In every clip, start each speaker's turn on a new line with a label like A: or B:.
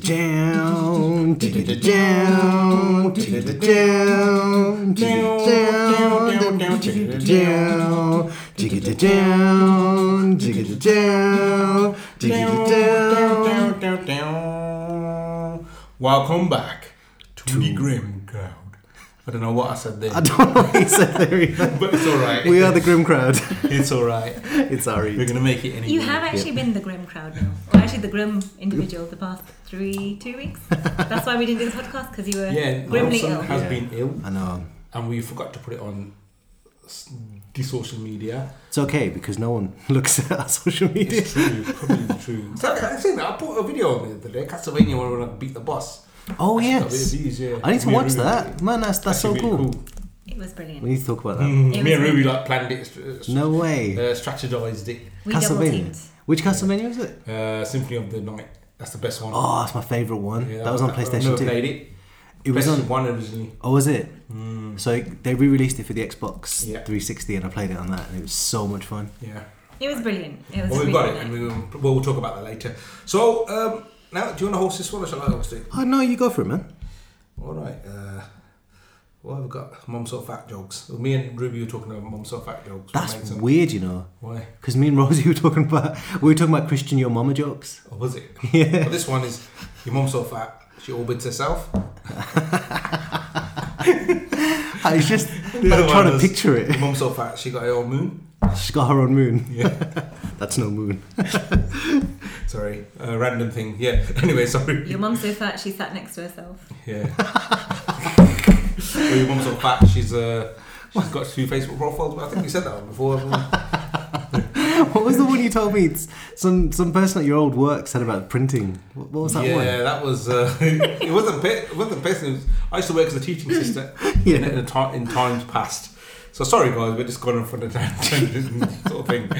A: down, down, down, down, down, down, down, down, down, down.
B: Welcome back to, the Grim Crowd. I don't know what I said there,
A: I don't know what he said there either.
B: but it's alright.
A: We are the grim crowd.
B: It's alright.
A: It's our
B: We're
A: eat.
B: gonna make it anyway.
C: You have actually been the grim crowd now, or actually the grim individual the past three, two weeks. That's why we didn't do the podcast because you were
B: Yeah,
C: grimly
B: Nelson
C: ill.
B: has
A: Yeah.
B: been ill,
A: I know.
B: and we forgot to put it on s- the social media.
A: It's okay because no one looks at our social media.
B: It's true, probably true. So, I think that I put a video on the other day, Castlevania, where I beat the boss.
A: Oh
B: Actually, that
A: yes,
B: really is, yeah.
A: I need to
B: Really,
A: watch
B: really
A: that. Man, that's that's so
B: Actually, really
A: cool.
C: It was brilliant.
A: We
C: We,
A: need to talk about that.
B: Mm,
C: It
B: me and
C: was-
B: Ruby like planned it, st- st-
A: No way.
B: uh, strategized it.
C: double
A: Castlevania.
C: teamed.
A: Which Castlevania is it?
B: Uh, Symphony of the Night. That's the best one.
A: Oh, that's my favorite one.
B: Yeah,
A: that was on
B: I've
A: PlayStation
B: never
A: Two.
B: Played it.
A: It Mm. was
B: PlayStation
A: on.
B: one originally.
A: Oh, was it? So it- they re-released it for the Xbox
B: Yeah.
A: 360, and I played it on that, and it was so much fun.
B: Yeah.
C: It was brilliant. It was
B: Well,
C: really
B: we've got it,
C: good.
B: and we will, well, we'll talk about that later. So um, now, do you want to host this one or shall I host it?
A: Oh no, you go for it, man.
B: All right. Uh, what have we got? Mum so fat jokes. Me and Ruby were talking about mum so fat jokes.
A: That's
B: Made some-
A: weird, you know,
B: Why?
A: because me and Rosie were talking about we were talking about Christian your mama jokes.
B: Or Oh, was it? Yeah. Well, this one is your mum's so fat she orbits herself.
A: I was just
B: The other
A: I'm trying
B: one
A: to
B: was-
A: picture
B: Your
A: it.
B: mum's so fat she got her own moon.
A: She's got her own moon.
B: Yeah.
A: That's no moon.
B: Sorry. A random thing. Yeah. Anyway, sorry.
C: Your mum's so fat she sat next to herself.
B: Yeah. or your mum's so fat she's uh, she's got two Facebook profiles. But I think we said that one before. haven't we?
A: what was the one you told me? It's some some person at your old work said about printing. What, what was that
B: yeah,
A: one?
B: that was. Uh, it wasn't. Pe- it wasn't personal. It was, I used to work as a teaching assistant
A: Yeah.
B: in, in, a ti- in times past. So sorry, guys, we're just going on for the tangent and sort of thing.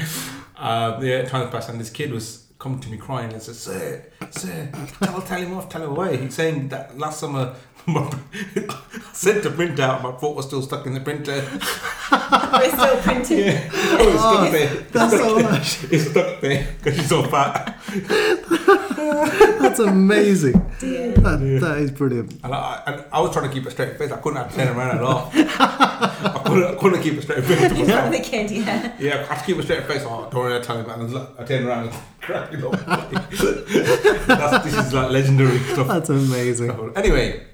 B: Uh, yeah, times past, and this kid was coming to me crying and said, "Sir, sir, tell, tell him off, tell him away." He's saying that last summer. I sent a printer out, my foot was still stuck in the printer.
C: We're still printing.
B: Oh, it's stuck there.
A: That's so much.
B: It's stuck there because it's so fat.
A: That's amazing.
C: Dear.
A: That, that is brilliant.
B: And I, and I was trying to keep a straight face. I couldn't have turn around at all. I couldn't, I couldn't keep a straight face. To myself.
C: The kid, yeah.
B: Yeah, I have to keep a straight face. Oh, don't want to tell him. And look, I turned around and cracked it up. That's, this is like legendary stuff.
A: That's amazing.
B: Anyway,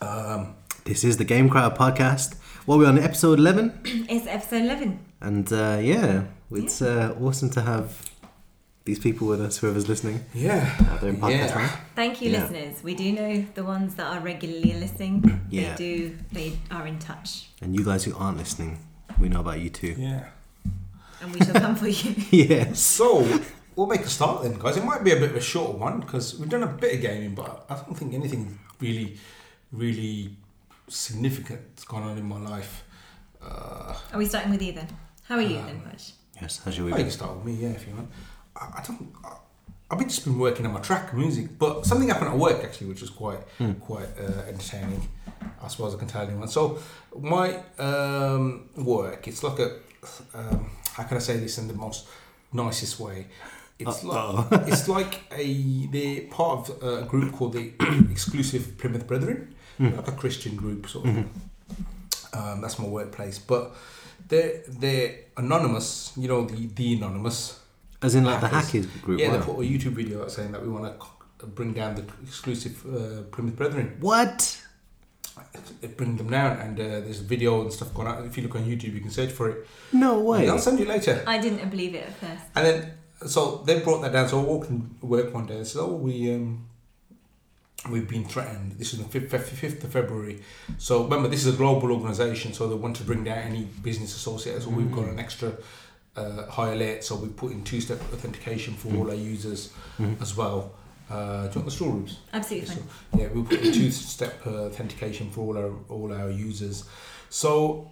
B: um,
A: This is the Game Crowd podcast. Well, we're on episode 11,
C: It's episode 11.
A: and uh, yeah, it's uh, awesome to have these people with us, whoever's listening.
B: yeah.
A: Out there in podcast
B: Yeah.
A: land.
C: Thank you,
A: Yeah.
C: listeners. We do know the ones that are regularly listening.
A: Yeah.
C: They do, they are in touch.
A: And you guys who aren't listening, we know about you too.
B: Yeah.
C: And we shall come for you.
A: Yes.
B: So, we'll make a start then, guys. It might be a bit of a shorter one because we've done a bit of gaming, but I don't think anything really, really significant's gone on in my life. Uh,
C: Are we starting with you then? How are you then, Raj?
A: Yes, how should we
B: Oh, you can
A: be?
B: start with me, yeah, if you want. I, I don't. I, I've been just been working on my track music, but something happened at work actually, which was quite quite uh, entertaining. I suppose I can tell anyone. So my um, work, it's like a um, how can I say this in the most nicest way? It's
A: Uh,
B: like it's like a they're part of a group called the Exclusive Plymouth Brethren, like a Christian group sort of. thing. Um, that's my workplace, but they're they're anonymous. You know the the anonymous.
A: As in, like the
B: Hackers.
A: hackers group.
B: yeah,
A: wow.
B: they put a YouTube video out saying that we want to c- bring down the exclusive uh, Plymouth Brethren,
A: What?
B: It- bring them down, and uh, there's video and stuff going out. If you look on YouTube, you can search for it.
A: No way.
B: I'll send you later.
C: I didn't believe it at first.
B: And then, so they brought that down. So I walked in work one day and said, "Oh, we um, we've been threatened. This is the fifth of February. So remember, this is a global organisation. So they want to bring down any business associates. So we've got an extra uh, high alert. So we put in two-step authentication for all our users as well. Uh, do you want the storerooms?
C: Absolutely fine.
B: So, yeah, we put in two-step uh, authentication for all our all our users. So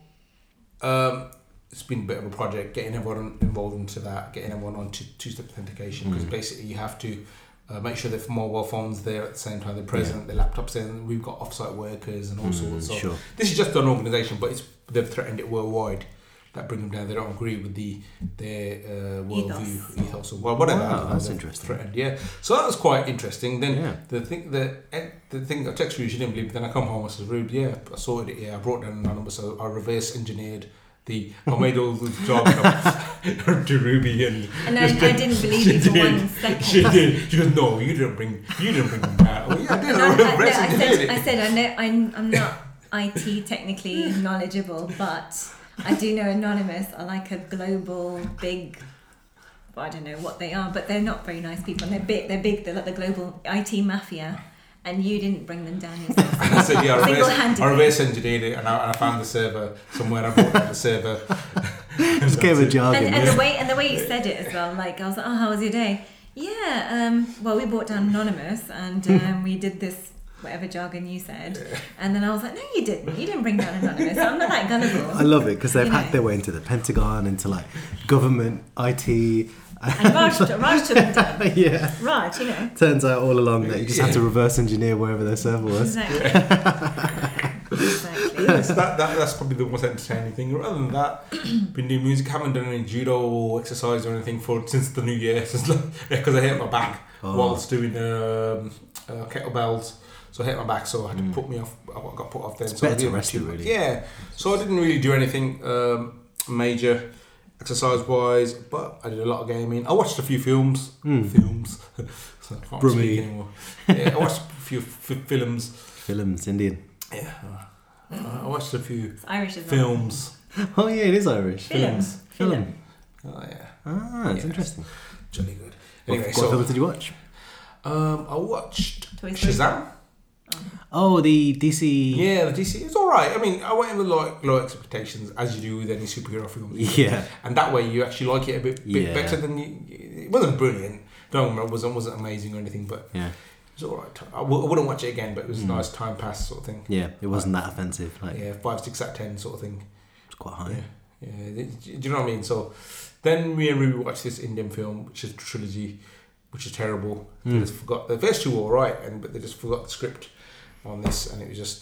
B: um, it's been a bit of a project getting everyone involved into that, getting everyone on two- two-step authentication
A: Mm.
B: because basically you have to. Uh, make sure their mobile phones there at the same time. They're present. Their laptops there. and We've got off-site workers and all sorts. So
A: Hmm, Mm, sure.
B: this is just an organisation, but it's they've threatened it worldwide. that bring them down. They don't agree with the their uh, worldview,
C: Ethos.
B: ethos, or whatever.
A: Wow,
B: They're
A: that's interesting.
B: Threatened, yeah. So that was quite interesting. Then
A: Yeah.
B: the thing the and the thing I texted you, she didn't believe. Then I come home, I said, "Rude, yeah, I sorted it. Yeah, I brought down my number, so I reverse engineered." The, I made all the job up to Ruby and
C: And I, I didn't believe
B: she
C: you for
B: did.
C: one second.
B: She did. She goes, no, you didn't bring, you didn't bring them back. Well, yeah, I did.
C: And
B: I
C: I, I, no,
B: reversed
C: I
B: engineered
C: said,
B: it.
C: I said, I know, I'm, I'm not IT technically knowledgeable, but I do know Anonymous are like a global big. well, I don't know what they are, but they're not very nice people. And they're big. They're big. They're like the global IT mafia. And you didn't bring them down yourself.
B: I said, yeah, I reverse,
C: Single-handedly.
B: I reverse engineered it, and I, and I found the server somewhere. I bought the server.
A: Just gave a jargon.
C: and, and
A: yeah.
C: the way and the way you said it as well, like I was like, oh, how was your day? Yeah, um, well, we brought down Anonymous and
A: Hmm.
C: um, we did this whatever jargon you said, and then I was like, no, you didn't. You didn't bring down Anonymous. I'm not that gullible.
A: I love it because they've
C: You know.
A: hacked their way into the Pentagon, into like government, IT.
C: And Raj, Raj took them down.
A: yeah.
C: Raj, you know.
A: Turns out all along that you just had to reverse engineer wherever their server was.
C: Exactly. exactly.
B: Yes, that, that, that's probably the most entertaining thing. Rather than that, been doing music. Haven't done any judo or exercise or anything for since the new year. Since because I hurt my back
A: Oh.
B: whilst doing um, uh, kettlebells. So I hurt my back, so I had to put me off. I got put off then.
A: Mm. It's
B: so I
A: better to
B: didn't
A: rest
B: do
A: it,
B: much.
A: really.
B: Yeah. So I didn't really do anything um, major exercise wise, but I did a lot of gaming. I watched a few films.
A: Mm. Hmm.
B: Films. so I can't
A: Brummy.
B: speak anymore. Yeah, I watched a few f- films.
A: Films, Indian.
B: Yeah.
A: Mm.
B: Uh, I watched a few
C: It's Irish as well.
B: films.
A: Oh yeah, it is Irish.
C: Film.
A: Film.
B: Oh yeah,
A: Ah, it's
B: Yes.
A: interesting.
B: jolly good.
A: What-
B: Anyway,
A: what films
B: so
A: did you watch?
B: um, I watched
C: Toy Story.
B: Shazam.
A: Oh, the DC.
B: Yeah, the DC is all right. I mean, I went in with like low expectations, as you do with any superhero film.
A: Yeah.
B: and that way you actually like it a bit, bit
A: Yeah.
B: better than you. It wasn't brilliant. Don't remember, it wasn't wasn't amazing or anything, but
A: Yeah.
B: it was all right. I w- I wouldn't watch it again, but it was a nice time pass sort of thing.
A: Yeah, It wasn't that offensive. Like
B: Yeah, five, six out of ten sort of thing.
A: it's quite high.
B: Yeah. Yeah, do you know what I mean? So then me and Ruby watched this Indian film, which is a trilogy, which is terrible. They
A: Mm.
B: just forgot the first two were alright, and but they just forgot the script on this, and it was just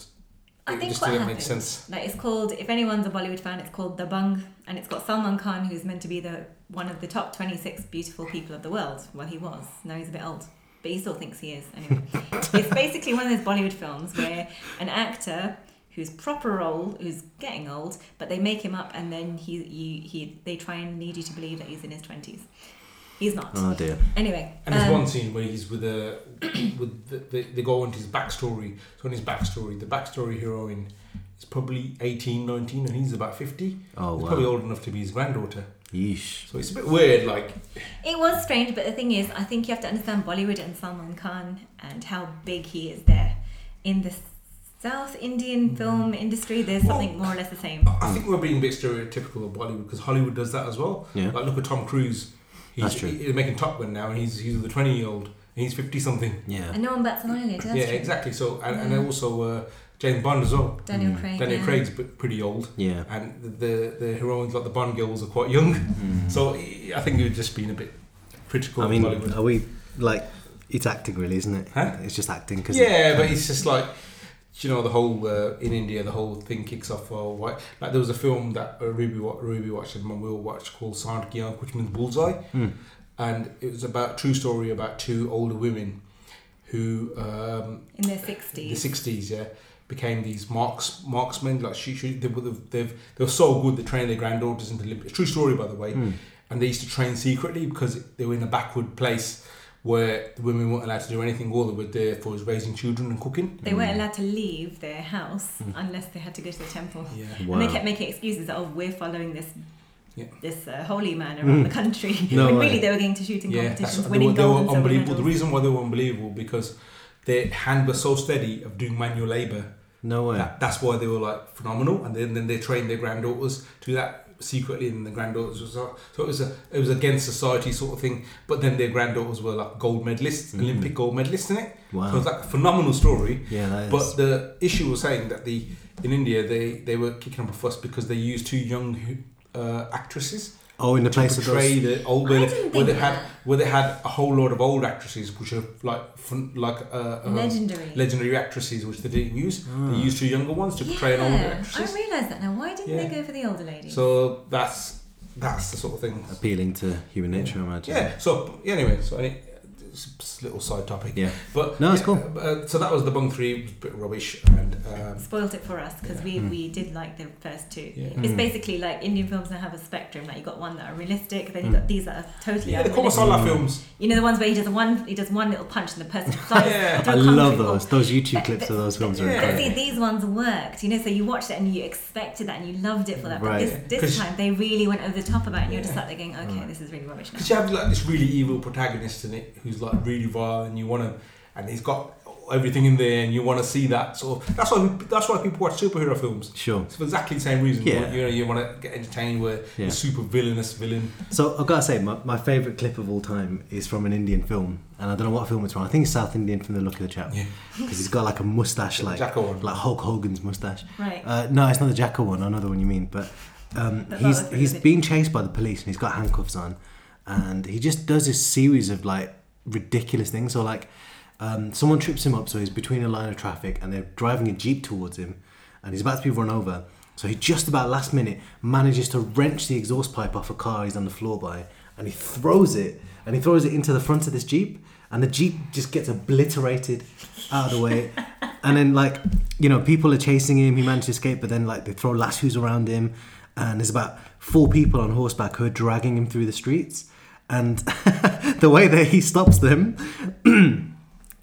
C: I
B: it
C: think
B: just
C: what
B: didn't
C: happened,
B: make sense.
C: Like it's called, if anyone's a Bollywood fan, it's called The Bung, and it's got Salman Khan, who's meant to be the one of the top 26 beautiful people of the world. Well, he was. Now he's a bit old, but he still thinks he is. Anyway, it's basically one of those Bollywood films where an actor who's proper old, who's getting old, but they make him up, and then he, you, he, they try and lead you to believe that he's in his 20s. He's not.
A: Oh dear.
C: Anyway,
B: And there's
C: um,
B: one scene where he's with a with the, they they go into his backstory. So in his backstory, the backstory heroine is probably 18, 19, and he's about fifty.
A: Oh
B: he's probably
A: wow.
B: old enough to be his granddaughter.
A: Yeesh.
B: So it's a bit weird, like
C: It was strange, but the thing is, I think you have to understand Bollywood and Salman Khan and how big he is there. In the South
B: Mm.
C: Indian film industry, there's something more or less the same.
B: I think we're being a bit stereotypical of Bollywood because Hollywood does that as well.
A: Yeah.
B: Like look at Tom Cruise. He's
A: That's true.
B: he- he's making Top Gun now, and he's he's the twenty year old, and he's fifty something.
A: Yeah.
C: And no one bats an eyelid, that's
B: Yeah,
C: true. Mm.
B: exactly. So and, and also uh, James Bond as well.
C: Daniel
A: Mm.
C: Craig.
B: Daniel
C: yeah.
B: Craig's b- pretty old,
A: Yeah.
B: and the the, the heroines like the Bond girls are quite young. So I think you've just been a bit critical
A: Mm. Hmm. I mean, oh,
B: of Bollywood.
A: are we like? It's acting, really, isn't it?
B: Huh?
A: It's just acting because
B: Yeah, but it's just like you know the whole uh, in India the whole thing kicks off. Uh, why like there was a film that uh, Ruby wa- Ruby watched and my will watched called Sand Gyank, which means bullseye,
A: hmm.
B: and it was about true story about two older women who um,
C: In their
B: in the
C: 60s.
B: sixties yeah became these marks marksmen like shoot, shoot they were the, they've they were so good they trained their granddaughters into Olympics. True story by the
C: Mm.
B: way,
A: Hmm.
B: and they used to train secretly because they were in a backward place. Where the women weren't allowed to do anything, all they were there for was raising children and cooking.
C: They weren't allowed to leave their house
B: Mm.
C: unless they had to go to the temple.
B: Yeah.
A: Wow.
C: And they kept making excuses that, oh, we're following this.
B: Yeah. Mm.
C: This uh, holy man around the country.
A: No
C: when
A: way.
C: really they were going to shooting
B: Yeah, that's,
C: competitions,
B: they
C: winning
B: were, they
C: gold and
B: were
C: silver
B: unbelievable. The
C: medals.
B: reason why they were unbelievable because their hand was so steady of doing manual labour.
A: no way.
B: That, that's why they were like phenomenal. And then, then they trained their granddaughters to do that secretly, and the granddaughters was like, so it was a it was against society sort of thing. But then their granddaughters were like gold medalists, Olympic gold medalists in it.
A: Mm-hmm. Wow.
B: So it's like a phenomenal story.
A: Yeah, that is.
B: But the issue was saying that the in India they, they were kicking up a fuss because they used two young uh, actresses
A: Oh, in the place of
B: portray
A: those.
B: the old
C: I
B: where,
C: didn't
B: where they
C: think
B: had
C: that.
B: where they had a whole lot of old actresses which are like fun, like uh, um,
C: Legendary.
B: legendary actresses which they didn't use.
A: Ah.
B: They used two younger ones to portray an older
C: Yeah, I
B: actress.
C: realised that now. Why didn't
B: Yeah.
C: they go for the older lady?
B: So that's that's the sort of thing.
A: Appealing to human nature, I imagine.
B: Yeah. So yeah, anyway, so any, it's a little side topic.
A: Yeah.
B: But
A: No, it's
B: yeah,
A: cool.
B: Uh, so that was the bung three, it was a bit rubbish, and um,
C: Spoilt it for us because we, we did like the first two.
B: Mm-hmm. Yeah.
C: It's
A: Mm.
C: basically like Indian films now have a spectrum. Like you got one that are realistic, then you got these that are totally
B: Mm. yeah, the
C: unrealistic.
B: Kumasala
A: Mm.
B: films.
C: You know the ones where he does one he does one little punch and the person flies.
B: Yeah.
C: through
A: I
C: a
A: love
C: concrete wall.
A: those. Those YouTube
C: But-
A: clips of those films are
B: Yeah.
C: But see,
A: incredible.
C: these ones worked, you know. So you watched it and you expected that and you loved it for that. But
A: Right.
C: this, this
B: 'Cause-
C: time they really went over the top about it. And you're just
B: Yeah.
C: sat there going, okay, this is really rubbish. Now.
B: Because you have like this really evil protagonist in it who's like really vile, and you want to, and he's got everything in there, and you want to see that. So that's why that's why people watch superhero films.
A: Sure.
B: It's for exactly the same reason.
A: Yeah.
B: You know, you want to get entertained with
A: Yeah.
B: a super villainous villain.
A: So I've got to say, my, my favourite clip of all time is from an Indian film, and I don't know what film it's from. I think it's South Indian from the look of the chap,
B: Yeah.
A: because he's got like a mustache, like
B: Jackal one.
A: like Hulk Hogan's mustache.
C: Right.
A: Uh, no, it's not the Jackal one. I know the one you mean, but um,
C: But
A: he's
C: that was
A: he's
C: really-
A: being chased by the police, and he's got handcuffs on, and he just does this series of like ridiculous things. So like, um, someone trips him up, so he's between a line of traffic, and they're driving a jeep towards him, and he's about to be run over. So he just about last minute manages to wrench the exhaust pipe off a car he's on the floor by, and he throws it, and he throws it into the front of this jeep, and the jeep just gets obliterated out of the way, and then like you know people are chasing him, he manages to escape, but then like they throw lassos around him, and there's about four people on horseback who are dragging him through the streets, and the way that he stops them.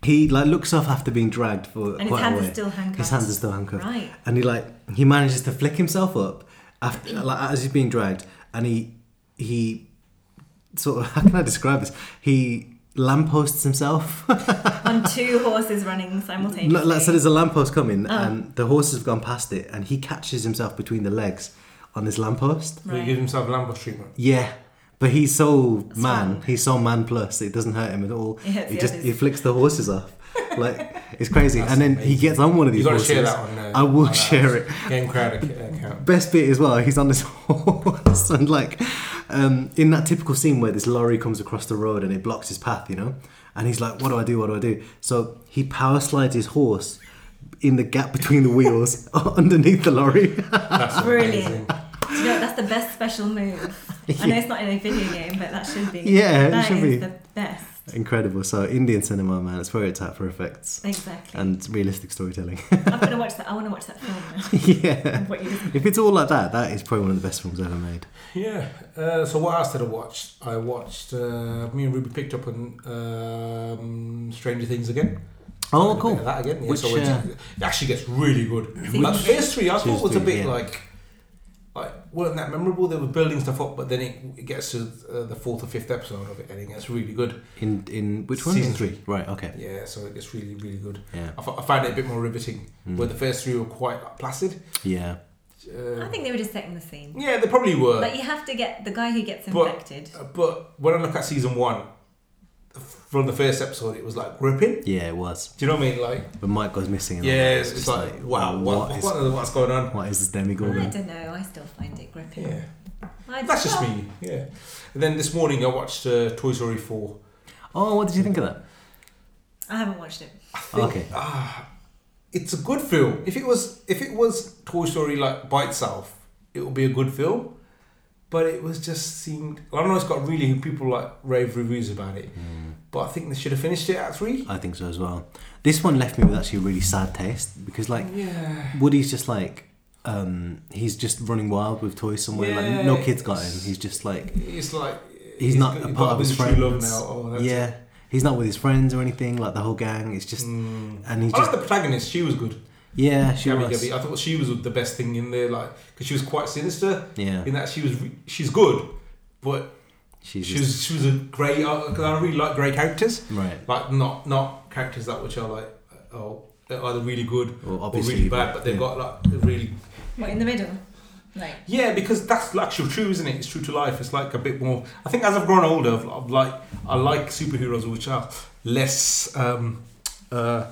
A: He like looks off after being dragged for
C: And his
A: quite a
C: hands are
A: way.
C: still handcuffed.
A: His hands are still handcuffed
C: Right.
A: and he like he manages to flick himself up after like as he's being dragged and he he sort of how can I describe this he lampposts himself
C: On two horses running simultaneously.
A: like, so there's a lamppost coming
C: Oh.
A: and the horses have gone past it and he catches himself between the legs on this lamppost
B: So He
C: Right.
B: gives himself Lambo treatment.
A: yeah but he's so man
C: Strong.
A: he's so man plus it doesn't hurt him at all
C: It hurts
A: he
C: the
A: just
C: others.
A: he flicks the horses off like it's crazy
B: That's
A: and then he
B: amazing.
A: gets on one of
B: You
A: these
B: got to
A: horses
B: share that on. Uh,
A: I will
B: on our
A: share it
B: Game crowd ac- account.
A: Best bit as well, he's on this horse and like um, in that typical scene where this lorry comes across the road and it blocks his path, you know? And he's like, What do I do? What do I do? So he power slides his horse in the gap between the wheels underneath the lorry.
B: That's
C: Brilliant.
B: amazing.
C: Do you know what, that's the best special move. I know it's not in a video game, but that should be.
A: Yeah, it
C: that
A: should
C: is
A: be.
C: the best. Exactly.
A: Incredible. So Indian cinema, man, it's where it's at for effects and realistic storytelling.
C: I'm gonna watch that. I want to watch that film.
A: yeah.
C: now. what you just
A: If it's all like that, that is probably one of the best films ever made.
B: Yeah. Uh, so what else did I watch? I watched. Uh, me and Ruby picked up on um, Stranger Things again.
A: Oh,
B: Bit
A: cool.
B: of That again. Yeah,
A: Which,
B: so it's-
A: uh,
B: it actually gets really good. Like,
C: Which-
B: phase three, I
A: Phase
B: thought was a
A: three,
B: bit
A: yeah.
B: like, like weren't that memorable. They were building stuff up, but then it, it gets to uh, the fourth or fifth episode of it, and it gets really good.
A: In in which one?
B: Season
A: three. Right, okay.
B: Yeah, so it gets really, really good.
A: Yeah.
B: I, f- I found it a bit more riveting,
A: Mm.
B: where the first three were quite like, placid.
A: Yeah.
B: Uh,
C: I think they were just setting the scene.
B: yeah, they probably were.
C: Like you have to get the guy who gets
B: But-
C: infected.
B: Uh, but when I look at season one, from the first episode, it was like gripping.
A: Yeah, it was.
B: Do you know what I mean? Like,
A: But Mike goes missing. and all
B: yeah,
A: that.
B: it's, it's
A: just
B: like, wow, what,
A: what is
B: what- what's going on?
A: What is this Demi
C: I
A: Gorgon?
C: don't know. I still find it gripping.
B: Yeah.
C: I-
B: That's just
C: well,
B: me, yeah. And then this morning I watched uh, Toy Story 4.
A: Oh, what did you think of that?
C: I haven't watched it.
B: I think,
A: Okay.
B: ah, it's a good film. If it was, if it was Toy Story like by itself, it would be a good film. But it was just seemed. I know it's got really people like rave reviews about it, but I think they should have finished it at three.
A: I think so as well. This one left me with actually a really sad taste because, like,
B: yeah,
A: Woody's just like, um, he's just running wild with toys somewhere. Like, no
B: Yeah,
A: kid's got him.
B: it's-
A: He's just like,
B: it's like
A: he's not
B: got-
A: a
B: he's
A: part
B: got
A: of his
B: true love
A: friends.
B: now. Oh, that's
A: yeah, he's not with his friends or anything. Like the whole gang, it's just,
B: Mm.
A: and he
B: I like
A: just,
B: the protagonist. She was good.
A: yeah, she
B: Gabby
A: was,
B: Gabby. I thought she was the best thing in there, like because she was quite sinister.
A: yeah,
B: in that she was re- she's good, but
A: she's
B: she
A: just,
B: was she was a grey. Because I really like grey characters,
A: right,
B: like not not characters that which are like oh they're either really good
A: well,
B: or
A: obviously,
B: really bad, but they've
A: yeah.
B: got like really
C: What in the middle? Like
B: yeah because that's actually true, isn't it? It's true to life. It's like a bit more. I think as I've grown older, I've, I've like I like superheroes which are less um, uh,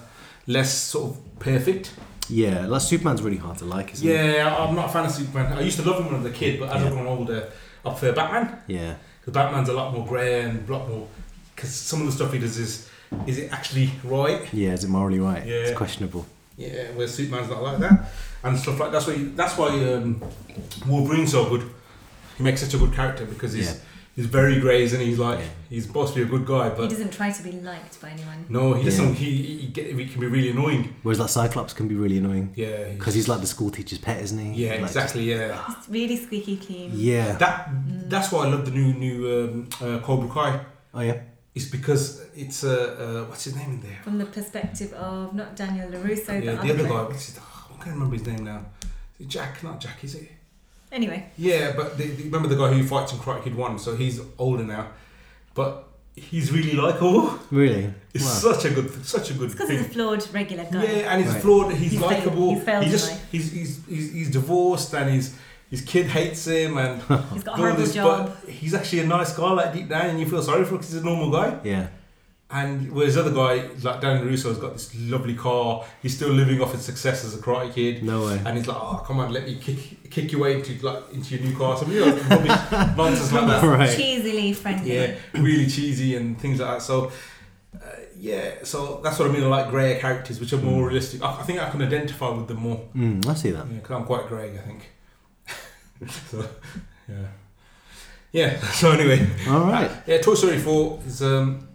B: less sort of perfect.
A: Yeah, like Superman's really hard to like, isn't it?
B: Yeah, I'm not a fan of Superman. I used to love him when I was a kid, but as
A: Yeah.
B: I've grown older, I prefer Batman
A: Yeah.
B: because Batman's a lot more grey and a lot more. Because some of the stuff he does is, is it actually right?
A: Yeah, is it morally right? It's
B: Yeah.
A: questionable.
B: Yeah, where Superman's not like that and stuff like that's why that's why um, Wolverine's so good. He makes such a good character because he's
A: Yeah.
B: he's very grey, and he's like
A: Yeah.
B: he's supposed to be a good guy,
C: He
B: but
C: doesn't try to be liked by anyone.
B: no, he doesn't.
A: Yeah.
B: He, he, he get, he can be really annoying.
A: Whereas like Cyclops can be really annoying
B: Yeah, he-
A: because he's like the school teacher's pet, isn't he?
B: yeah,
A: Like,
B: exactly. Yeah,
C: It's really squeaky clean.
A: Yeah.
B: That that's why I love the new new um, uh, Cobra Kai.
A: oh yeah.
B: It's because it's uh, uh, what's his name in there?
C: From the perspective of not Daniel LaRusso,
B: yeah,
C: but
B: the other guy. What's his, oh, I can't remember his name now. Is it Jack, not Jack, is it?
C: Anyway,
B: Yeah, but the, the, remember the guy who fights in Karate Kid One? So he's older now, but he's really likable.
A: Really.
B: It's
A: Wow.
B: such a good, such a good
C: it's because he's a
B: thing.
C: flawed regular guy.
B: Yeah, and he's
A: Right.
B: flawed. He's,
C: He's failed-
B: likable.
C: he's failed
B: he
C: in
B: just
C: life.
B: he's, he's he's he's divorced and his his kid hates him and
C: He's got a
B: all
C: horrible
B: this,
C: job.
B: But he's actually a nice guy, like deep down, and you feel sorry for him because he's a normal guy.
A: Yeah.
B: And whereas the other guy, like Danny Russo's got this lovely car, he's still living off his success as a karate kid.
A: No way.
B: And he's like, oh, come on, let me kick kick your way into like into your new car. Some you know, rubbish nonsense like that.
A: right.
C: Cheesily friendly.
B: Yeah, really cheesy and things like that. So, uh, yeah, so that's what I mean. I like grayer characters, which are more realistic. I, I think I can identify with them more
A: Mm, I see that.
B: because I'm quite grey, I think. so, yeah, yeah. So anyway,
A: All right.
B: yeah, Toy Story Four is um,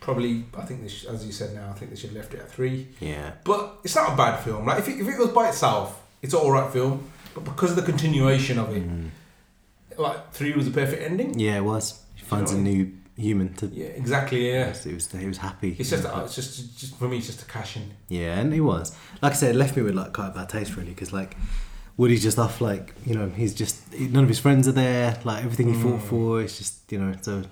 B: probably. I think this, as you said now, I think they should have left it at three.
A: Yeah.
B: But it's not a bad film. Like if it, if it was by itself, it's an all right film. But because of the continuation of it,
A: Mm.
B: like three was a perfect ending.
A: Yeah, it was. She finds a
B: know.
A: new human to.
B: Yeah, exactly. Yeah,
A: Yes, It was. He was happy.
B: it's just uh, it's just, just for me, it's just a cash in.
A: Yeah, and he was. Like I said, it left me with like quite a bad taste really, because like Woody's just off. Like you know, he's just he- none of his friends are there. Like everything he fought
B: Mm.
A: for, it's just you know. So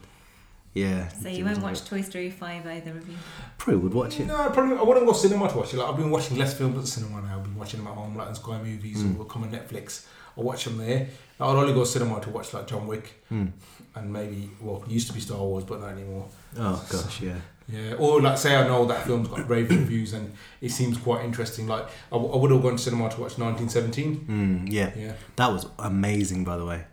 A: yeah.
C: So
A: it
C: you
A: was
C: won't
A: a
C: watch
A: bit-
C: Toy Story 5 either of you.
A: Probably would watch it.
B: No, I probably I wouldn't go cinema to watch it. Like I've been watching less films at the cinema now. I've been watching them at home, like on Sky Movies
A: Mm.
B: or come on Netflix. I watch them there. Now, I'd only go cinema to watch like John Wick
A: Mm.
B: and maybe well, it used to be Star Wars, but not anymore.
A: Oh gosh, yeah.
B: Yeah, or like say I know that film's got rave reviews and it seems quite interesting. Like I, w- I would have gone to cinema to watch 1917.
A: Mm, yeah,
B: Yeah,
A: that was amazing. By the way,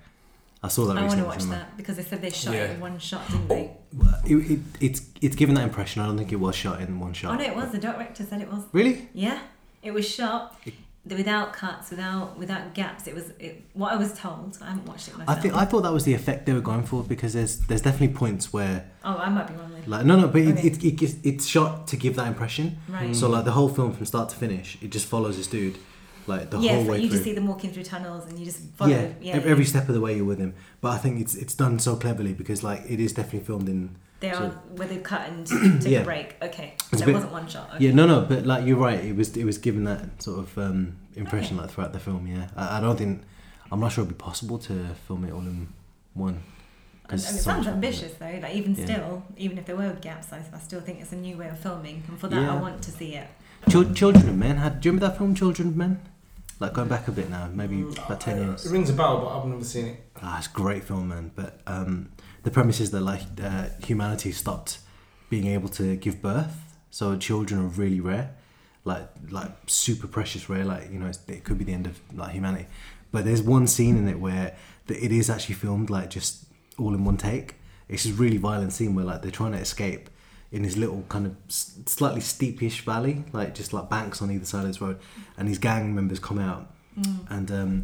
A: I saw that
C: I want
A: recently. Oh,
C: to watch that because they said they shot it
B: Yeah.
C: in one shot, didn't they?
A: that. It, it, it's it's given that impression. I don't think it was shot in one
C: Oh
A: shot.
C: no, it was. The director said it was.
A: Really?
C: Yeah, it was shot without cuts, without without gaps. It was it, what I was told. I haven't watched it
A: I
C: myself.
A: think I thought that was the effect they were going for because there's there's definitely points where
C: oh, I might be wrong then.
A: like no no but it,
C: Okay.
A: it, it, gives- it's shot to give that impression.
C: Right.
A: So like the whole film from start to finish, it just follows this dude like the
C: yeah,
A: whole
C: so
A: way
C: you
A: through.
C: just see them walking through tunnels and you just follow.
A: yeah,
C: Yeah, yeah
A: ev- every step of the way you're with him. But I think it's it's done so cleverly because like it is definitely filmed in.
C: they are
A: so-
C: where they cut and took
A: Yeah.
C: a break. Okay,
A: It's
C: so
A: a
C: it
A: bit-
C: wasn't one shot. Okay.
A: Yeah, no, no, but like you're right. It was it was given that sort of um, impression like throughout the film. Yeah, I, I don't think I'm not sure it'd be possible to film it all in one.
C: And,
A: 'cause
C: and it
A: so much
C: sounds
A: happened.
C: ambitious though. Like even
A: Yeah.
C: still, even if there were gaps, I, I still think it's a new way of filming, and for that,
A: Yeah.
C: I want to see it.
A: Chil- Children of Men had. Do you remember that film, Children of Men? Like going back a bit now, maybe about ten
B: Uh,
A: years.
B: It rings a bell, but I've never seen it.
A: Ah, it's a great film, man. But um, the premise is that like uh, humanity stopped being able to give birth, so children are really rare, like like super precious rare. Like you know, it's, it could be the end of like humanity. But there's one scene in it where the, it is actually filmed like just all in one take. It's this really violent scene where like they're trying to escape in this little kind of s- slightly steepish valley, like just like banks on either side of this road, and these gang members come out
C: Mm.
A: and um,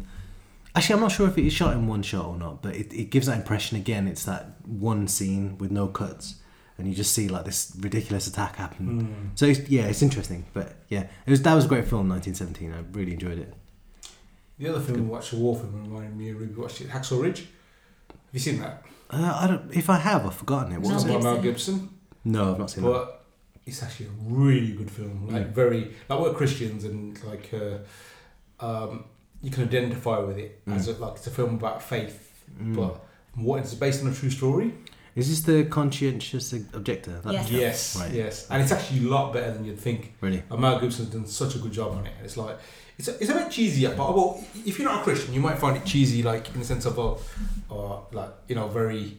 A: actually, I'm not sure if it is shot in one shot or not, but it, it gives that impression again. It's that one scene with no cuts, and you just see like this ridiculous attack
B: Mm.
A: happen. So it's, yeah, it's interesting, but yeah, it was that was a great film, 1917. I really enjoyed it.
B: The other film we watched, a war film, reminded me of Ruby watched it, Hacksaw Ridge. Have you seen that?
A: Uh, I don't. If I have, I've forgotten it. What
C: No.
A: was
B: It's
A: it?
B: by
C: Gibson.
A: No,
B: Mel Gibson,
A: I've not seen that.
B: but it's actually a really good film. Like
A: Mm.
B: very, like we're Christians and like uh, um, you can identify with it
A: Mm.
B: as a, like it's a film about faith,
A: Mm.
B: but what it's based on a true story.
A: Is this the conscientious objector? That-
C: Yes.
B: Yes,
A: Right.
B: yes, and it's actually a lot better than you'd think.
A: Really.
B: And Mel Gibson's done such a good job on it. It's like it's a, it's a bit cheesy, but well, if you're not a Christian, you might find it cheesy, like in the sense of, oh, or like you know, very,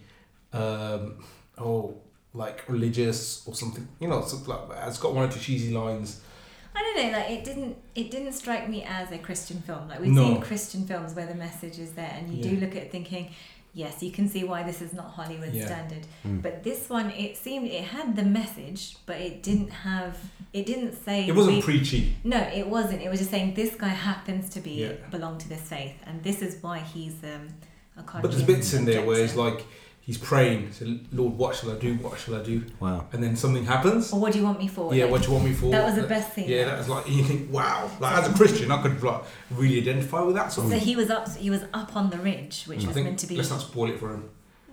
B: um, oh, like religious or something. You know, it's like it's got one or two cheesy lines,
C: I don't know. Like it didn't. It didn't strike me as a Christian film. Like we've
B: No.
C: seen Christian films where the message is there, and you do
B: Yeah.
C: look at it thinking, yes, you can see why this is not Hollywood
B: Yeah.
C: standard.
A: Mm.
C: But this one, it seemed it had the message, but it didn't have. It didn't say.
B: It wasn't
C: we-
B: preachy.
C: No, it wasn't. It was just saying this guy happens to be
B: Yeah.
C: belong to this faith, and this is why he's um, a
B: But there's bits in there where it's like he's praying, so Lord, what shall I do? What shall I do?
A: Wow.
B: And then something happens.
C: Or what do you want me for?
B: Yeah,
C: Like,
B: what do you want me for?
C: That was the best thing.
B: Yeah, that was like you think, wow. Like as a Christian, I could like, really identify with that. Sort
C: So
B: of.
C: he was up. He was up on the ridge, which
B: I
C: was
B: think-
C: meant to be.
B: Let's not spoil it for him.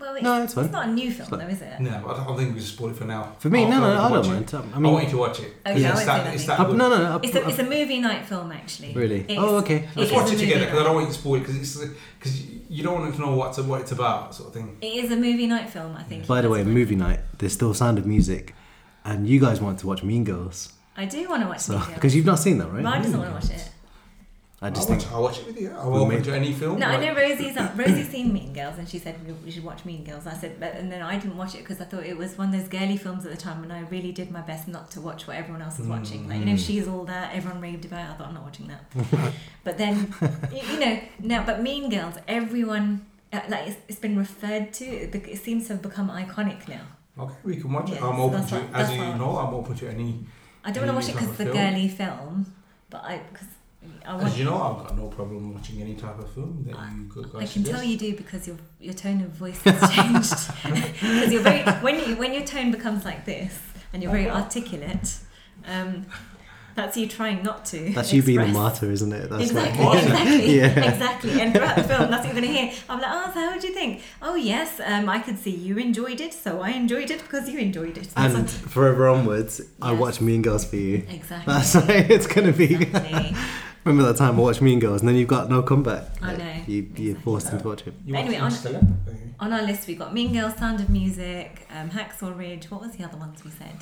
C: Well, it's,
A: No, it's fine.
C: it's not a new film,
A: It's not-
C: though, is it?
B: No, I don't, I don't think we should spoil it for now.
A: For me,
B: After
A: no, no, I
B: want you to
A: don't
B: watch
A: mind. I
B: It. Oh, I
A: mean,
B: want you to watch it.
C: Okay,
B: it's
C: I won't say
B: that. It's that
A: I-
B: good.
A: no, no, no. I-
C: It's a, it's a movie night film, actually.
A: Really?
C: It's-
A: Oh, okay.
B: Let's
C: is
B: watch
C: a
B: it together
C: movie
B: because I
C: night.
B: don't want you to spoil it because because you don't want to know what to, what it's about sort of thing.
C: It is a movie night film, I think.
A: By the way,
C: That's-
A: movie night. There's still Sound of Music, and you guys want to watch Mean Girls,
C: I do want to watch
A: so
C: the
A: because you've not seen that, right?
C: Ryan doesn't want to watch it.
A: I just
B: I'll
A: think
B: watch, I'll watch it with you. I'll
A: We
B: open
A: made-
B: to any film.
C: No, I
B: like-
C: know Rosie's Rosie's seen Mean Girls, and she said "We- we should watch Mean Girls. I said, but and then I didn't watch it because I thought it was one of those girly films at the time, and I really did my best not to watch what everyone else was watching. Like you
B: Mm.
C: know, she's all that everyone raved about. I thought I'm not watching that. but then, you, you know, now but Mean Girls, everyone uh, like it's, it's been referred to. It, bec- it seems to have become iconic now.
B: Okay, we can watch it.
C: Yeah,
B: I'm
C: so
B: open
C: that's
B: to
C: what-
B: as
C: that's
B: you
C: what-
B: know. I'm open to any.
C: I don't want to watch it
B: Any
C: because it's a
B: type of film?
C: girly film, but I because I want.
B: As you know, I've got no problem watching any type of film that you could.
C: I can tell you do because your your tone of voice has changed. Because you're very when you when your tone becomes like this and you're very articulate, um, that's you trying not to.
A: that's you being the
C: express-
A: martyr, isn't it? That's like-
C: Exactly,
B: Martin.
C: exactly,
A: Yeah.
C: exactly. And throughout the film, that's what you're going to hear. I'm like, oh, so how would you think? Oh, yes, um, I could see you enjoyed it, so I enjoyed it because you enjoyed it. That's
A: And forever onwards, I
C: Yes.
A: watch Mean Girls for you.
C: what- exactly.
A: That's like, it's gonna be.
C: exactly.
A: Remember that time I watched Mean Girls, and then you've got no comeback.
C: I
A: Like,
C: know,
A: You you're
C: exactly.
A: forced into watch it.
B: You
C: Anyway,
B: watch
C: on-
B: Interstellar? Okay.
C: On our list, we got Mean Girls, Sound of Music, um, Hacksaw Ridge. What was the other ones we said?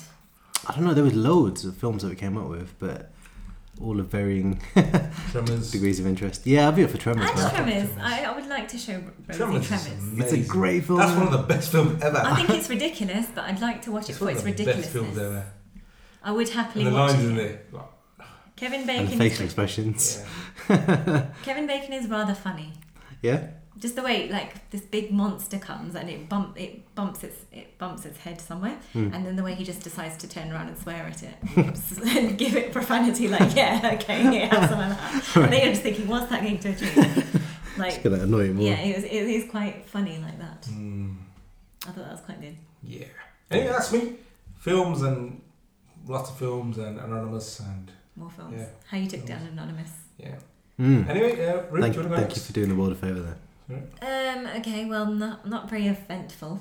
A: I don't know. There was loads of films that we came up with, but all of varying
B: Tremors.
A: degrees of interest. Yeah, I'd be up for Tremors.
C: And
A: man.
C: Tremors.
B: Tremors.
C: I, I would like to show Rosie
B: Tremors
C: Tremors.
B: is amazing.
A: It's a great film.
B: That's one of the best films ever.
C: I think it's ridiculous, but I'd like to watch it for
B: one
C: its
B: of the best films
C: ridiculousness.
B: ever.
C: I would
B: And
C: happily
B: the
C: watch
B: lines
C: it.
B: in there. Like,
C: Kevin
A: and
C: Bacon.
A: facial
C: Is,
A: expressions.
B: yeah.
C: Kevin Bacon is rather funny.
A: Yeah.
C: Just the way like this big monster comes and it bump it bumps its it bumps its head somewhere, and then the way he just decides to turn around and swear at it and give it profanity like yeah okay yeah have some of that. And then you're just thinking what's that going to achieve?
A: It's
C: Like
A: gonna annoy him more.
C: yeah, it, was, it is quite funny like that.
B: Mm,
C: I thought that was quite good.
B: yeah. Anyway, that's me. Films and lots of films and Anonymous and
C: More films.
B: Yeah.
C: How you took
B: Films.
C: down Anonymous.
B: yeah.
A: Mm.
B: Anyway, uh,
A: Thank,
B: Ruth, do you want to go
A: thank you
B: next?
A: for doing the world a favour there.
C: Um, okay, well, not, not very eventful.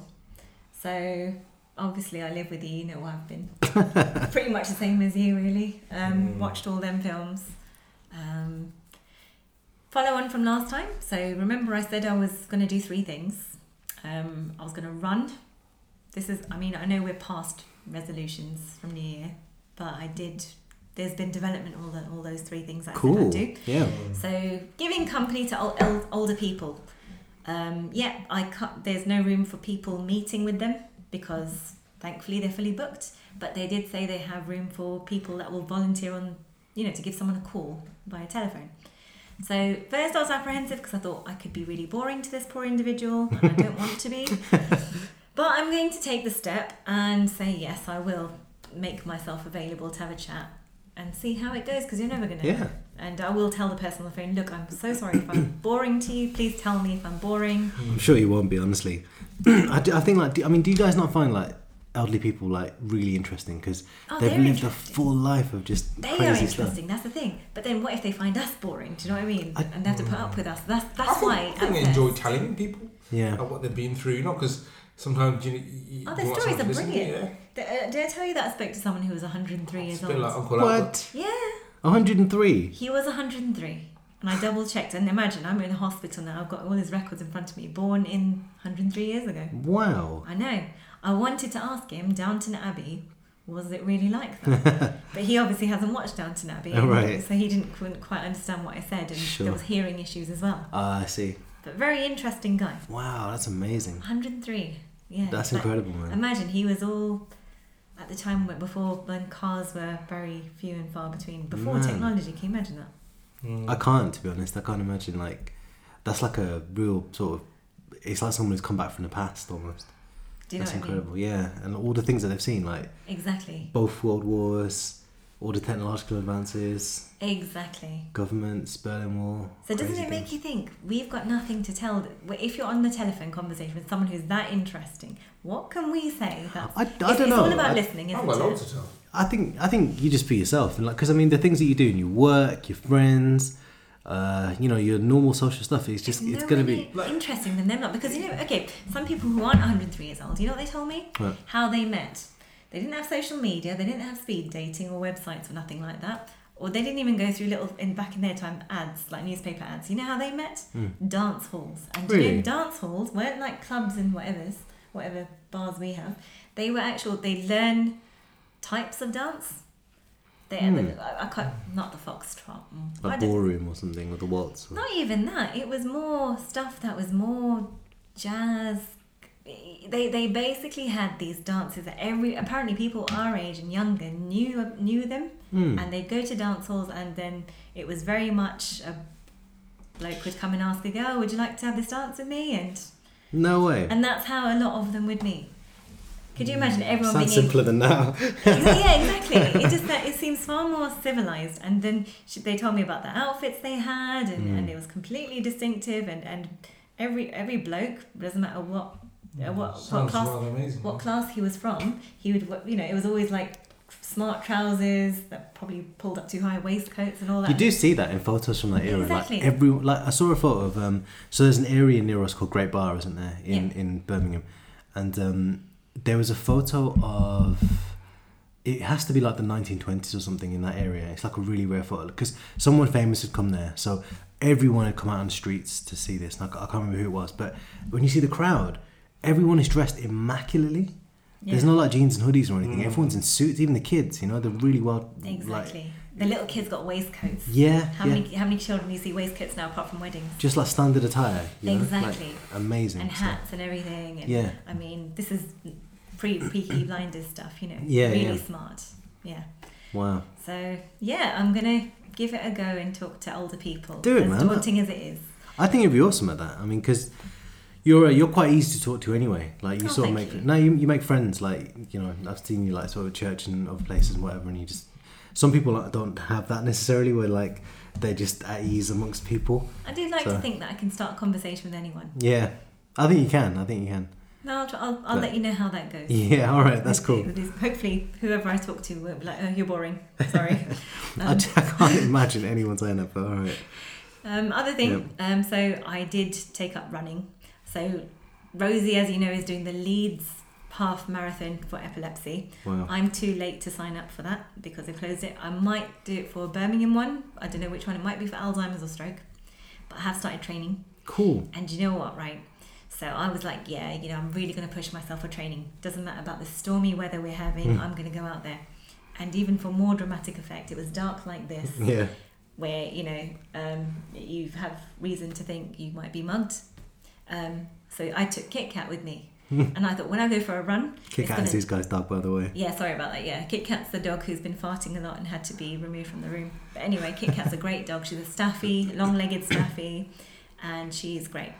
C: So, obviously, I live with you, you know where I've been. Pretty much the same as you, really. Um,
B: Mm.
C: Watched all them films. Um, follow on from last time. So, remember, I said I was going to do three things. Um, I was going to run. This is, I mean, I know we're past resolutions from New Year, but I did. There's been development, all, the, all those three things I said I'd
A: Cool.
C: do.
B: um,
A: Yeah.
C: So giving company to ol- el- older people. Um, yeah, I can't, there's no room for people meeting with them because thankfully they're fully booked. But they did say they have room for people that will volunteer on, you know, to give someone a call via telephone. So first I was apprehensive because I thought I could be really boring to this poor individual and I don't want to be. But I'm going to take the step and say yes, I will make myself available to have a chat and see how it goes because you're never going to
A: Yeah.
C: and I will tell the person on the phone, look, I'm so sorry if I'm boring to you. Please tell me if I'm boring.
B: Hmm,
A: I'm sure you won't be, honestly. I, do- I think like do, I mean, do you guys not find like elderly people like really interesting because
C: Oh,
A: they've
C: they're
A: lived a
C: interesting.
A: full life of just
C: They are
A: crazy stuff.
C: interesting, that's the thing. But then what if they find us boring? Do you know what I mean?
A: I-
C: and they have to put up with us. That's
B: I
C: that's
B: think,
C: why. Oh,
B: I think
C: at
B: they enjoy
C: first-
B: telling people
A: Yeah.
B: about what they've been through, you know, because sometimes you, you
C: Oh,
B: you
C: their
B: want
C: stories
B: someone to
C: are
B: listen to you,
C: brilliant. The- uh, did I tell you that I spoke to someone who was 103
B: yeah. It's
C: years
B: a
C: old?
B: bit like oh. Uncle Albert.
A: What?
C: yeah,
A: 103.
C: he was 103. And I double checked. And imagine, I'm in a hospital now. I've got all his records in front of me. Born in 103 years ago.
A: Wow.
C: I know. I wanted to ask him, Downton Abbey, was it really like that? but he obviously hasn't watched Downton Abbey,
A: Oh, right.
C: so he didn't couldn't quite understand what I said, and
A: Sure.
C: there was hearing issues as well.
A: Ah, I see.
C: But very interesting guy.
A: Wow, that's amazing.
C: 103. Yeah.
A: That's
C: like-
A: incredible, man.
C: Imagine he was all at the time when- before when cars were very few and far between. Before
A: Man.
C: technology, can you imagine that?
A: I can't, to be honest. I can't imagine like that's like a real sort of. It's like someone who's come back from the past almost.
C: Do you
A: that's
C: know what
A: incredible. Yeah, and all the things that they've seen, like
C: I mean? Exactly.
A: both world wars, all the technological advances,
C: Exactly.
A: governments, Berlin Wall.
C: So doesn't
A: crazy
C: it make
A: things.
C: you think we've got nothing to tell? th- well, If you're on the telephone conversation with someone who's that interesting, what can we say? That's,
A: I, I don't
C: it's,
A: know.
C: It's all about
A: I-
C: listening,
B: I've
C: isn't
B: got
C: it?
B: loads to tell.
A: I think I think you just be yourself and like because I mean the things that you do in your work, your friends, uh, you know your normal social stuff. It's just it's
C: no
A: gonna
C: really
A: be
C: interesting than them lot because you know okay some people who aren't 103 years old you know what they told me
A: What?
C: how they met they didn't have social media they didn't have speed dating or websites or nothing like that or they didn't even go through little in back in their time ads like newspaper ads you know how they met dance halls and you
A: Hmm. Really?
C: know dance halls weren't like clubs and whatever's whatever bars we have they were actual they learn types of dance they
A: Hmm.
C: I, I can't not the foxtrot Mm. I
A: like
C: don't-
A: ballroom or something or the waltz. Or,
C: not even that. It was more stuff that was more jazz. They they basically had these dances that every apparently people our age and younger knew knew them,
A: Hmm.
C: and they'd go to dance halls, and then it was very much a bloke would come and ask a girl, "Would you like to have this dance with me?" and
A: No way.
C: and that's how a lot of them would meet. Could you imagine everyone
A: Hmm. Sounds
C: being
A: simpler than now.
C: yeah, exactly. It just that it seems far more civilized. And then she, they told me about the outfits they had, and,
A: Mm.
C: and it was completely distinctive. And, and every every bloke doesn't matter what uh, what what
B: Sounds
C: class
B: rather amazing.
C: what class he was from, he would w- you know it was always like smart trousers that probably pulled up too high waistcoats and all that.
A: You do see that in photos from that era.
C: Exactly.
A: Like every like I saw a photo of um so there's an area near us called Great Bar, isn't there? In in Birmingham. And um there was a photo of it has to be like the 1920s or something in that area. It's like a really rare photo because someone famous had come there. So everyone had come out on the streets to see this. And I, ca- I can't remember who it was, but when you see the crowd, everyone is dressed immaculately. There's
C: Yeah. Mm.
A: no like jeans and hoodies or anything. Everyone's in suits, even the kids. You know, they're really well like
C: exactly. the little kids got waistcoats.
A: yeah.
C: How
A: yeah.
C: many how many children do you see waistcoats now apart from weddings?
A: just like standard attire. You know?
C: Exactly.
A: Like, amazing.
C: and
A: stuff.
C: hats and everything. And
A: Yeah.
C: I mean, this is pre Peaky Blinders stuff, you know.
A: Yeah,
C: Really
A: yeah.
C: smart. Yeah.
A: Wow.
C: So yeah, I'm gonna give it a go and talk to older people.
A: Do it,
C: as
A: man.
C: Daunting as it is.
A: I think it'd be awesome at that. I mean, because you're uh, you're quite easy to talk to anyway. Like you
C: Oh,
A: sort of
C: thank
A: make
C: you.
A: no, you, you make friends. Like you know, I've seen you like sort of at church and other places and whatever, and you just some people like, don't have that necessarily. Where like they're just at ease amongst people.
C: I do like
A: So-
C: to think that I can start a conversation with anyone.
A: Yeah, I think you can. I think you can.
C: No, I'll, try, I'll, I'll
A: But-
C: let you know how that goes.
A: Yeah. All right. That's cool.
C: Hopefully- Hopefully, whoever I talk to will be like, "Oh, you're boring." Sorry.
A: I, j- I can't imagine anyone saying that, but all right.
C: Um, other thing, um, so I did take up running. So Rosie, as you know, is doing the Leeds half marathon for epilepsy.
A: Wow.
C: I'm too late to sign up for that because they closed it. I might do it for Birmingham one. I don't know which one. It might be for Alzheimer's or stroke. But I have started training.
A: Cool.
C: And you know what, right? So I was like, yeah, you know, I'm really going to push myself for training. Doesn't matter about the stormy weather we're having, I'm going to go out there. And even for more dramatic effect, it was dark like this
A: Yeah.
C: where you know um, you have reason to think you might be mugged. Um, so I took Kit Kat with me, and I thought when I go for a run,
A: Kick
C: it's
A: out is
C: gonna-
A: these guys' dog, by the way.
C: yeah, sorry about that. Yeah, Kit Kat's the dog who's been farting a lot and had to be removed from the room. But anyway, Kit Kat's a great dog. She's a staffy, long-legged staffy, and she's great.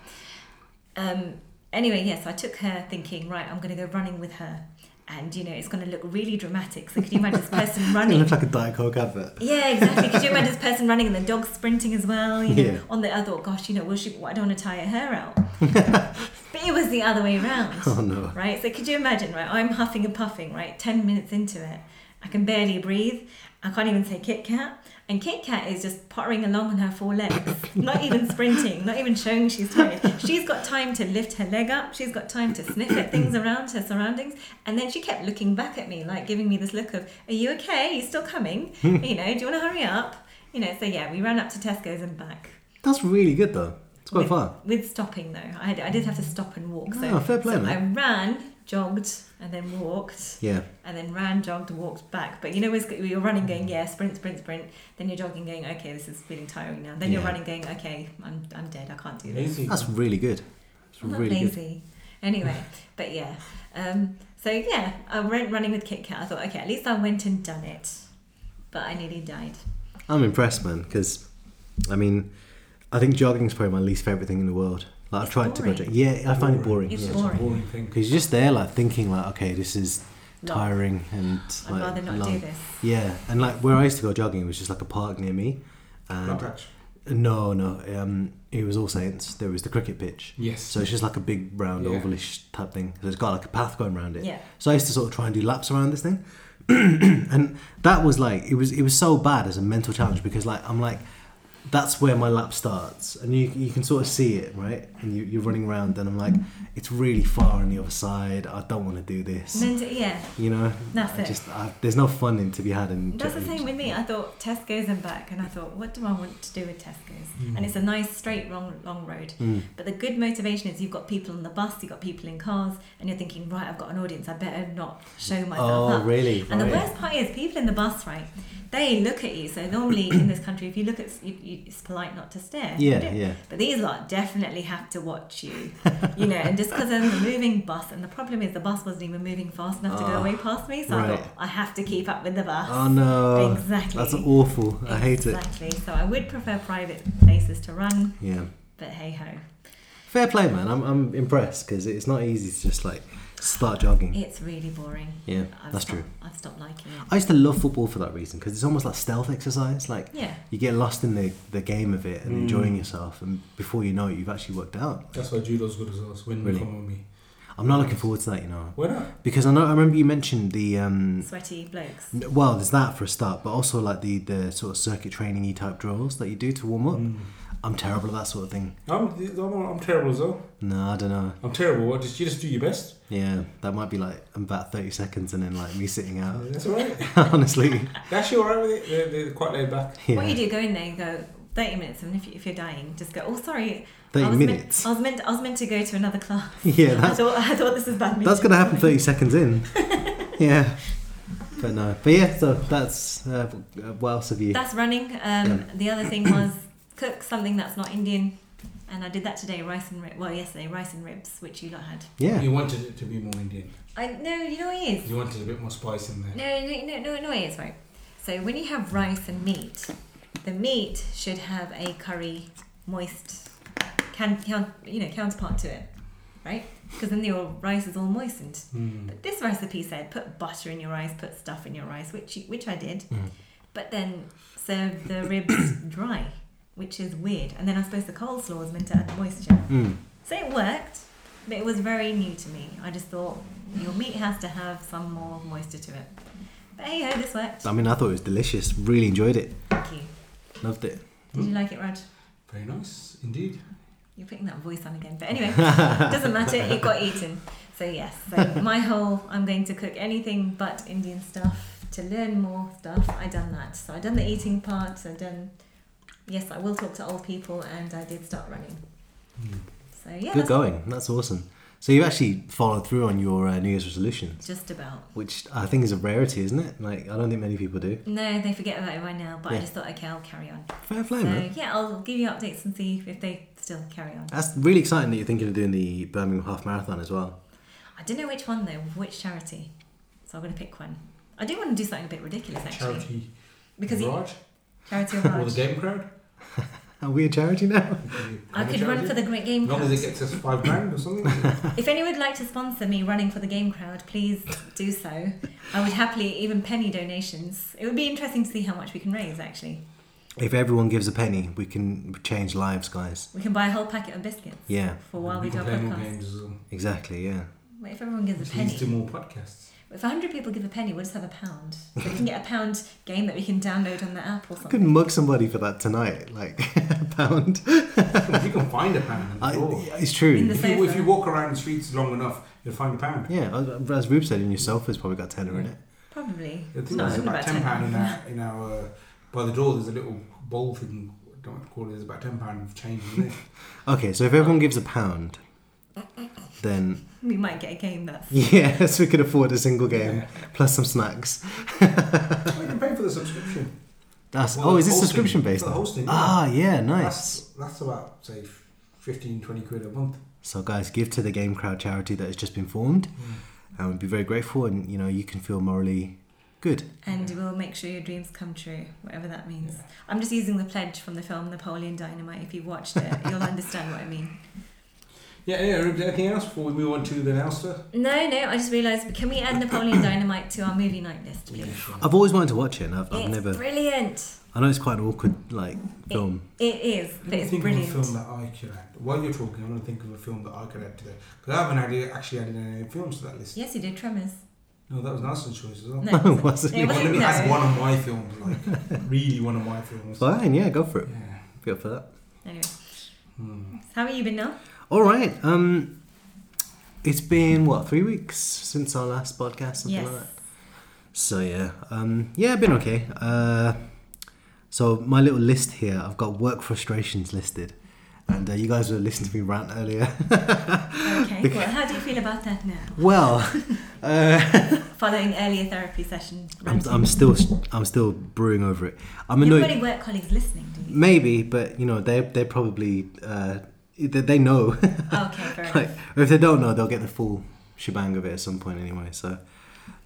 C: Um, anyway, yes, I took her thinking, right, I'm going to go running with her, and you know it's going to look really dramatic. So can you imagine this person
A: It
C: running?
A: looks like a Diet Coke advert.
C: Yeah, exactly. Could you imagine this person running and the dog sprinting as well? You know,
A: Yeah.
C: on the I thought, gosh, you know, will she? I don't want to tire her out. but it was the other way round,
A: Oh no.
C: right? So could you imagine? Right, I'm huffing and puffing. Right, ten minutes into it, I can barely breathe. I can't even say Kit Kat, and Kit Kat is just pottering along on her four legs, not even sprinting, not even showing she's tired. She's got time to lift her leg up. She's got time to sniff at things around her surroundings, and then she kept looking back at me, like giving me this look of, "Are you okay? Are you still coming? you know, do you want to hurry up?" You know. So yeah, we ran up to Tesco's and back.
A: That's really good though. It's quite
C: with,
A: fun.
C: With stopping though, I, had, I did have to stop and walk.
A: No,
C: so
A: fair play,
C: so I
A: man.
C: ran, jogged, and then walked,
A: Yeah.
C: and then ran, jogged, walked back. But you know, it's- you're running, going yeah, sprint, sprint, sprint. Then you're jogging, going okay, this is feeling tiring now. Then you're
A: Yeah.
C: running, going okay, I'm I'm dead. I can't do this.
B: Amazing.
A: That's really good. It's
C: I'm not
A: really good.
C: lazy. Anyway, but yeah. Um, So yeah, I went running with Kit Kat. I thought, okay, at least I went and done it. But I nearly died.
A: I'm impressed, man, because I mean, I think jogging's probably my least favorite thing in the world. Like I've
C: It's
A: tried
C: boring.
A: to go jog. Yeah, I find it boring.
C: It's
A: yeah.
B: It's a
C: boring.
B: boring thing.
A: Because you're just there, like thinking, like, okay, this is
C: Long.
A: tiring and
C: I'd
A: like
C: rather not
A: long.
C: do this.
A: Yeah, and like where I used to go jogging was just like a park near me,
B: Not
A: and
B: much.
A: no, no, um, it was All Saints. There was the cricket pitch,
B: Yes.
A: so it's just like a big round
B: Yeah.
A: ovalish type thing. So it's got like a path going around it.
C: Yeah.
A: So I used to sort of try and do laps around this thing, and that was like it was it was so bad as a mental challenge because like I'm like. That's where my lap starts, and you, you can sort of see it, right? And you, you're running around, and I'm like, it's really far on the other side. I don't want to do this,
C: And then, d- yeah,
A: you know.
C: That's
A: I
C: it.
A: Just I, there's no fun in to be had in.
C: that's the
A: jogging.
C: thing with me. I thought Tesco's and back, and I thought, what do I want to do with Tesco's?
B: Mm.
A: Hmm.
C: And it's a nice straight long long road.
A: Mm.
C: But the good motivation is you've got people on the bus, you've got people in cars, and you're thinking, right, I've got an audience. I better not show myself
A: Oh,
C: up.
A: really?
C: And the
A: Right.
C: worst part is people in the bus, right? They look at you. So normally in this country, if you look at, you, you, it's polite not to stare. You
A: Yeah,
C: don't.
A: yeah.
C: But these lot definitely have to watch you, you know. And just because I'm a moving bus, and the problem is the bus wasn't even moving fast enough to go
A: Oh,
C: way past me, so I
A: right.
C: thought I have to keep up with the bus.
A: Oh no.
C: Exactly.
A: That's awful. I hate it.
C: Exactly. So I would prefer private places to run,
A: Yeah.
C: but hey ho.
A: Fair play, man. I'm, I'm impressed because it's not easy to just like start jogging.
C: It's really boring.
A: Yeah,
C: I've
A: that's
C: stopped-
A: true.
C: I've stopped liking it.
A: I used to love football for that reason because it's almost like stealth exercise. Like
C: Yeah.
A: you get lost in the, the game of it and
B: Mm.
A: enjoying yourself, and before you know it, you've actually worked out.
B: That's why judo's good as well. So when
A: Really?
B: you come with me,
A: I'm not looking forward to that, you know,
B: why not?
A: because I know I remember you mentioned the um,
C: Sweaty blokes.
A: n- well, there's that for a start, but also like the the sort of circuit training y type drills that you do to warm up.
B: Mm.
A: I'm terrible at that sort of thing.
B: I'm, I'm, I'm terrible as well.
A: No, I don't know.
B: I'm terrible. I just you just do your best.
A: Yeah, that might be like about 30 seconds and then like me sitting out.
B: That's alright.
A: Honestly.
B: They're actually alright with it. They're, they're quite laid back.
A: Yeah.
C: What you do, go in there and go 30 minutes, and if, you, if you're dying, just go, oh, sorry. I
A: 30
C: was
A: minutes.
C: Meant, I, was meant, I was meant to go to another class.
A: Yeah,
C: I,
A: that's,
C: thought, I thought this is bad news.
A: that's going to happen 30 seconds in. Yeah. But no. But yeah, so that's. Uh, what else have you?
C: That's running. Um, The other thing was cook something that's not Indian. And I did that today, rice and ribs. Well, yesterday, rice and ribs, which you lot had.
A: Yeah.
B: You wanted it to be more Indian.
C: I No, you know what it is?
B: You wanted a bit more spice in there.
C: No, no, no, no, no, it is, right? So when you have rice and meat, the meat should have a curry moist, can, count, you know, counterpart to it, right? Because then your rice is all moistened.
B: Mm.
C: But this recipe said put butter in your rice, put stuff in your rice, which you- which I did.
A: Mm.
C: But then serve the ribs dry, which is weird. And then I suppose the coleslaw was meant to add moisture.
A: Mm.
C: So it worked, but it was very new to me. I just thought your meat has to have some more moisture to it. But hey ho, this worked.
A: I mean, I thought it was delicious. Really enjoyed it.
C: Thank you.
A: Loved it.
C: Did you like it, Raj?
B: Very nice indeed.
C: You're putting that voice on again. But anyway, doesn't matter. It got eaten. So yes. So my whole I'm going to cook anything but Indian stuff to learn more stuff. I done that. So I done the eating part. I done. Yes, I will talk to old people, and I did start running. So yeah,
A: Hmm. Good
C: that's
A: going. That's awesome. So you've actually followed through on your uh, New Year's resolutions,
C: just about.
A: which I think is a rarity, isn't it? Like, I don't think many people do.
C: No, they forget about it by now. But I
A: Yeah.
C: just thought, okay, I'll carry on.
A: Fair play, man.
B: Mm-hmm.
C: So yeah, I'll give you updates and see if they still carry on.
A: That's really exciting that you're thinking of doing the Birmingham Half Marathon as well.
C: I don't know which one though, which charity. So I'm gonna pick one. I do want to do something a bit ridiculous actually.
B: Charity.
C: Because you-
B: Raj
C: charity of
B: or
C: Raj.
B: the game crowd.
A: Are we a charity now?
C: I could run for the Great
B: As
C: Game
B: long as it
C: Crowd.
B: gets us five grand or something.
C: If anyone would like to sponsor me running for the Game Crowd, please do so. I would happily, even penny donations. It would be interesting to see how much we can raise, actually.
A: If everyone gives a penny, we can change lives, guys.
C: We can buy a whole packet of biscuits
A: Yeah,
C: for while we do
B: can
C: our
B: play more
C: podcast.
B: games as well.
A: exactly. Yeah,
C: But if everyone gives
B: Which
C: a
B: leads to
C: penny,
B: more podcasts.
C: if 100 people give a penny, we'll just have a pound. So we can get a pound game that we can download on the app or
A: I could
C: something.
A: mug somebody for that tonight, like a pound.
B: you can find a pound.
A: I,
B: on the floor.
A: it's
C: In
A: true.
C: the
B: if, you, if
C: sofa.
B: you walk around the streets long enough, you'll find a pound.
A: Yeah, as- as Rube said, in your sofa's probably got tenner in it.
C: Probably.
B: I think
C: No,
B: there's
C: about
B: about ten pound in
C: 10.
B: our in our uh, by the door. There's a little bowl thing. I don't know what to call it. There's about ten pound of change in there.
A: Okay, so if everyone gives a pound, then
C: We might get a game that's.
A: yes, we could afford a single game plus some snacks.
B: Well, you can pay for the subscription.
A: That's
B: Well,
A: oh,
B: the
A: is this
B: hosting-
A: subscription based?
B: the
A: now?
B: hosting, yeah.
A: Ah, yeah, nice.
B: That's, that's about say 15, 20 quid a month.
A: So guys, give to the Game Crowd charity that has just been formed. and we'd be very grateful. And you know, you can feel morally good.
C: And we'll make sure your dreams come true, whatever that means. I'm just using the pledge from the film Napoleon Dynamite. If you've watched it, you'll understand what I mean.
B: Yeah, yeah. Ruben, Anything else before we move on to the announcer?
C: No, no, I just realised. Can we add Napoleon Dynamite to our movie night list, please?
A: I've always wanted to watch it. And I've, I've
C: It's
A: never.
C: brilliant.
A: I know it's quite an awkward like film.
C: It is, but
B: Let me
C: it's
B: think
C: brilliant.
B: of a film that I could add. While you're talking, I'm going to think of a film that I could add to that. Because I haven't added, actually added any films to that list.
C: Yes, you did Tremors.
B: No, that was Nelson's choice as well.
C: No,
A: Wasn't
C: it wasn't.
A: it?
C: It
B: Well, let
C: wasn't.
B: me add
C: No.
B: one of my films, like really one of my films.
A: Fine, yeah, go for it.
B: Yeah.
A: Be up for that.
C: Anyway,
B: Hmm.
C: how have you been now?
A: All right. Um, it's been what three weeks since our last podcast, something
C: yes.
A: like that. So yeah, um, yeah, been okay. Uh, so my little list here, I've got work frustrations listed, and uh, you guys were listening to me rant earlier.
C: Okay. Well, how do you feel about that now?
A: well, uh,
C: Following earlier therapy session.
A: I'm, I'm still I'm still brewing over it. I'm
C: You've
A: annoyed.
C: got any work colleagues listening, do you?
A: Maybe, but you know they they probably uh, they, they know.
C: okay, fair enough.
A: like, or if they don't know, they'll get the full shebang of it at some point anyway. So,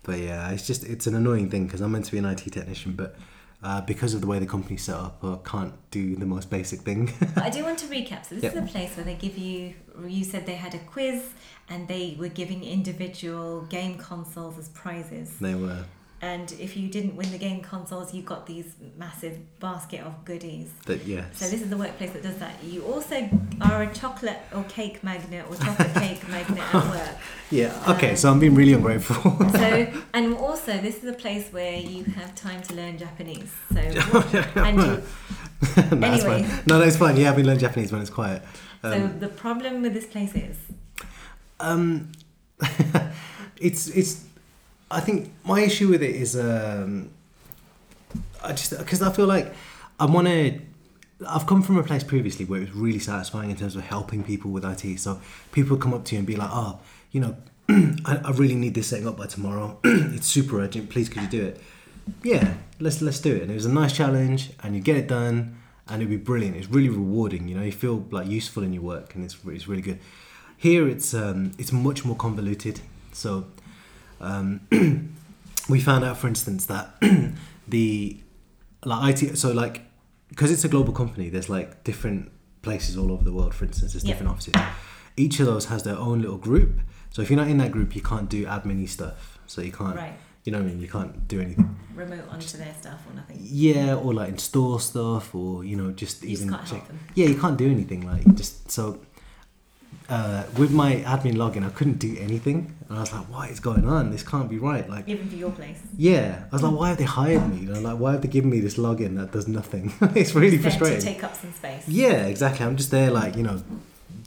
A: but yeah, it's just it's an annoying thing because I'm meant to be an IT technician, but uh, because of the way the company's set up, I can't do the most basic thing.
C: But I do want to recap. So this
A: Yep.
C: is a place where they give you. You said they had a quiz, and they were giving individual game consoles as prizes.
A: they were
C: And if you didn't win the game consoles, you got these massive basket of goodies.
A: that yes.
C: So this is the workplace that does that. You also are a chocolate or cake magnet or chocolate cake magnet at work.
A: yeah. Okay, so I'm being really ungrateful.
C: So and also this is a place where you have time to learn Japanese. So and you,
A: no, that's fine.
C: Anyway.
A: No, that's fine. Yeah, I've been learning Japanese when it's quiet.
C: so the problem with this place is
A: Um, it's it's. I think my issue with it is um, I just because I feel like I want to. I've come from a place previously where it was really satisfying in terms of helping people with IT. So people come up to you and be like, "Oh, you know, I, I really need this setting up by tomorrow. it's super urgent. Please, could you do it?" Yeah, let's let's do it. And it was a nice challenge, and you get it done, and it'd be brilliant. It's really rewarding. You know, you feel like useful in your work, and it's it's really good. Here, it's um, it's much more convoluted. So um, we found out, for instance, that the like IT, so like because it's a global company, there's like different places all over the world. For instance, there's
C: Yeah.
A: different offices. Each of those has their own little group. So if you're not in that group, you can't do admin stuff. So you can't,
C: right
A: you know, what I mean, you can't do anything.
C: remote onto their stuff or nothing.
A: Yeah, or like install stuff, or you know, just
C: You just
A: even
C: can't
A: check
C: help them.
A: yeah, you can't do anything. Like just so. Uh, with my admin login, I couldn't do anything, and I was like, "What is going on? This can't be right." Like,
C: Even for your place.
A: yeah, I was like, "Why have they hired me? You know, like, why have they given me this login that does nothing?" it's really
C: It's there
A: frustrating.
C: to take up some space.
A: yeah, exactly. I'm just there, like you know,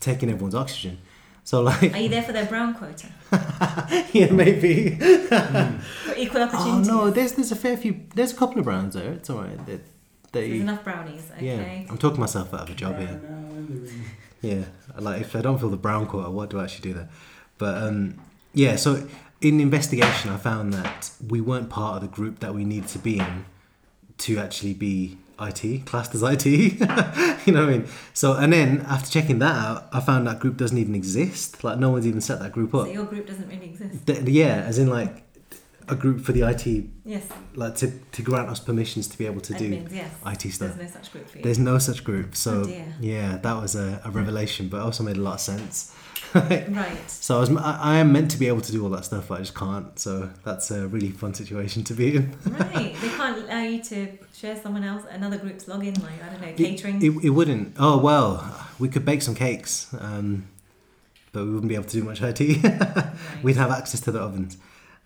A: taking everyone's oxygen. So
C: Are
A: like,
C: you there for their brown quota?
A: yeah, maybe.
C: For equal
A: Oh
C: opportunity.
A: no, there's there's a fair few. There's a couple of browns there. It's alright. They,
C: There's
A: they
C: enough brownies, okay.
A: yeah. I'm talking myself out of a job here. Yeah, like if I don't feel the brown quarter, what do I actually do there? But um, yeah, so in investigation, I found that we weren't part of the group that we need to be in to actually be IT classed as IT. you know what I mean? So and then after checking that out, I found that group doesn't even exist. Like no one's even set that group
C: So
A: up.
C: your group doesn't really exist.
A: Th- yeah, as in like a group for the IT,
C: Yes,
A: like to, to grant us permissions to be able to do
C: admins, yes.
A: IT stuff.
C: There's no such group for you.
A: There's no such group. So
C: Oh dear.
A: yeah, that was a, a revelation, but it also made a lot of sense.
C: Right.
A: so I, was, I, I am meant to be able to do all that stuff, but I just can't. So that's a really fun situation to be in.
C: Right. They can't allow you to share someone else, another group's login, like, I don't know, catering.
A: It, it, it wouldn't. Oh well, we could bake some cakes, um, but we wouldn't be able to do much IT.
C: Right.
A: We'd have access to the ovens.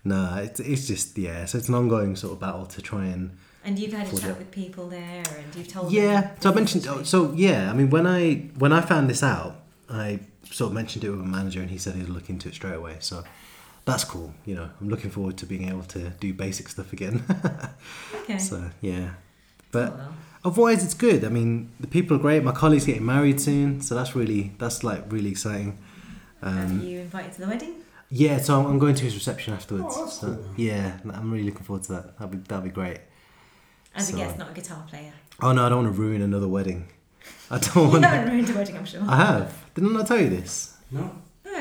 A: No, it's it's just yeah. So it's an ongoing sort of battle to try and
C: and you've had a
A: Would
C: chat
A: it?
C: with people there, and you've told
A: yeah
C: them.
A: so i
C: this
A: mentioned oh,
C: situation.
A: so yeah i mean when i when i found this out i sort of mentioned it with my manager and he said he'd look into it straight away so that's cool you know i'm looking forward to being able to do basic stuff again
C: Okay. Oh,
A: so yeah but
C: Well,
A: otherwise it's good i mean the people are great my colleagues getting married soon so that's really that's like really exciting
C: have
A: um,
C: you invited to the wedding?
A: yeah so I'm, I'm going to his reception afterwards
B: Oh, that's
A: so
B: cool.
A: yeah i'm really looking forward to that that'd be, that'd be great
C: As
A: so-
C: a guest, not a guitar player.
A: oh no i don't want to ruin another wedding i
C: You
A: don't want
C: haven't ruined a wedding, I'm sure.
A: I have. Didn't I tell you this?
B: No.
C: no.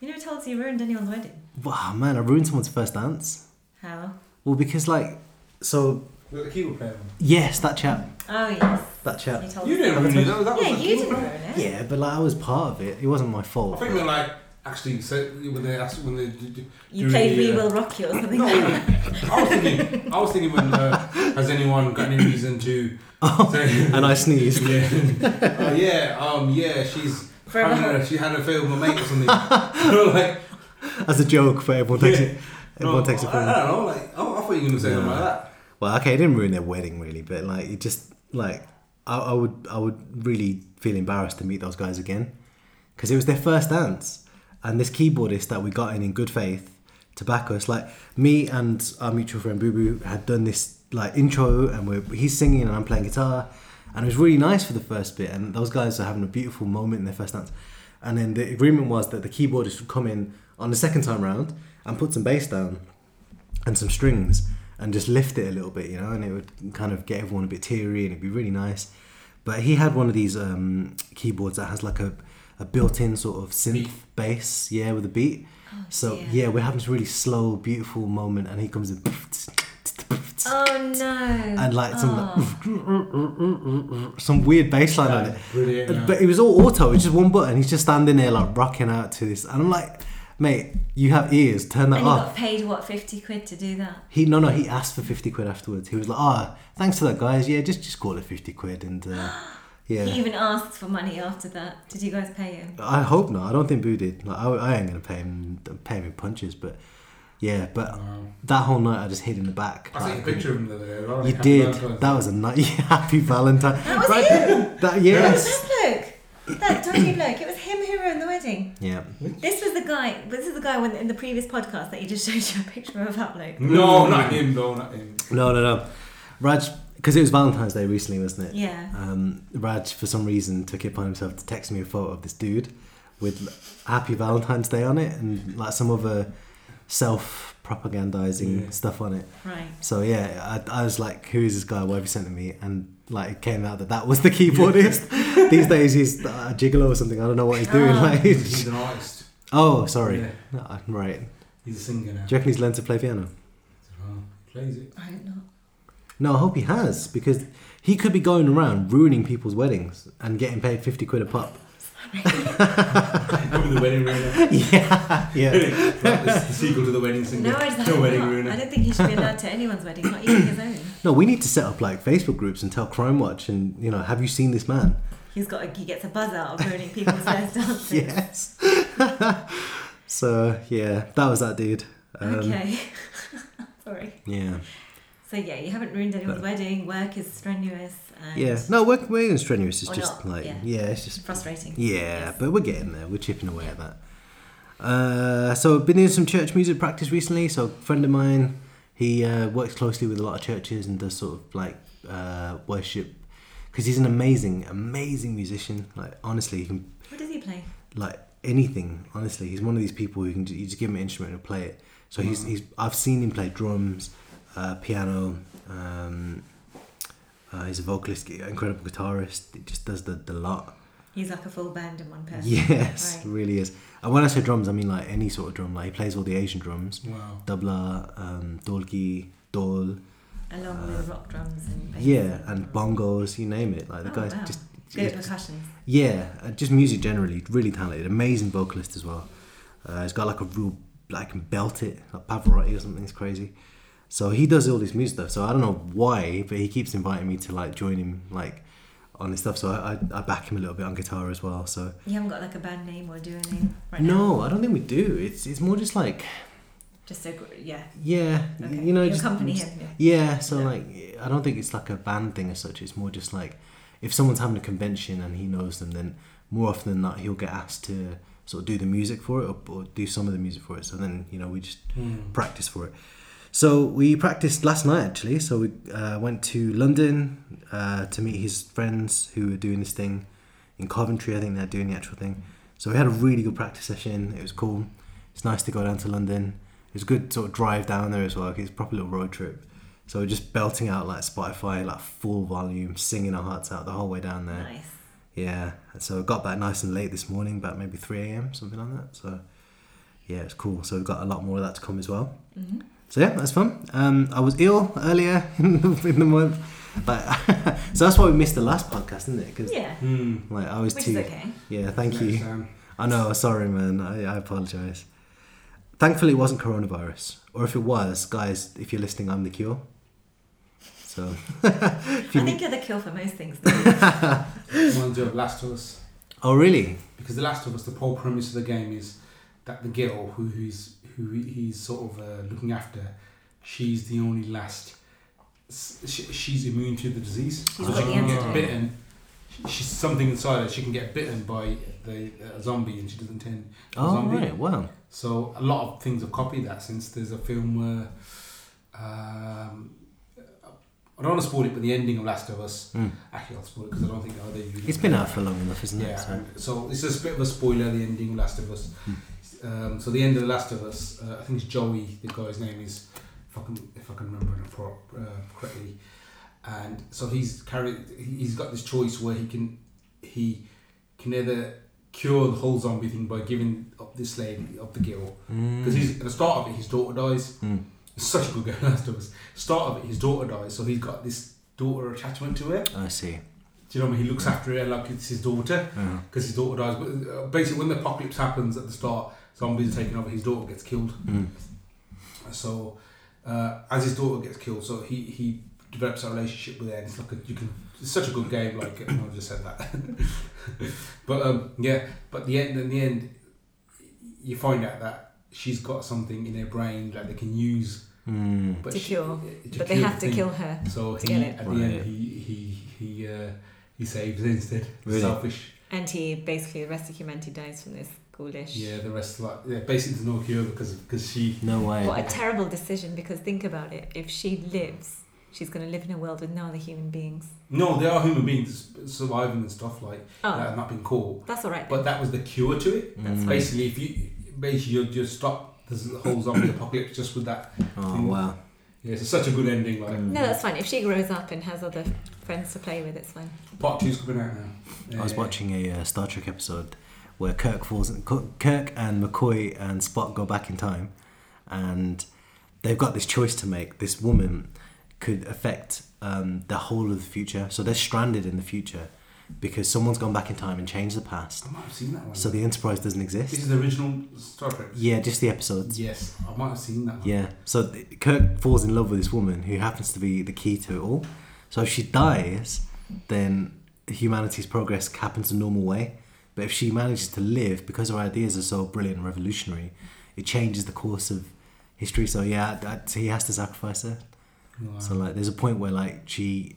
C: You never told so you ruined anyone's wedding?
A: Wow, man, I ruined someone's first dance.
C: How?
A: Well, because like, so
B: With the keyboard player. on.
A: yes, that chap,
C: Oh yes.
A: that
C: You
A: chap.
C: told
B: You
C: us.
B: didn't ruin it. That, that
C: Yeah,
B: was the
C: you
B: keyboard
C: didn't ruin
B: player.
C: it.
A: Yeah, but like I was part of it. It wasn't my
B: I
A: fault.
B: think we're like actually so when they asked when they d- d-
C: You
B: during
C: played We
B: the, uh,
C: Will Rock You or something.
B: No, I was thinking. I was thinking. When, uh, has anyone got any reason to? say,
A: Oh. And I sneezed.
B: yeah, oh yeah, um, yeah. She's
C: Fair
B: having
C: enough.
B: a, she had a fail with my mate or something. like,
A: As a joke, but everyone takes it. Everyone
B: no,
A: takes it for.
B: I, I don't know. Like, oh, I thought you were gonna say something like that.
A: Well, okay, it didn't ruin their wedding really, but like it just like I, I would I would really feel embarrassed to meet those guys again because it was their first dance, and this keyboardist that we got in in good faith to back us, like me and our mutual friend Boo Boo had done this like intro, and we're he's singing and I'm playing guitar, and it was really nice for the first bit, and those guys are having a beautiful moment in their first dance, and then the agreement was that the keyboardist would come in on the second time round and put some bass down and some strings and just lift it a little bit, you know, and it would kind of get everyone a bit teary and it'd be really nice. But he had one of these um, keyboards that has like a, a built in sort of synth bass, yeah, with a beat. so,
C: Oh, dear.
A: yeah, we're having this really slow, beautiful moment, and he comes in.
C: Oh no.
A: And like some
C: Oh.
A: some weird bass line on it, Uh,
B: Brilliant. yeah.
A: but it was all auto. It's just one button. He's just standing there like rocking out to this, and I'm like, mate, you have ears. Turn that
C: And you
A: off.
C: got paid what fifty quid to do that.
A: He no no he asked for fifty quid afterwards. He was like, "Ah, thanks to that guys. Yeah, just just call it fifty quid." And uh,
C: He
A: yeah,
C: even asked for money after that. Did you guys pay him?
A: I hope not. I don't think Boo did. Like, I, I ain't gonna pay him pay him in punches, but yeah. But that whole night, I just hid in the back.
B: I
A: Like,
B: took a picture of him the other day. Lauren,
A: You
B: happy
A: did.
B: Valentine's
A: That was a night. happy Valentine.
C: That was him.
A: That yes.
C: That bloke. That dodgy bloke. It was him who ruined the wedding.
A: Yeah.
C: This was the guy. This is the guy when, in the previous podcast that you just showed you a picture of that bloke.
B: No,
A: Mm.
B: not him. No, not him.
A: No no no. Raj, because it was Valentine's Day recently, wasn't it?
C: Yeah.
A: Um, Raj, for some reason, took it upon himself to text me a photo of this dude with Happy Valentine's Day on it and like some other self propagandizing
B: Yeah.
A: stuff on it.
C: Right.
A: So, yeah, I, I was like, who is this guy? Why have you sent it to me? And like, it came out that that was the keyboardist. These days, he's uh, a gigolo or something. I don't know what he's doing.
C: Oh.
A: Like,
B: He's
A: he's-
B: an artist.
A: oh, sorry.
B: Yeah.
A: No, right.
B: He's a singer now.
A: Do you reckon he's learned to play piano?
B: Oh, plays it.
C: I don't know.
A: No, I hope he has because he could be going around ruining people's weddings and getting paid 50 quid a pop.
B: Probably the wedding ruiner.
A: yeah, yeah.
B: Like this- the sequel to the wedding singer.
C: No, I just
B: the wedding
C: not. I
B: ruiner.
C: don't think he should be allowed to anyone's wedding, not even his own.
A: No, we need to set up like Facebook groups and tell Crime Watch and you know, have you seen this man?
C: He's got. A, he gets a buzz out of ruining people's first dances.
A: Yes. so yeah, that was that dude. Um,
C: Okay. Sorry.
A: Yeah.
C: So yeah, you haven't ruined anyone's wedding. Work is strenuous and
A: Yeah. No, we're we're in strenuous. It's
C: Or
A: just
C: not,
A: like yeah.
C: yeah.
A: it's just
C: frustrating.
A: yeah,
C: Yes.
A: but we're getting there. We're chipping away at that. Uh, so I've been doing some church music practice recently. So a friend of mine, he uh, works closely with a lot of churches and does sort of like uh, worship because he's an amazing, amazing musician. Like honestly, he can
C: What does he play?
A: like anything. Honestly, he's one of these people who can ju- you just give him an instrument and he'll play it. So
C: Mm.
A: he's, he's I've seen him play drums, uh, piano. Um, uh, he's a vocalist, incredible guitarist. It just does the, the lot.
C: He's like a full band in one person.
A: Yes,
C: Right.
A: really is. And when I say drums, I mean like any sort of drum. Like he plays all the Asian drums,
B: Wow.
A: tabla, um, dolgi, dol,
C: Along with rock drums and bass.
A: Uh, yeah, and bongos. You name it. Like the
C: Oh,
A: guy's
C: wow.
A: just
C: Go
A: it's-
C: percussion.
A: Yeah, uh, just music generally. Really talented, amazing vocalist as well. Uh, he's got like a real like can belt it like Pavarotti or something. It's crazy. So he does all this music stuff. So I don't know why, but he keeps inviting me to like join him like on his stuff. So I, I, I back him a little bit on guitar as well. So
C: You haven't got like a band name or do a name right now.
A: no, I don't think we do. It's it's more just like
C: Just so gr- yeah.
A: yeah, y-
C: Okay.
A: you know,
C: You'll
A: just,
C: accompany
A: just-
C: him, yeah.
A: Yeah, so
C: Yeah.
A: like I don't think it's like a band thing as such. It's more just like if someone's having a convention and he knows them, then more often than not he'll get asked to sort of do the music for it or, or do some of the music for it. So then you know we just
B: Hmm.
A: practice for it. So we practiced last night actually. So we uh, went to London uh, to meet his friends who were doing this thing in Coventry. I think they're doing the actual thing. So we had a really good practice session. It was cool. It's nice to go down to London. It was a good sort of drive down there as well. 'cause It's a proper little road trip. So we're just belting out like Spotify, like full volume, singing our hearts out the whole way down there.
C: Nice.
A: Yeah. So I got back nice and late this morning, about maybe 3 a.m., something like that. So yeah, it's cool. So we've got a lot more of that to come as well.
C: Mm-hmm.
A: So yeah, that's fun. Um, I was ill earlier in the, in the month, but so that's why we missed the last podcast, isn't it? Because
C: Yeah,
B: Hmm.
A: like I was
C: which
A: too.
C: is okay.
A: Yeah, thank
B: Next
A: you.
B: time.
A: I know. Sorry, man. I, I apologize. Thankfully, it wasn't coronavirus, or if it was, guys, if you're listening, I'm the cure. So
C: I think you're the cure for most things.
B: Reminds you of Last of Us.
A: Oh really?
B: Because The Last of Us, the whole premise of the game is that the girl who he's, who he's sort of uh, looking after, she's the only last. s- She, she's immune to the disease.
C: She's
B: so
C: got
B: she
C: the
B: can get
C: antidote.
B: bitten. She's something inside her. She can get bitten by the, a zombie and she doesn't turn a
A: Oh
B: zombie.
A: right. Wow.
B: So a lot of things have copied that since there's a film where um, I don't want to spoil it, but the ending of Last of Us
A: Mm.
B: actually I'll spoil it because I don't think oh, they.
A: It's been out for long enough, isn't it?
B: Yeah,
A: So-
B: and so it's just a bit of a spoiler. The ending of Last of Us.
A: Hmm.
B: Um, so the end of the Last of Us. Uh, I think it's Joey. The guy's name is, if I can, if I can remember it pro- uh, correctly, and so he's carried. He's got this choice where he can, he can either cure the whole zombie thing by giving up this lady, up the girl,
A: Hmm.
B: because Mm. he's at the start of it, his daughter dies.
A: Mm.
B: It's such a good game, Last of Us. Start of it, his daughter dies, so he's got this daughter attachment to her.
A: I see.
B: Do you know what I mean? He looks after her like it's his daughter
A: Uh,
B: because his daughter dies. But uh, basically, when the apocalypse happens at the start, zombies are taking over. His daughter gets killed.
A: mm.
B: So uh, as his daughter gets killed, so he he develops a relationship with her. And it's like a, you can. It's such a good game. Like you know, I just said that. but um, yeah, but the end in the end, you find out that she's got something in her brain that they can use.
A: Mm.
B: But
C: To
B: she- uh,
C: cure.
B: to
C: but they
B: cure
C: have
B: the
C: to
B: thing.
C: kill her.
B: So
C: to
B: he,
C: get it.
B: at the end,
A: Right.
B: he he he uh, he saves her instead.
A: Really?
B: Selfish.
C: And he basically, the rest of humanity dies from this ghoulish.
B: Yeah, the rest like yeah, basically there's no cure because because she
A: No way.
C: What a terrible decision because think about it. If she lives, she's going to live in a world with no other human beings.
B: no, they are human beings surviving and stuff like
C: Oh,
B: that have not been caught.
C: that's all right.
B: But that was the cure to it.
C: that's
A: Mm.
C: fine.
B: Basically, if you basically you just stop this whole zombie apocalypse just with that.
A: Oh wow.
B: Yeah, it's such a good ending. Like
A: Mm.
C: no, that's fine. If she grows up and has other friends to play with, it's fine.
B: part two's coming out now.
A: I was
B: Uh,
A: watching a uh, Star Trek episode where Kirk falls in, Kirk and McCoy and Spock go back in time, and they've got this choice to make. This woman could affect um, the whole of the future, so they're stranded in the future because someone's gone back in time and changed the past.
B: I might have seen that one.
A: So the Enterprise doesn't
B: this
A: exist.
B: is the original Star Trek.
A: Yeah, just the episodes.
B: Yes, I might have seen that. one.
A: Yeah. So th- Kirk falls in love with this woman who happens to be the key to it all. So if she dies, then humanity's progress happens the normal way. But if she manages to live, because her ideas are so brilliant and revolutionary, it changes the course of history. So yeah, that, he has to sacrifice her.
B: Wow.
A: So like, there's a point where like she,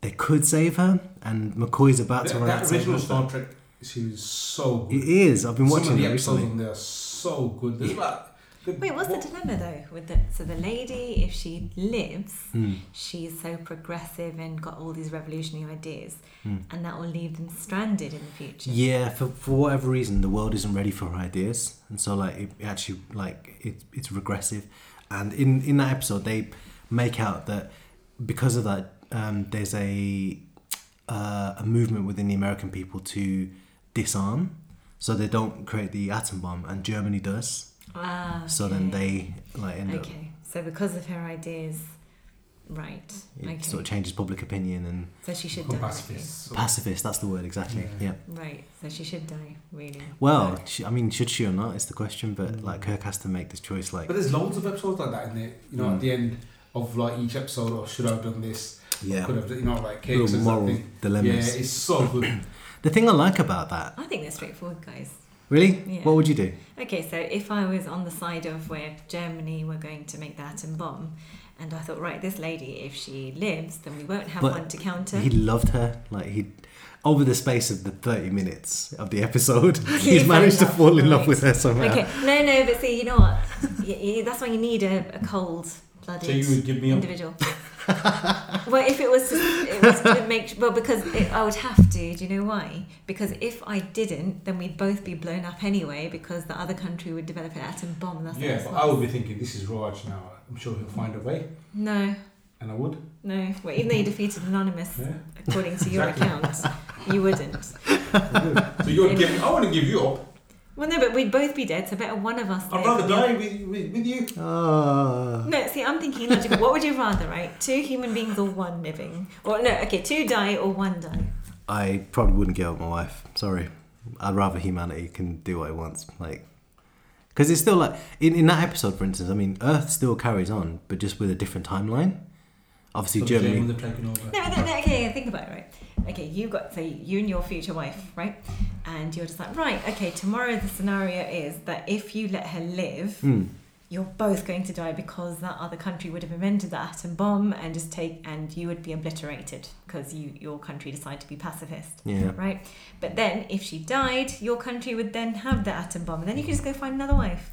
A: they could save her, and McCoy's about
B: That,
A: to run out.
B: that
A: to save
B: original
A: her.
B: Star Trek series is so good.
A: It is. I've been
B: Some
A: watching
B: of the
A: it
B: episodes
A: recently.
B: on there are so good. There's about
C: Wait, what's the dilemma though? With the, so the lady, if she lives,
A: Hmm.
C: she's so progressive and got all these revolutionary ideas,
B: Hmm.
C: and that will leave them stranded in the future.
A: Yeah, for, for whatever reason, the world isn't ready for her ideas, and so like it actually like it, it's regressive, and in in that episode they make out that because of that um, there's a uh, a movement within the American people to disarm, so they don't create the atom bomb, and Germany does.
C: Ah,
A: So then
C: okay.
A: they like end up
C: Okay, so because of her ideas, right?
A: it
C: okay,
A: sort of changes public opinion and
C: so she should
B: Oh,
C: die.
B: pacifists. So-
A: pacifist. That's the word exactly.
B: Yeah.
A: yeah.
C: really. Right, so she should die. Really.
A: Well, she, I mean, should she or not is the question,
C: Mm.
A: but like Kirk has to make this choice. Like,
B: But there's loads of episodes like that in there. You know,
A: Mm.
B: at the end of like each episode, or should I have done this?
A: yeah.
B: Could have, done- you know, like
A: Little
B: cakes and
A: moral
B: something. Yeah,
A: dilemmas.
B: it's so good.
A: The thing I like about that,
C: I think they're straightforward, guys.
A: really,
C: Yeah.
A: what would you do?
C: Okay, so if I was on the side of where Germany were going to make the atom bomb, and I thought, right, this lady, if she lives, then we won't have
A: But
C: one to counter.
A: He loved her. Like he, over the space of the thirty minutes of the episode,
C: He
A: he's managed to
C: fell in love,
A: fall in love
C: right.
A: with her somehow.
C: Okay, no, no, but see, you know what? Y- y- that's why you need a, a cold blooded
B: so you would give me a
C: individual. well, if it was, it was to make well because it, I would have to. Do you know why? Because if I didn't, then we'd both be blown up anyway. Because the other country would develop an atom bomb. That's
B: yeah, but I would be thinking this is Raj now. I'm sure he'll find a way,
C: No,
B: and I would.
C: no. Well, even though you defeated Anonymous,
B: Yeah,
C: according to your
B: Exactly.
C: account, you wouldn't.
B: I would. so you're giving. I want to give you up.
C: Well, no, but we'd both be dead, so better one of us.
B: I'd
C: live.
B: rather die with, with, with you.
A: Ah.
C: No, see, I'm thinking logical. what would you rather, right? Two human beings or one living? Or no, okay, two die or one die.
A: I probably wouldn't get up my wife. Sorry. I'd rather humanity can do what it wants. Like, because it's still like in, in that episode, for instance. I mean, Earth still carries on, but just with a different timeline. Obviously,
B: From
A: Germany.
B: they've taken over.
C: No, no, no, okay, think about it, right? Okay, you got so you and your future wife, right? And you're just like, right, okay, tomorrow the scenario is that if you let her live,
A: Hmm.
C: you're both going to die because that other country would have invented the atom bomb and just take and you would be obliterated because you your country decided to be pacifist.
A: Hmm, Yeah.
C: Right? But then if she died, your country would then have the atom bomb and then you could just go find another wife.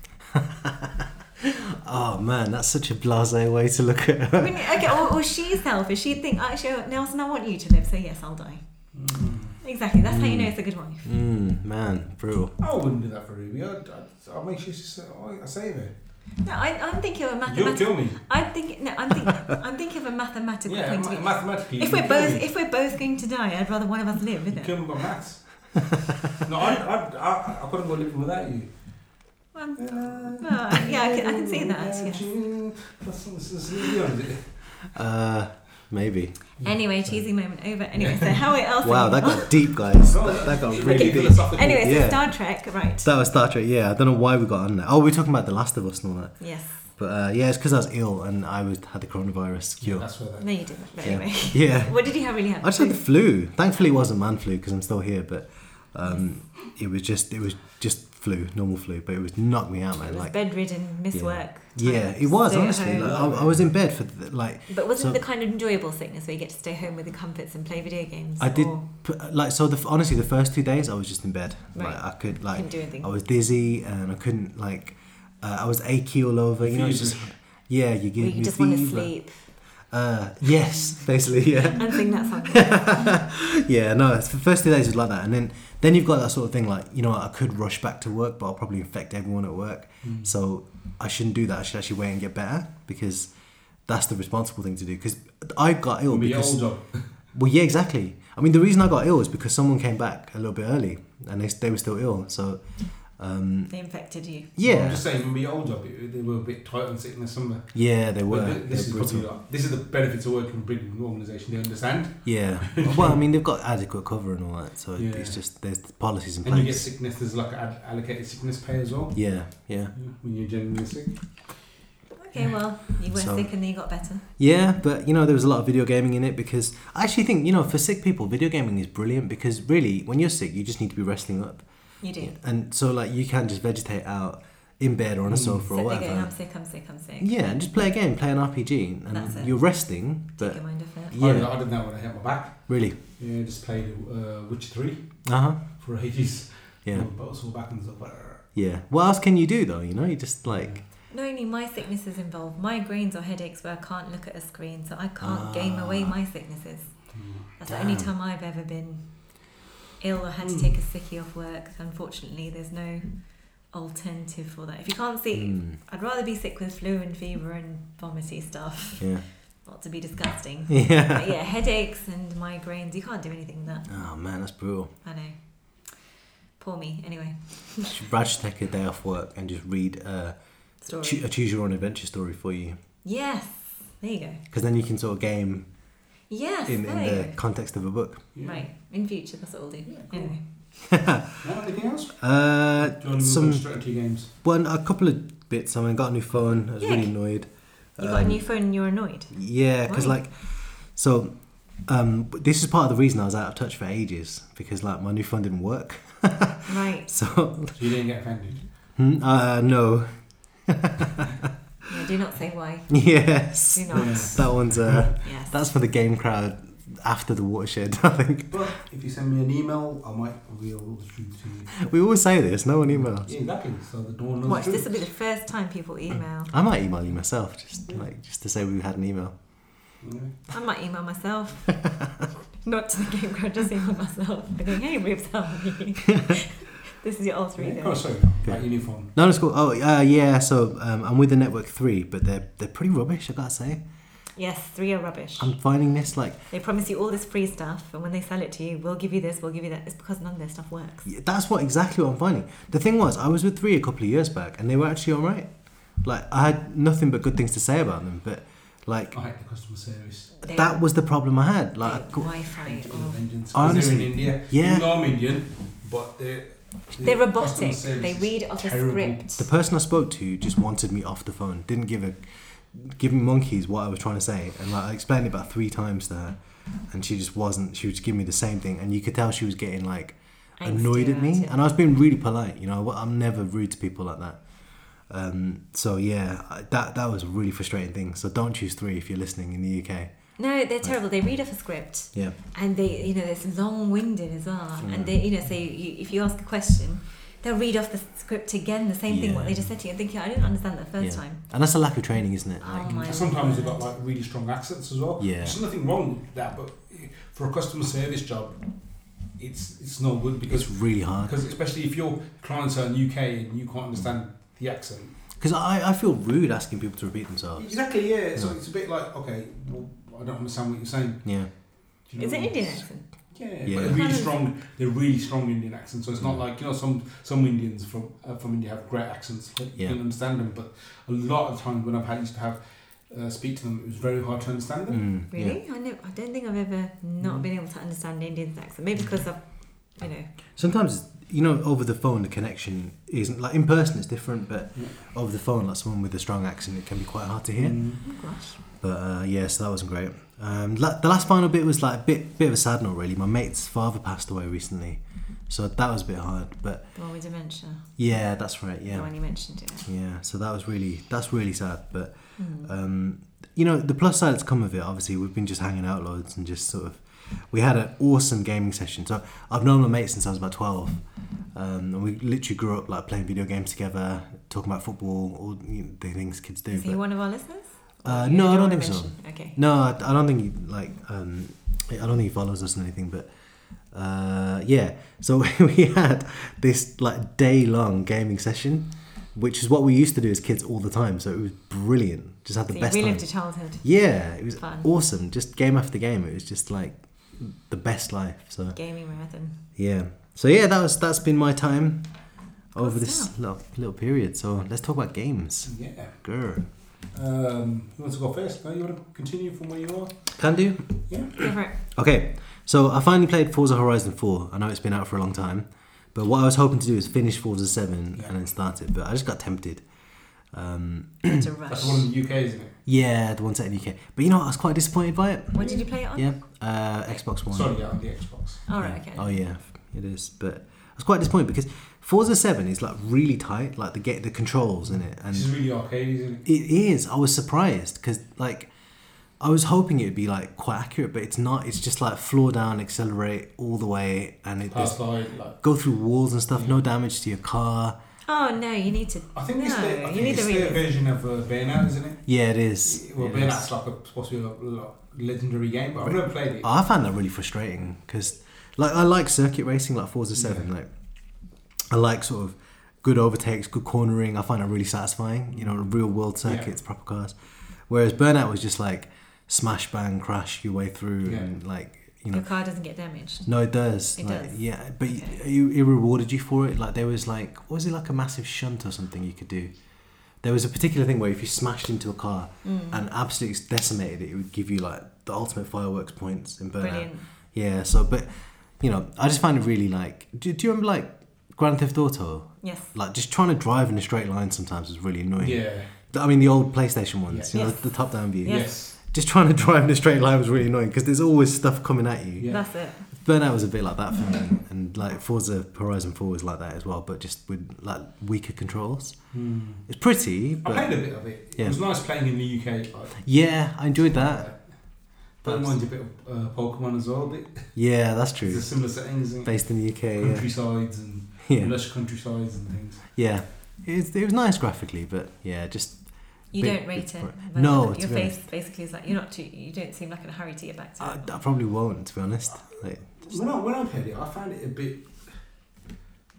A: Oh man, that's such a blasé way to look at.
C: I mean, okay, or, or she's selfish. She'd think, actually, Nelson, I want you to live, so yes, I'll die. Exactly. That's how you know it's a good wife.
A: Mm, man, brutal.
B: I wouldn't do that for Ruby. I'd, I'd, I'd make sure she's. oh, I I save her.
C: No, I, I'm thinking of a
B: You'll
C: mathematical.
B: kill me.
C: I'm thinking. No, I'm thinking. I'm thinking of a mathematical
B: Yeah,
C: point
B: ma-
C: of view.
B: mathematically.
C: If
B: you'll
C: we're
B: kill
C: both,
B: me.
C: if we're both going to die, I'd rather one of us live,
B: You
C: isn't it?
B: kill me by maths. no, I, I, I, I couldn't go living without you.
C: Well, well, Uh, yeah, I can, I can see that. Yes.
B: That's, that's, that's, yeah.
A: Uh, maybe.
C: Anyway, cheesy moment over. Anyway, so how else?
A: Wow, that got deep, guys. That, that got really
C: Okay.
A: deep.
B: philosophical.
C: Anyway, so
A: Yeah.
C: Star Trek, right?
A: That was Star Trek. Yeah, I don't know why we got on there. Oh, we were talking about The Last of Us and all that.
C: Yes.
A: But uh, yeah, it's because I was ill and I was had the coronavirus
B: Yeah,
A: cure.
B: that's where that.
C: No, you didn't. But
A: Yeah.
C: anyway,
A: Yeah.
C: what did you have really
A: I
C: happen?
A: just had the flu. Thankfully, it wasn't man flu because I'm still here, but um, it was just it was just flu, normal flu. But it was knocked me out,
C: It
A: man.
C: was
A: Like
C: bedridden, miss
A: Yeah.
C: work.
A: yeah,
C: time,
A: it was
C: stay at
A: honestly.
C: home.
A: Like, I, I was in bed for the, like
C: But wasn't
A: So-
C: it the kind of enjoyable sickness where you get to stay home with the comforts and play video games?
A: I did
C: Or
A: p- like so. The, honestly, the first two days I was just in bed. Like
C: Right.
A: I could like
C: couldn't do anything.
A: I was dizzy and I couldn't like uh, I was achy all over. You know, it's just yeah. You
C: Where
A: give
C: you
A: me
C: just want to
A: fever.
C: sleep
A: Uh, yes, basically, yeah,
C: and sing that song.
A: yeah. No, it's, the first two days is like that, and then then you've got that sort of thing. Like you know, I could rush back to work, but I'll probably infect everyone at work.
C: Mm.
B: Mm.
A: So I shouldn't do that. I should actually wait and get better because that's the responsible thing to do. Because I got ill
B: It'll be
A: because
B: old job.
A: Well, yeah, exactly. I mean, the reason I got ill is because someone came back a little bit early, and they they were still ill. So, um,
C: they infected you.
B: I'm
A: yeah,
B: just saying, it'll be old job. It, they were a bit tight on sickness somewhere.
A: yeah, they were.
B: But thi-
A: They
B: this
A: were
B: is
A: brutal.
B: probably like, this is the benefits of working for an organisation. They understand,
A: Yeah. Well, I mean, they've got adequate cover and all that, so
B: Yeah.
A: it's just there's policies in
B: and you get
A: place.
B: sickness. There's like ad- allocated sickness pay as well
A: Yeah, yeah,
B: when you're genuinely sick.
C: Okay, well, you were
A: So-
C: sick and then you got better.
A: yeah. But you know, there was a lot of video gaming in it because I actually think you know, for sick people, video gaming is brilliant because really, when you're sick, you just need to be resting up,
C: You do.
A: and so like you can just vegetate out in bed or on a
B: Mm.
A: sofa or
C: Sit there going,
A: whatever.
C: I'm sick, I'm sick, I'm sick.
A: Yeah, and just play a game, play an RPG, and
C: That's it.
A: you're resting, but.
C: Take your mind off it.
B: I, did,
A: Yeah,
B: I did that when I hit my back.
A: really.
B: Yeah, just played uh, Witcher Three
A: Uh huh.
B: for ages.
A: Yeah.
B: My bones were back and stuff.
A: Yeah. What else can you do though? You know, you just like
C: Not only my sicknesses involve migraines or headaches where I can't look at a screen, so I can't game away
A: Ah.
C: my sicknesses. That's the only
A: Damn. Hmm.
C: time I've ever been ill or had to take a sickie off work. Unfortunately, there's no alternative for that. If you can't see,
A: mm,
C: I'd rather be sick with flu and fever and vomity stuff,
A: yeah,
C: not to be disgusting.
A: yeah.
C: But yeah, headaches and migraines, you can't do anything with that.
A: Oh man, that's brutal.
C: I know. Poor me. Anyway,
A: Should- Brad should take a day off work and just read uh,
C: story.
A: choo- a choose your own adventure story for you,
C: yes. There you go.
A: because then you can sort of game
C: Yes.
A: in,
C: there
A: in
C: you
A: the
C: go.
A: context of a book.
B: Yeah.
C: Right. In future, that's what we'll do.
B: Yeah, cool.
C: Anyway.
B: Now, anything else? Do you
A: Uh,
B: want to move on
A: some
B: straight into your games?
A: one a couple of bits. I mean, got a new phone. I was really
C: Yuck.
A: annoyed.
C: You got a
A: Um,
C: new phone and you're annoyed.
A: Yeah, because
C: Why?
A: like, so um, this is part of the reason I was out of touch for ages because like my new phone didn't work.
C: Right.
A: So
B: So you didn't get offended.
A: hmm, uh, no,
C: Yeah, do not say why.
A: yes,
C: Do not.
B: Yeah.
A: that one's uh,
C: Yes.
A: that's for the game crowd after the watershed. I think
B: But if you send me an email, I might reveal the truth to you.
A: we always say this. No one emails.
B: Yeah, exactly. So the dawn knows
C: Watch,
B: the
C: this
B: truth.
C: will be the first time people email.
A: I might email you myself, just like just to say we had an email.
B: Yeah.
C: I might email myself. Not to the game crowd, just email myself. I'm going, hey, Ribs, how are you? this is your all three
B: Yeah.
C: days.
B: Oh, sorry. That uniform.
A: No, it's cool. Oh, uh, yeah. So um, I'm with the Network Three, but they're they're pretty rubbish. I gotta say.
C: Yes, three are rubbish.
A: I'm finding this like
C: they promise you all this free stuff, and when they sell it to you, we'll give you this, we'll give you that. It's because none of their stuff works.
A: Yeah, That's what exactly what I'm finding. The thing was, I was with three a couple of years back, and they were actually all right. Like I had nothing but good things to say about them, but like
B: I hate the customer service.
C: They-
A: that was the problem I had.
C: they-
A: Like, I cou-
C: Wi-Fi.
B: With a
C: oh.
B: vengeance, 'cause they're
A: Honestly,
B: in India.
A: yeah.
B: Even though I'm Indian, but they're,
C: They're
B: their
C: robotic.
B: customer service
C: They
B: is
C: read off a
B: terrible.
A: the
C: script.
A: person I spoke to just wanted me off the phone. Didn't give a giving monkeys what I was trying to say, and like I explained it about three times to her, and she just wasn't. She was giving me the same thing, and you could tell she was getting like
C: Angsty
A: annoyed at
C: about
A: me,
C: it.
A: and I was being really polite. You know, I'm never rude to people like that. Um, so yeah, I- that that was a really frustrating thing. So don't choose three if you're listening in the UK.
C: No, they're terrible. They read off a script.
A: Yeah,
C: and they you know it's long-winded as well and they you know so you, if you ask a question they'll read off the script again the same thing what they
A: Yeah.
C: just said to you and thinking i didn't understand that first
A: yeah.
C: time
A: and that's a lack of training, isn't it?
C: Oh
A: Like,
C: my
B: sometimes they've
C: word.
B: got like really strong accents as well.
A: Yeah.
B: There's nothing wrong with that, but for a customer service job, it's it's no good because
A: it's really hard.
B: because especially if your clients are in UK and you can't understand the accent.
A: Because I, I feel rude asking people to repeat themselves.
B: Exactly. Yeah. So
A: Yeah.
B: it's a bit like okay, well, I don't understand what you're saying.
A: Yeah,
B: Do you know
C: is it
B: what I mean?
C: indian accent
B: Yeah,
A: Yeah.
B: but they're really
C: Kind of-
B: strong. They're really strong Indian accents. So it's not like you know some some Indians from uh, from India have great accents. Like,
A: Yeah.
B: You can understand them, but a lot of times when I've had used to have uh, speak to them, it was very hard to understand them.
A: Mm, yeah. Mm.
C: really I, know, I don't think i've ever not been able to understand indian accent maybe because i've you know
A: Sometimes it's- you know over the phone the connection isn't like in person it's different, but
B: Yeah.
A: over the phone like someone with a strong accent it can be quite hard to hear.
B: Mm.
C: oh gosh
A: But uh, yeah, so that wasn't great. Um, la- the last final bit was like a bit bit of a sad note really. My mate's father passed away recently, so that was a bit hard. But
C: the one with dementia
A: yeah, that's right. Yeah.
C: the one you mentioned yeah
A: Yeah, so that was really that's really sad, but
C: Hmm.
A: um, you know the plus side that's come of it. Obviously, we've been just hanging out loads and just sort of we had an awesome gaming session. So I've known my mate since I was about twelve, um, and we literally grew up like playing video games together, talking about football, all you know, the things kids do.
C: is he
A: but-
C: one of our listeners
A: Uh,
C: You
A: no, I don't
C: wanna
A: think so.
C: mention- okay
A: no, I, I don't think he like um, I don't think he follows us or anything, but. Uh, yeah, so we had this like day long gaming session, which is what we used to do as kids all the time. So it was brilliant. Just had the
C: so you
A: best time.
C: relived your childhood
A: Yeah, it was
C: Fun.
A: awesome. Just game after game, it was just like the best life. So
C: gaming marathon
A: yeah, so yeah, that was that's been my time over
C: Cool
A: this
C: stuff.
A: little, little period. So let's talk about games.
B: Mm, Yeah.
A: Grr.
B: Um, who wants to go first? No, you want to continue from where you are?
A: Can do.
C: Go for it.
A: Okay, so I finally played Forza Horizon Four. I know it's been out for a long time, but what I was hoping to do is finish Forza Seven
B: Yeah.
A: and then start it. But I just got tempted. Um,
C: it's a
B: That's
C: rush
B: the one in the UK, isn't it?
A: yeah, the one set in UK. But you know, what? I was quite disappointed by it.
C: what did you play it on
A: Yeah, uh, Xbox One.
B: Sorry, yeah, on the Xbox.
C: all right
A: Yeah.
C: okay
A: Oh yeah, it is. But I was quite disappointed because Forza Seven is like really tight, like the get the controls in it, and
B: This is really arcade, isn't it?
A: it is. I was surprised because like I was hoping it'd be like quite accurate, but it's not. It's just like floor down, accelerate all the way, and it
B: Pass
A: just
B: by, like.
A: go through walls and stuff. No damage to your car.
C: Oh no, you need to.
B: I think it's
C: no,
B: their, I
C: you
B: think
C: need
B: it's
C: the
B: their
C: reason.
B: version of uh, Burnout, isn't it?
A: Yeah, it is.
B: Well,
A: It
B: Burnout's
A: is.
B: like a, supposed to be a like, legendary game, but I've never played it.
A: I found that really frustrating because like I like circuit racing, like Forza Seven. Like I like sort of good overtakes, good cornering. I find it really satisfying. You know, real world
B: Yeah.
A: circuits, proper cars. Whereas Burnout was just like smash bang crash your way through
B: Yeah.
A: and like you know
C: Your car doesn't get damaged.
A: No, it does.
C: It
A: like,
C: does.
A: Yeah, but y
C: Okay.
A: you, it rewarded you for it. Like there was like, what was it like a massive shunt or something you could do? There was a particular thing where if you smashed into a car
C: Hmm,
A: and absolutely decimated it, it would give you like the ultimate fireworks points in burnout.
C: Brilliant.
A: Yeah. So, but you know, I just find it really like. Do, do you remember like Grand Theft Auto?
C: Yes.
A: Like just trying to drive in a straight line sometimes was really annoying.
B: Yeah.
A: I mean the old PlayStation ones,
C: Yeah.
A: you know,
C: Yes.
A: the top-down view.
C: Yeah.
B: Yes.
A: Just trying to drive in a straight line was really annoying because there's always stuff coming at you.
B: Yeah.
C: That's it.
A: Burnout was a bit like that for me, and like Forza Horizon Four was like that as well, but just with like weaker controls.
B: Hmm.
A: It's pretty,
B: I
A: but
B: played a bit of it.
A: Yeah.
B: It was nice playing in the UK. Like,
A: yeah, I enjoyed that.
B: that reminds you a bit of uh, Pokemon as well. A bit.
A: Yeah, that's
B: It's a
A: true.
B: similar setting, isn't it?
A: Based in the UK,
B: Countrysides and
A: yeah, yeah,
B: lush countrysides and things.
A: yeah. It's, it was nice graphically, but yeah, just
C: You
A: Bit-
C: don't rate
A: bit
C: it.
A: for-
C: but
A: No, to
C: Your
A: be
C: face basically is like you're not too. You don't seem like in a hurry to get back to
A: I,
C: it.
A: I probably won't, to be honest. Like,
B: When I, when I played it, I found it a bit.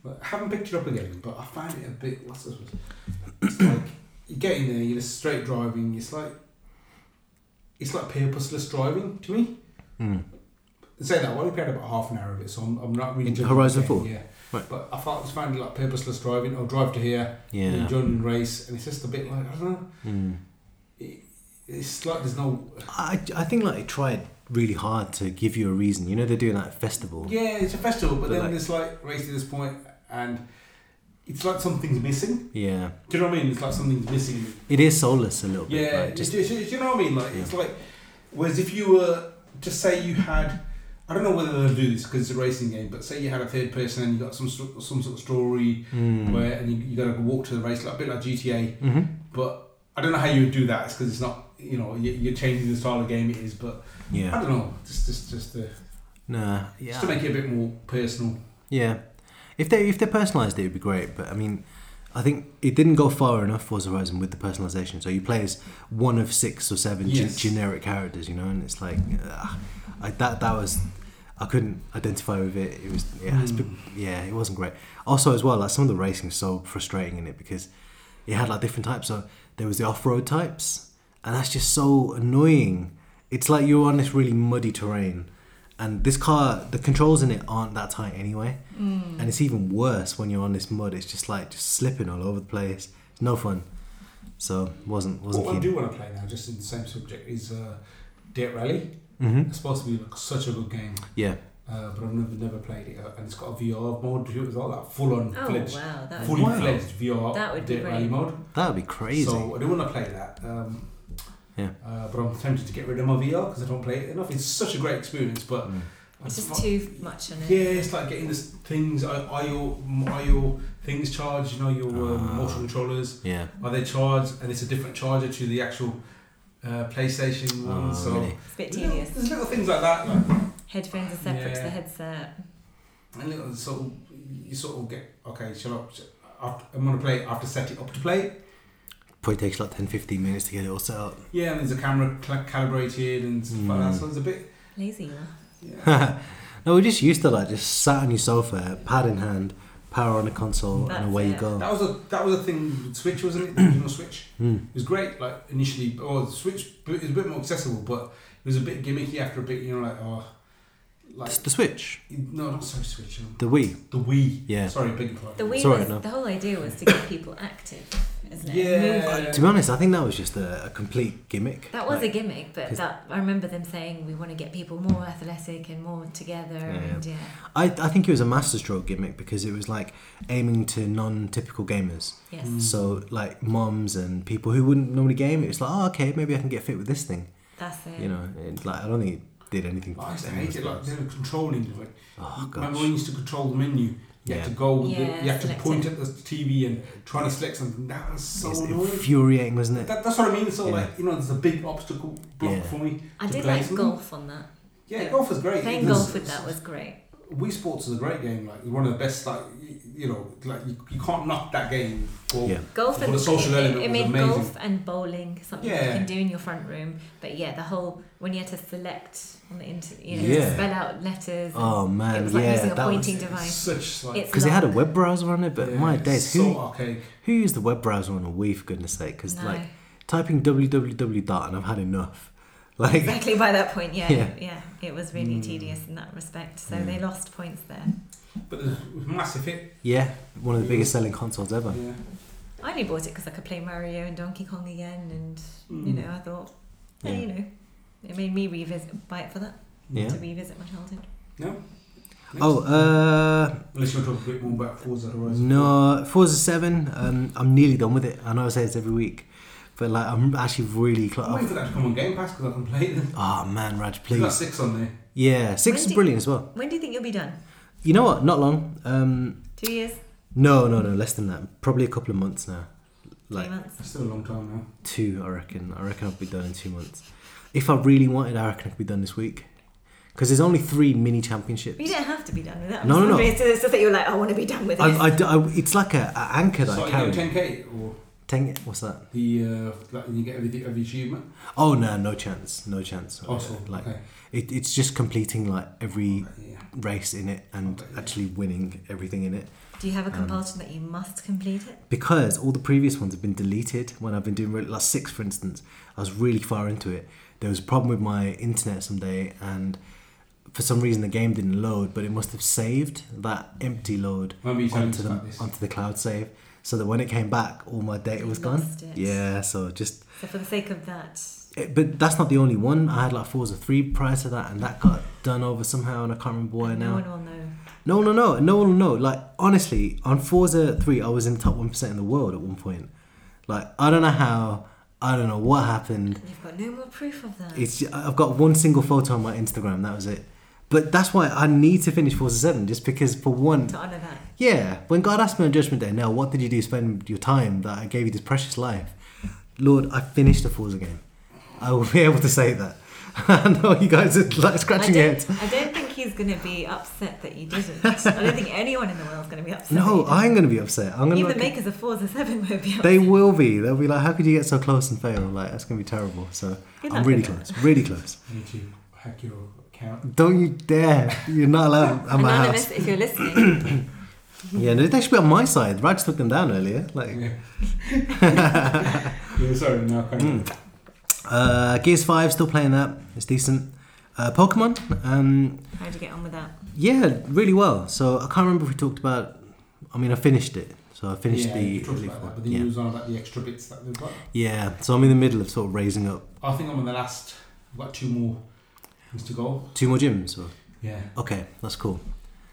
B: well, I haven't picked it up again, but I found it a bit. What's this? It's like you get in there, you're just straight driving. It's like it's like purposeless driving to me.
A: Mm.
B: Say that, I only played about half an hour of it, so I'm, I'm not really.
A: In
B: judging
A: Horizon
B: the game,
A: 4?
B: Yeah.
A: Right.
B: But I thought it's found it like purposeless driving. I'll drive to here,
A: Yeah.
B: join the race, and it's just a bit like, I don't know.
A: Mm.
B: It, it's like there's no.
A: I, I think like they tried really hard to give you a reason. You know they're doing that festival.
B: Yeah, it's a festival, but
A: They're
B: then
A: like-
B: it's like race to this point, and it's like something's missing.
A: Yeah.
B: Do you know what I mean? It's like something's missing.
A: It is soulless a little bit.
B: Yeah,
A: Like, just
B: do, do- do you know what I mean? Like it's like, whereas if you were to say you had, I don't know whether they'll do this because it's a racing game, but say you had a third person and you got some sort- some sort of story
A: Mm.
B: where and you, you got to walk to the race, like a bit like GTA.
A: hmm
B: But I don't know how you would do that because it's not you know you- you're changing the style of game it is, but I
A: Yeah.
B: don't know, just just just to,
A: Nah.
B: just to
A: Yeah.
B: make it a bit more personal.
A: Yeah. If they if they're personalized, it would be great. But I mean, I think it didn't go far enough for Horizon with the personalization. So you play as one of six or seven gen-
B: Yes.
A: generic characters, you know, and it's like ah, I, that that was I couldn't identify with it. It was yeah, it's
B: Mm.
A: bit- yeah, it wasn't great. Also, as well, like some of the racing was so frustrating in it because it had like different types. So there was the off-road types, and that's just so annoying. It's like you're on this really muddy terrain, and this car, the controls in it aren't that tight anyway,
C: Mm.
A: and it's even worse when you're on this mud. It's just like just slipping all over the place. It's no fun. So wasn't wasn't
B: What I
A: keen.
B: do want to play now, just in the same subject, is uh, Dirt Rally.
A: Mhm.
B: It's supposed to be like, such a good game.
A: Yeah,
B: Uh, but I've never, never played it, uh, and it's got a VR mode to it as well, like full on
C: Oh
B: fledged,
C: wow, that
B: fully
C: would
A: Wow.
B: fledged VR
C: That would be
B: Dirt
C: great.
B: Rally mode.
A: that would be crazy.
B: So I do want to play that. Um,
A: Yeah.
B: Uh, but I'm tempted to get rid of my VR because I don't play it enough. It's such a great experience, but
A: Mm.
B: I
C: it's just
B: find-
C: too much on it.
B: yeah, it's like getting this things. Are, are your are your things charged? You know your um,
A: Ah.
B: motion controllers
A: yeah.
B: are they charged? And it's a different charger to the actual uh, PlayStation one.
A: Oh,
B: Mm, so
A: really?
C: It's a bit
B: Little-
C: tedious.
B: there's little things like that. Like,
C: Headphones are separate to
B: Yeah.
C: the headset.
B: And little sort of, you sort of get okay. Shut up. sh- after- I'm gonna play. it, I have to set it up to play. it.
A: Probably takes like 10, 15 minutes to get it all set up.
B: Yeah, and there's a camera cl- calibrated and stuff like that.
A: Mm.
B: So it's a bit.
C: Lazy. huh?
B: Yeah.
A: no, we're just used to like just sat on your sofa, pad in hand, power on a console,
C: That's
A: and away you
C: it.
A: go.
B: That was a that was a thing with Switch, wasn't it? The original Switch.
A: Hmm.
B: It was great. Like initially, oh, Switch b- it was a bit more accessible, but it was a bit gimmicky after a bit. You know, like oh, like
A: It's the Switch,
B: no, not so Switch. um,
A: the Wii.
B: The Wii.
A: Yeah.
B: Sorry, big pardon.
C: The Wii
A: Sorry,
C: was,
A: no.
C: the whole idea was to get people active, isn't it?
B: Yeah.
C: Move
B: Uh,
A: To be honest, I think that was just a, a complete gimmick.
C: That was
A: Like,
C: a gimmick, but
A: 'cause-
C: that I remember them saying we want to get people more athletic and more together, and yeah,
A: I, I think it was a masterstroke gimmick because it was like aiming to non-typical gamers.
C: yes,
A: So like moms and people who wouldn't normally game. It was like, oh, okay, maybe I can get fit with this thing.
C: that's it.
A: You know, it, like I don't think it did anything.
B: I used to
A: anyone
B: hate it. Oh, Like
A: else.
B: they were controlling. Like
A: oh
B: Remember when
A: gosh.
B: you used to control the menu? You
A: Yeah.
B: had to go, with
C: Yeah,
B: it, you had to
C: select
B: point
C: it.
B: at the TV and try to select something. That was so
A: It's
B: annoying.
A: infuriating, wasn't it?
B: That, that's what I mean. So,
A: Yeah.
B: like, you know, there's a big obstacle block
A: Yeah.
B: for me.
C: I
B: to
C: did
B: play
C: like
B: something.
C: golf on that.
B: Yeah, golf is great.
C: Playing
B: It was-
C: golf with that was great.
B: Wii Sports is a great game. Like, one of the best, like, y- you know, like, you, you can't knock that game for.
A: Yeah.
C: Golf
B: For
C: and
B: the social
C: it-
B: element
C: it,
B: was
C: made
B: amazing.
C: golf and bowling something you
B: Yeah.
C: can do in your front room. But yeah, the whole when you had to select on the inter, you know,
A: Yeah.
C: spell out letters. and
A: Oh man,
C: it was like
A: yeah,
C: using a
A: that was-
C: pointing
B: It's
C: device.
B: Such, like.
C: It's
A: because it had a web browser on it. But
B: yeah,
A: my
B: it's
A: days,
B: So
A: who
B: archaic.
A: who used the web browser on a Wii for goodness sake? Because
C: No.
A: like typing www dot and I've had enough. Like
C: exactly by that point, yeah,
A: Yeah.
C: yeah, it was really tedious in that respect. So
A: Yeah.
C: they lost points there.
B: But it was a massive hit.
A: yeah, one of the biggest selling consoles ever.
B: Yeah.
C: I only bought it because I could play Mario and Donkey Kong again, and you
B: Mm.
C: know, I thought, eh,
A: Yeah.
C: you know, it made me revisit buy it for that
A: Yeah.
C: to revisit my childhood.
B: Next.
A: Oh, uh,
B: Unless you want to talk a bit more about Forza Horizon.
A: no, Forza Seven. Um, I'm nearly done with it. I know I say this every week, but like I'm actually really
B: I'm
A: close.
B: waiting for that to come on Game Pass because I can play it.
A: Oh man, Raj,
B: It's got
A: please.
B: six on there.
A: Yeah, six is
C: When do-
A: brilliant as well.
C: When do you think you'll be done?
A: You know what? Not long. Um,
C: Two years,
A: no, no, no, less than that. Probably a couple of months now. Like
C: three months.
B: It's still a long time now.
A: two, I reckon. I reckon I'll be done in two months. If I really wanted, I reckon I could be done this week. Because there's only three mini championships.
C: You don't have to be done with it. I'm
A: No,
C: just
A: no, no.
C: wondering, It's just that you're like, I want to be done with it.
A: I, I, I- it's like a, a anchor that
B: so
A: I
B: you
A: carry.
B: get 10k or
A: Teng, what's that?
B: The uh, that you get every every achievement.
A: Oh no, no chance, no chance.
B: Also,
A: like
B: okay.
A: it, it's just completing like every
B: Yeah.
A: race in it and
B: Okay.
A: actually winning everything in it
C: Do you have a
A: Um,
C: compulsion that you must complete it?
A: because all the previous ones have been deleted when I've been doing really, like six for instance I was really far into it there was a problem with my internet someday and for some reason the game didn't load but it must have saved that empty load
B: Remember you telling us
A: onto the,
B: about this.
A: onto the cloud save so that when it came back all my data
C: You
A: was gone
C: lost it.
A: yeah so just
C: So for the sake of that,
A: it, but that's not the only one. I had like Forza 3 prior to that, and that got done over somehow, and I can't remember why
C: no
A: now.
C: one will know.
A: No, no, no, no one will know. Like, honestly, on Forza 3, I was in the top 1% in the world at one point. Like, I don't know how, I don't know what happened.
C: You've got no more proof of that.
A: It's I've got one single photo on my Instagram, that was it. But that's why I need to finish Forza 7, just because, for one,
C: to honour that.
A: yeah, when God asked me on Judgment Day, now what did you do to spend your time that I gave you this precious life? Lord, I finished the Forza game. I will be able to say that. I know you guys are like
C: I
A: scratching your heads.
C: don't, I don't think he's going to be upset that you didn't. I don't think anyone in the world's going to be upset.
A: No,
C: that
A: I'm going to be upset. I'm
C: you
A: going to.
C: didn't. even the
A: Like,
C: makers of Forza Seven won't be upset.
A: they will be. They'll be like, how could you get so close and fail? Like, that's going to be terrible. So
C: Good
A: I'm
C: luck
A: really
C: with it.
A: close. Really close.
B: You need to hack your account.
A: Don't you dare. You're not allowed at my
C: Anonymous,
A: house.
C: if you're listening,
A: Yeah, no, they should be on my side. Raj took them down earlier. Like,
B: Yeah. yeah, sorry, no, I can't.
A: Hmm. Mm, uh, Gears 5, still playing that. It's decent. Uh, Pokemon, um,
C: how'd you get on with that?
A: Yeah, really well. So I can't remember if we talked about. I mean, I finished it. So I finished
B: yeah,
A: the.
B: you talked
A: Elite
B: about
A: Four.
B: that, but then
A: yeah.
B: you was on about the extra bits that they've got.
A: yeah. So I'm in the middle of sort of raising up
B: I think I'm on the last. I've got two more things to go.
A: two more gyms. Or...
B: Yeah,
A: Okay, that's cool.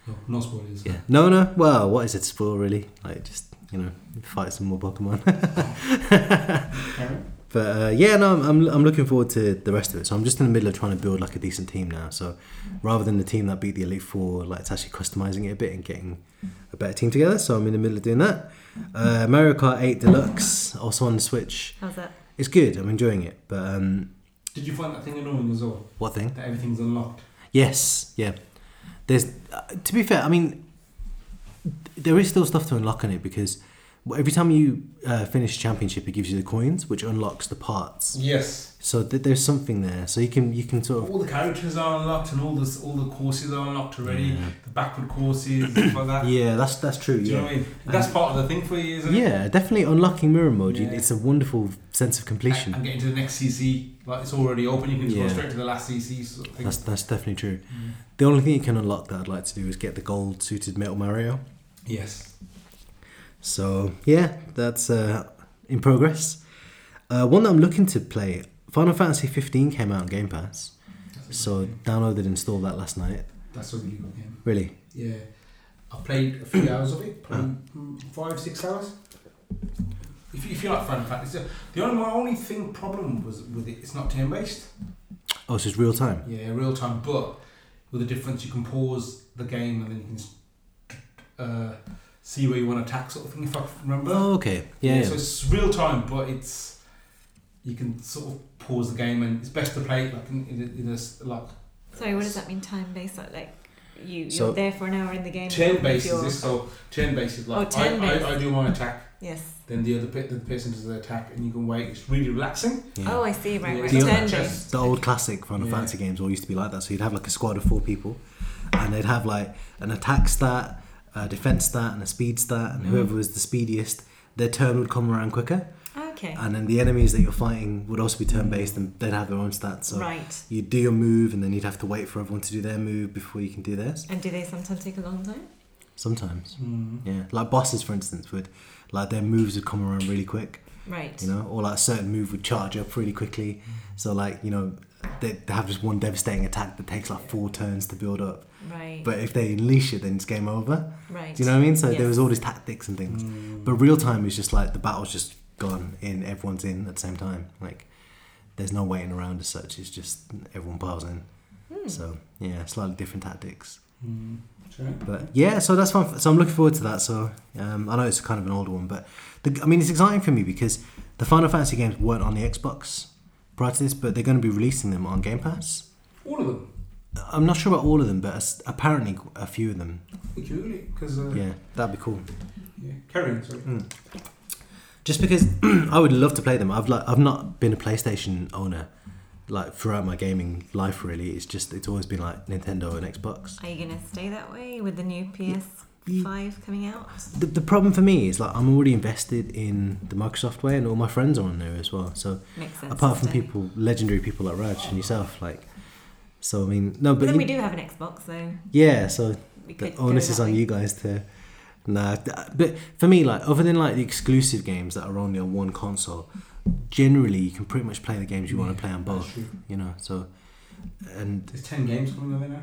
B: no, no spoilers.
A: Yeah. No, no. Well, what is it to spoil really? Like just you know fight some more Pokemon.
B: Karen?
A: but uh, yeah, no, I'm, I'm I'm looking forward to the rest of it. So I'm just in the middle of trying to build like a decent team now. So rather than the team that beat the Elite Four, like it's actually customizing it a bit and getting a better team together. So I'm in the middle of doing that. Uh, Mario Kart 8 Deluxe also on the Switch.
C: How's that?
A: It's good. I'm enjoying it. But um,
B: Did you find that thing annoying as well?
A: what thing?
B: That everything's unlocked.
A: Yes. Yeah. There's. Uh, to be fair, I mean, there is still stuff to unlock on it because every time you uh, finish championship, it gives you the coins, which unlocks the parts.
B: Yes.
A: So th- there's something there. So you can you can sort of
B: All the characters are unlocked, and all this, all the courses are unlocked already.
A: Yeah.
B: The backward courses, stuff like that.
A: yeah. That's that's true.
B: Do you know
A: Yeah.
B: what I mean? That's part of the thing for you, isn't it?
A: Yeah, definitely unlocking mirror mode. you
B: Yeah.
A: It's a wonderful sense of completion.
B: I'm getting to the next CC. Like it's already open. You can just
A: Yeah.
B: go straight to the last CC. Sort of thing.
A: That's that's definitely true.
B: Mm.
A: The only thing you can unlock that I'd like to do is get the gold suited Metal Mario.
B: Yes.
A: So yeah, that's uh, in progress. Uh, one that I'm looking to play, Final Fantasy 15 came out on Game Pass,
B: That's a
A: so
B: good game.
A: downloaded and installed that last night.
B: that's a really good game.
A: Really,
B: Yeah, I played a few hours of it, probably mm, five, six hours. If you, if you like Final Fantasy, the only my only thing problem was with it. It's not turn based.
A: oh, so it's real time.
B: Yeah, real time, but with the difference, you can pause the game and then you can s- uh, see where you want to attack, sort of thing. If I remember.
A: Oh, okay, yeah,
B: So
A: yeah.
B: it's real time, but it's you can sort of pause the game, and it's best to play it like in, in, a, in a s- like
C: Sorry, what does that mean? Time based? Like, like you, you're
A: So-
C: there for an hour in the game.
B: turn
C: if
B: based. Is
C: you're-
B: this so turn based is like
C: Oh,
B: I,
C: turn-based.
B: I, I do my attack.
C: Yes.
B: then the other pe- the person does the attack and you can wait. It's really relaxing.
A: yeah.
C: Oh, I see. Right,
B: Yeah,
C: right.
A: the old-
C: Turn
B: just-
C: based.
A: The old classic Final
B: Yeah.
A: Fantasy games all used to be like that. So you'd have like a squad of four people, and they'd have like an attack stat, a defense stat, and a speed stat,
B: Mm-hmm.
A: and whoever was the speediest, their turn would come around quicker,
C: Okay.
A: and then the enemies that you're fighting would also be turn based, and they'd have their own stats. So
C: Right.
A: you do your move and then you'd have to wait for everyone to do their move before you can do theirs.
C: And do they sometimes take a long time?
A: Sometimes. Yeah. Like bosses for instance would like their moves would come around really quick,
C: Right.
A: you know, or like a certain move would charge up really quickly. So like, you know, they they have just one devastating attack that takes like four turns to build up.
C: Right.
A: But if they unleash it then it's game over.
C: right.
A: Do you know what I mean? So there
C: Yes.
A: was all these tactics and things.
B: Mm.
A: But real time is just like the battle's just gone in, everyone's in at the same time. Like there's no waiting around as such, it's just everyone piles in.
C: Hmm.
A: So yeah, slightly different tactics.
B: Mm. Sure.
A: But yeah, so that's fun. So I'm looking forward to that. So um, I know it's kind of an older one, but the, I mean it's exciting for me because the Final Fantasy games weren't on the Xbox prior to this, but they're going to be releasing them on Game Pass.
B: All of them.
A: I'm not sure about all of them, but as- apparently a few of them.
B: Which really because uh, yeah.
A: Yeah, that'd be cool.
B: yeah, carrying sorry.
A: Mm. Just because I would love to play them. I've like I've not been a PlayStation owner like throughout my gaming life really. It's just it's always been like Nintendo and Xbox.
C: Are you going to stay that way with the new PS5 coming out?
A: The, the problem for me is like I'm already invested in the Microsoft way and all my friends are on there as well. So
C: Makes sense.
A: apart from
C: stay.
A: people legendary people like Raj and yourself like so I mean no
C: But
A: but
C: then
A: you-
C: we do have an Xbox, so
A: yeah so
C: we could.
A: the
C: go
A: onus
C: that
A: is on
C: way.
A: you guys to nah th- but for me like other than like the exclusive games that are only on one console generally you can pretty much play the games you want to play on both you know so and
B: There's 10 games coming over now.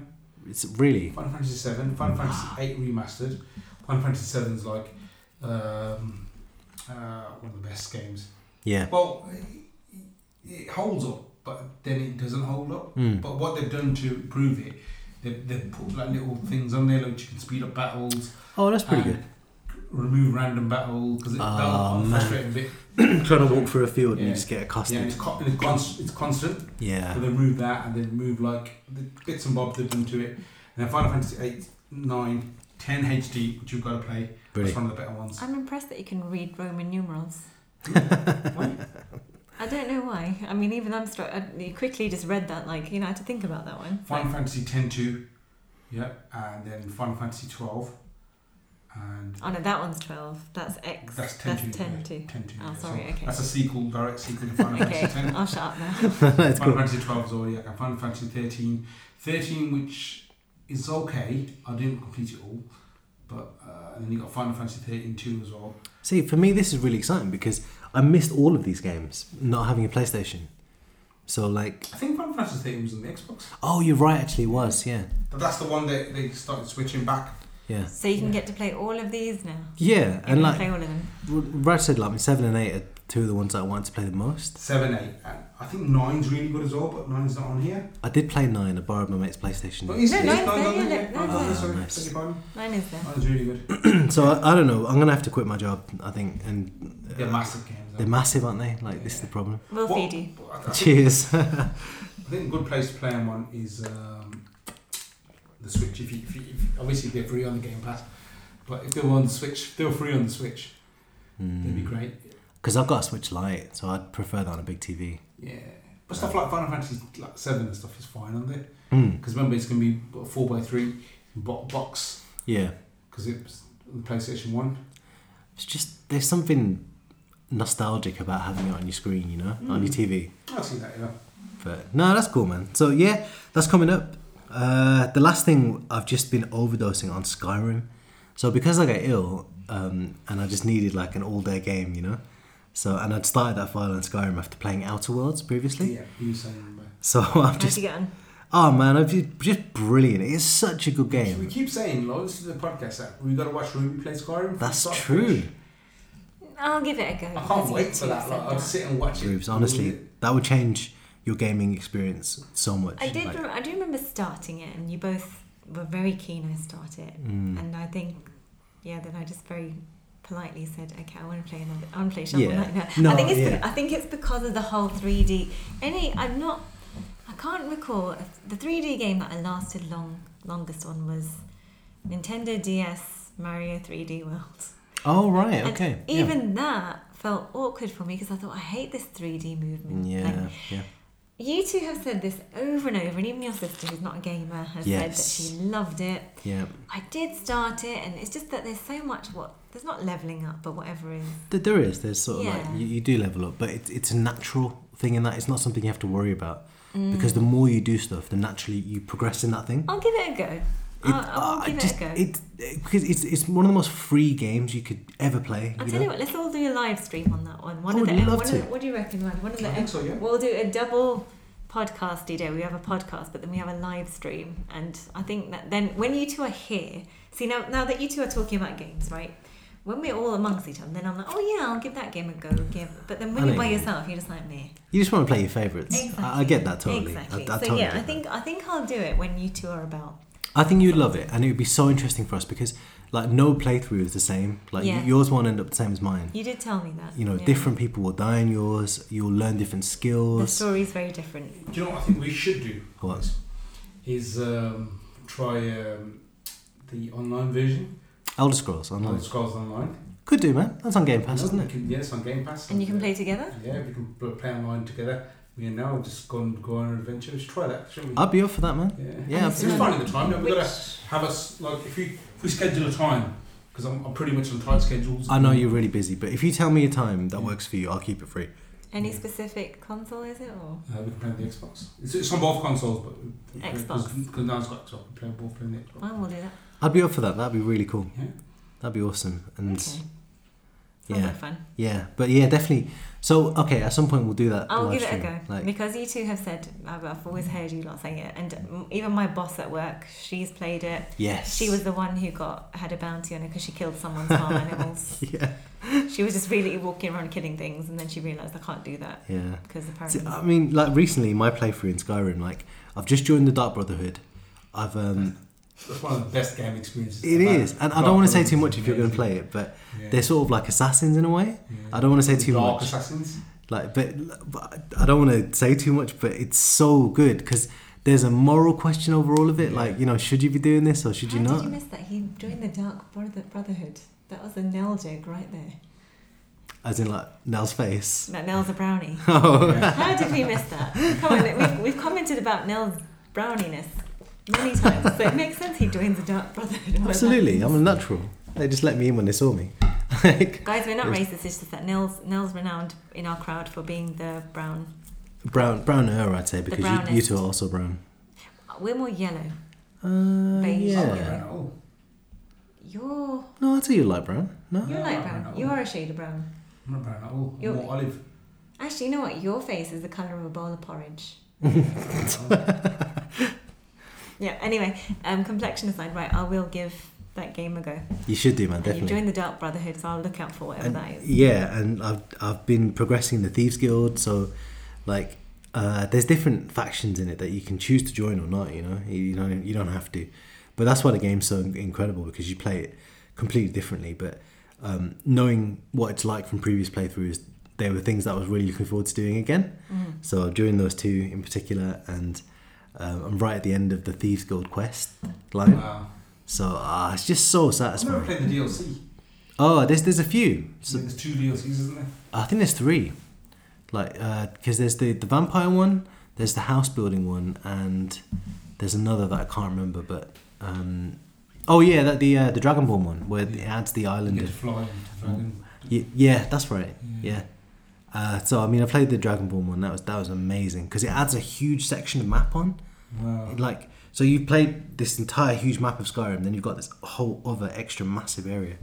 A: it's really
B: Final Fantasy 7, Final Fantasy 8 remastered. Final Fantasy 7's like um, uh, one of the best games.
A: yeah
B: Well, it- it holds up, but then it doesn't hold up.
A: mm.
B: But what they've done to improve it, they've, they've put like little things on there, like you can speed up battles,
A: oh that's pretty good
B: remove random battle because it's
A: Ah,
B: oh,
A: man.
B: frustrating bit.
A: trying to walk through a field and you
B: Yeah.
A: just get
B: Yeah,
A: accosted
B: it's, con- it's, const- it's constant.
A: yeah
B: So they move that and they move like the bits and bobs they've done to it. And then Final Fantasy 8, 9, 10 HD, which you've got to play. That's
A: really
B: one of the better ones.
C: I'm impressed that you can read Roman numerals. Uh,
B: Why?
C: I don't know why. I mean, even I'm struck. I you quickly just read that, like, you know, I had to think about that one.
B: Final Fantasy 10 2. Yeah. And then Final Fantasy 12. And
C: Oh no, that one's 12. That's X.
B: that's 10 2.
C: 10
B: yeah,
C: too.
B: 10 2.
C: Oh,
B: yeah.
C: sorry,
B: So
C: okay.
B: That's a sequel, direct sequel to Final
C: Okay,
B: Fantasy 10.
C: I'll shut up now.
A: that's cool
B: Final Fantasy 12 is already yeah, and Final Fantasy 13. 13, which is okay. I didn't complete it all. But uh, and then you got Final Fantasy 13 2 as well.
A: see for me this is really exciting because I missed all of these games not having a PlayStation so like
B: I think Final Fantasy 13 was on the Xbox.
A: oh you're right actually it was yeah
B: But that's the one that they started switching back.
A: yeah
C: So you can get to play all of these now.
A: yeah
C: You
A: and
C: can
A: like
C: play all of them.
A: Well, Raj said like seven and eight are two of the ones that I wanted to play the most.
B: Seven, eight, and I think nine's really good as well, but nine's not on here.
A: I did play nine. I borrowed my mate's PlayStation.
B: But is
C: No,
B: it?
C: nine's
B: Nine's
C: there,
B: on
C: yeah,
B: here.
C: no,
B: Nine's on
A: no.
B: here, sorry.
A: Ah, nice.
B: Beg your pardon.
C: Mine is there.
B: Nine's really good.
A: so I, I don't know. I'm gonna have to quit my job. I think, and uh,
B: They're massive games.
A: They're massive, aren't they? Like this is the problem.
C: We'll
B: What-
C: feed you.
B: I, I think,
A: Cheers.
B: I think a good place to play them on is um, the Switch. If you, if you if, obviously if they're free on the Game Pass, but if they were on the Switch, if they were free on the Switch, they'd be
A: Because
B: great.
A: Mm, I've got a Switch Lite, so I'd prefer that on a big TV.
B: Yeah, but stuff like Final Fantasy like Seven and stuff is fine on there
A: Mm.
B: because remember it's gonna be a four by three bo- box.
A: Yeah,
B: because it's the PlayStation One.
A: it's just there's something nostalgic about having it on your screen, you know, on
C: Mm.
A: your TV.
B: I see that. Yeah.
A: But no, that's cool, man. So yeah, that's coming up. Uh, the last thing I've just been overdosing on Skyrim. So because I got ill, um, and I just needed like an all-day game, you know. So and I'd started that file on Skyrim after playing Outer Worlds previously.
B: Yeah. You were saying. but-
A: So I've
C: How'd
A: just
C: you get on?
A: oh man, I've just, just brilliant. It's such a good
B: We
A: game.
B: keep saying, like, this is the podcast that we got to watch Ruby play Skyrim.
A: That's
B: Start to
A: true.
B: finish.
C: I'll give it a go.
B: I
C: because
B: can't
C: you
B: wait for
C: two
B: that.
C: said
B: Like, I'll sit and watch it.
A: Rubes, honestly, that would change your gaming experience so much.
C: I did.
A: Like,
C: rem- I do remember starting it, and you both were very keen. I started,
A: mm.
C: and I think, yeah, then I just very politely said, "Okay, I want to play another. I want to play Shovel
A: Yeah.
C: Knight now."
A: No,
C: I think it's. be-
A: yeah.
C: I think it's because of the whole three D. Any, I'm not. I can't recall if the three D game that I lasted long longest on was Nintendo DS Mario Three D World.
A: Oh right,
C: And
A: okay. yeah.
C: Even that felt awkward for me because I thought I hate this three D movement. Like,
A: yeah, yeah.
C: you two have said this over and over, and even your sister, who's not a gamer, has
A: Yes.
C: said that she loved it.
A: yeah.
C: I did start it, and it's just that there's so much what there's not leveling up, but whatever is.
A: Th- There is. There's sort of
C: Yeah.
A: like you, you do level up, but it's it's a natural thing in that it's not something you have to worry about
C: Mm.
A: because the more you do stuff, the naturally you progress in that thing.
C: I'll give it a go.
A: It- uh,
C: I'll, I'll
A: I
C: give
A: just-
C: it a go.
A: it- it- because it's it's one of the most free games you could ever play.
C: I'll
A: you
C: tell
A: know?
C: you what, let's all do a live stream on that one. One
A: Oh, I
C: of
A: would
C: the,
A: love
C: one
A: to.
C: Of the, what do you reckon, man? One of the
B: I think so, yeah.
C: We'll do a double podcasty day. We have a podcast, but then we have a live stream. And I think that then when you two are here, see now now that you two are talking about games, right? When we're all amongst each other, then I'm like, oh yeah, I'll give that game a go. Give, but then when
A: I
C: you're
A: know
C: by
A: you.
C: yourself, you're just like me.
A: You just want to play your favorites. I, I get that totally. I-
C: Exactly.
A: I,
C: so
A: totally
C: yeah,
A: get
C: I
A: that.
C: think I think I'll do it when you two are about.
A: I think you'd love it, and it would be so interesting for us because like no playthrough is the same. Like
C: Yeah.
A: y- yours won't end up the same as mine.
C: You did tell me that.
A: You know,
C: yeah.
A: different people will die in yours. You'll learn different
C: The
A: skills.
C: story's very different.
B: Do you know what I think we should do?
A: What?
B: Is um, try um, the online version.
A: Elder Scrolls
B: Elder
A: Online.
B: Scrolls Online.
A: Could do, man. That's on Game Pass, isn't
B: You
A: it?
B: can- yeah, it's on Game Pass.
C: And you can play together?
B: Yeah, we can pl- play online together. Me and now just go and go on an adventure. Let's try that, shouldn't we?
A: I'd be up for that, man.
B: yeah,
A: yeah,
B: It's just
C: absolutely.
B: finding the time. No, we
C: Which-
B: gotta have us like if we if we schedule a time because I'm, I'm pretty much on tight schedules.
A: I know you're really busy, but if you tell me a time that works for you, I'll keep it free.
C: Any specific console is it or
B: Uh, we can play on the Xbox. It's, it's on both consoles, but
C: Xbox.
B: because now it's got Xbox. We play both playing the Xbox.
C: well, we'll do that.
A: I'd be up for that. That'd be really cool.
B: Yeah.
A: That'd be awesome. And
C: Okay. Sounds
A: yeah,
C: like fun.
A: yeah, but yeah, definitely. So okay, at some point we'll do that.
C: I'll
A: live
C: give it a
A: stream.
C: go
A: Like,
C: because you two have said I've, I've always heard you lot saying it, and um, even my boss at work, she's played it.
A: yes,
C: She was the one who got had a bounty on her because she killed someone's farm animals.
A: Yeah,
C: She was just really walking around killing things, and then she realized I can't do that
A: yeah.
C: because apparently
A: See, uh, I mean, like recently, my playthrough in Skyrim, like I've just joined the Dark Brotherhood. I've um,
B: That's one of the best game experiences.
A: it
B: I've had.
A: is, and I don't want to say too much if you're going to play
B: Amazing.
A: it, but
B: Yeah.
A: they're sort of like assassins in a way.
B: Yeah.
A: I don't want to say too
B: Dark
A: much.
B: Assassins.
A: like but, but i don't want to say too much but it's so good because there's a moral question over all of it
B: Yeah.
A: like you know should you be doing this or should you
C: How
A: not
C: Did you miss that? He joined the Dark Brother- Brotherhood. That was a Nell joke right there.
A: as in like nell's face
C: That Nell's a brownie.
A: oh
C: How did we miss that? Come on, we've, we've commented about Nell's browniness many times, so it makes sense he joins the Dark Brotherhood. What about-
A: absolutely i'm a natural they just let me in when they saw me like
C: Guys, we're not racist. It's just that Nell's Nell's renowned in our crowd for being the brown.
A: brown browner i'd say because you, you
C: brownest.
A: two are also brown
C: We're more yellow.
A: uh,
C: Beige.
A: yeah
B: Yeah. Oh,
C: You're
A: no i'd say you like brown no
C: you're
B: Yeah,
C: light
B: I'm
C: brown.
B: not
C: You are a shade of brown.
B: I'm not brown at all. I'm
C: You're-
B: more olive.
C: Actually, you know what? Your face is the color of a bowl of porridge. Yeah. Anyway, um, complexion aside, right? I will give that game a go.
A: you should do man
C: And you've
A: definitely
C: joined the Dark Brotherhood, so I'll look out for whatever
A: And-
C: that is.
A: Yeah, and I've I've been progressing the Thieves Guild, so like uh, there's different factions in it that you can choose to join or not. You know, you, you don't you don't have to, but that's why the game's so incredible because you play it completely differently. But um, knowing what it's like from previous playthroughs, there were things that I was really looking forward to doing again. So I'm doing those two in particular, and um, I'm right at the end of the Thieves Guild quest line.
B: Wow.
A: So ah, it's just so
B: I've never
A: satisfying.
B: played the DLC.
A: Oh, there's there's a few. So
B: There's two DLCs, isn't there?
A: I think there's three. Like, because there's the, the vampire one, there's the house building one, and there's another that I can't remember. But um, oh yeah, that the uh, the Dragonborn one where it adds the
B: You
A: island.
B: get to
A: Of,
B: fly and dragon.
A: yeah, yeah, that's right.
B: Yeah.
A: Yeah. Uh, so I mean, I played the Dragonborn one. That was that was amazing because it adds a huge section of map on.
B: Wow.
A: Uh-huh. Like, so you've played this entire huge map of Skyrim, then you've got this whole other extra massive area.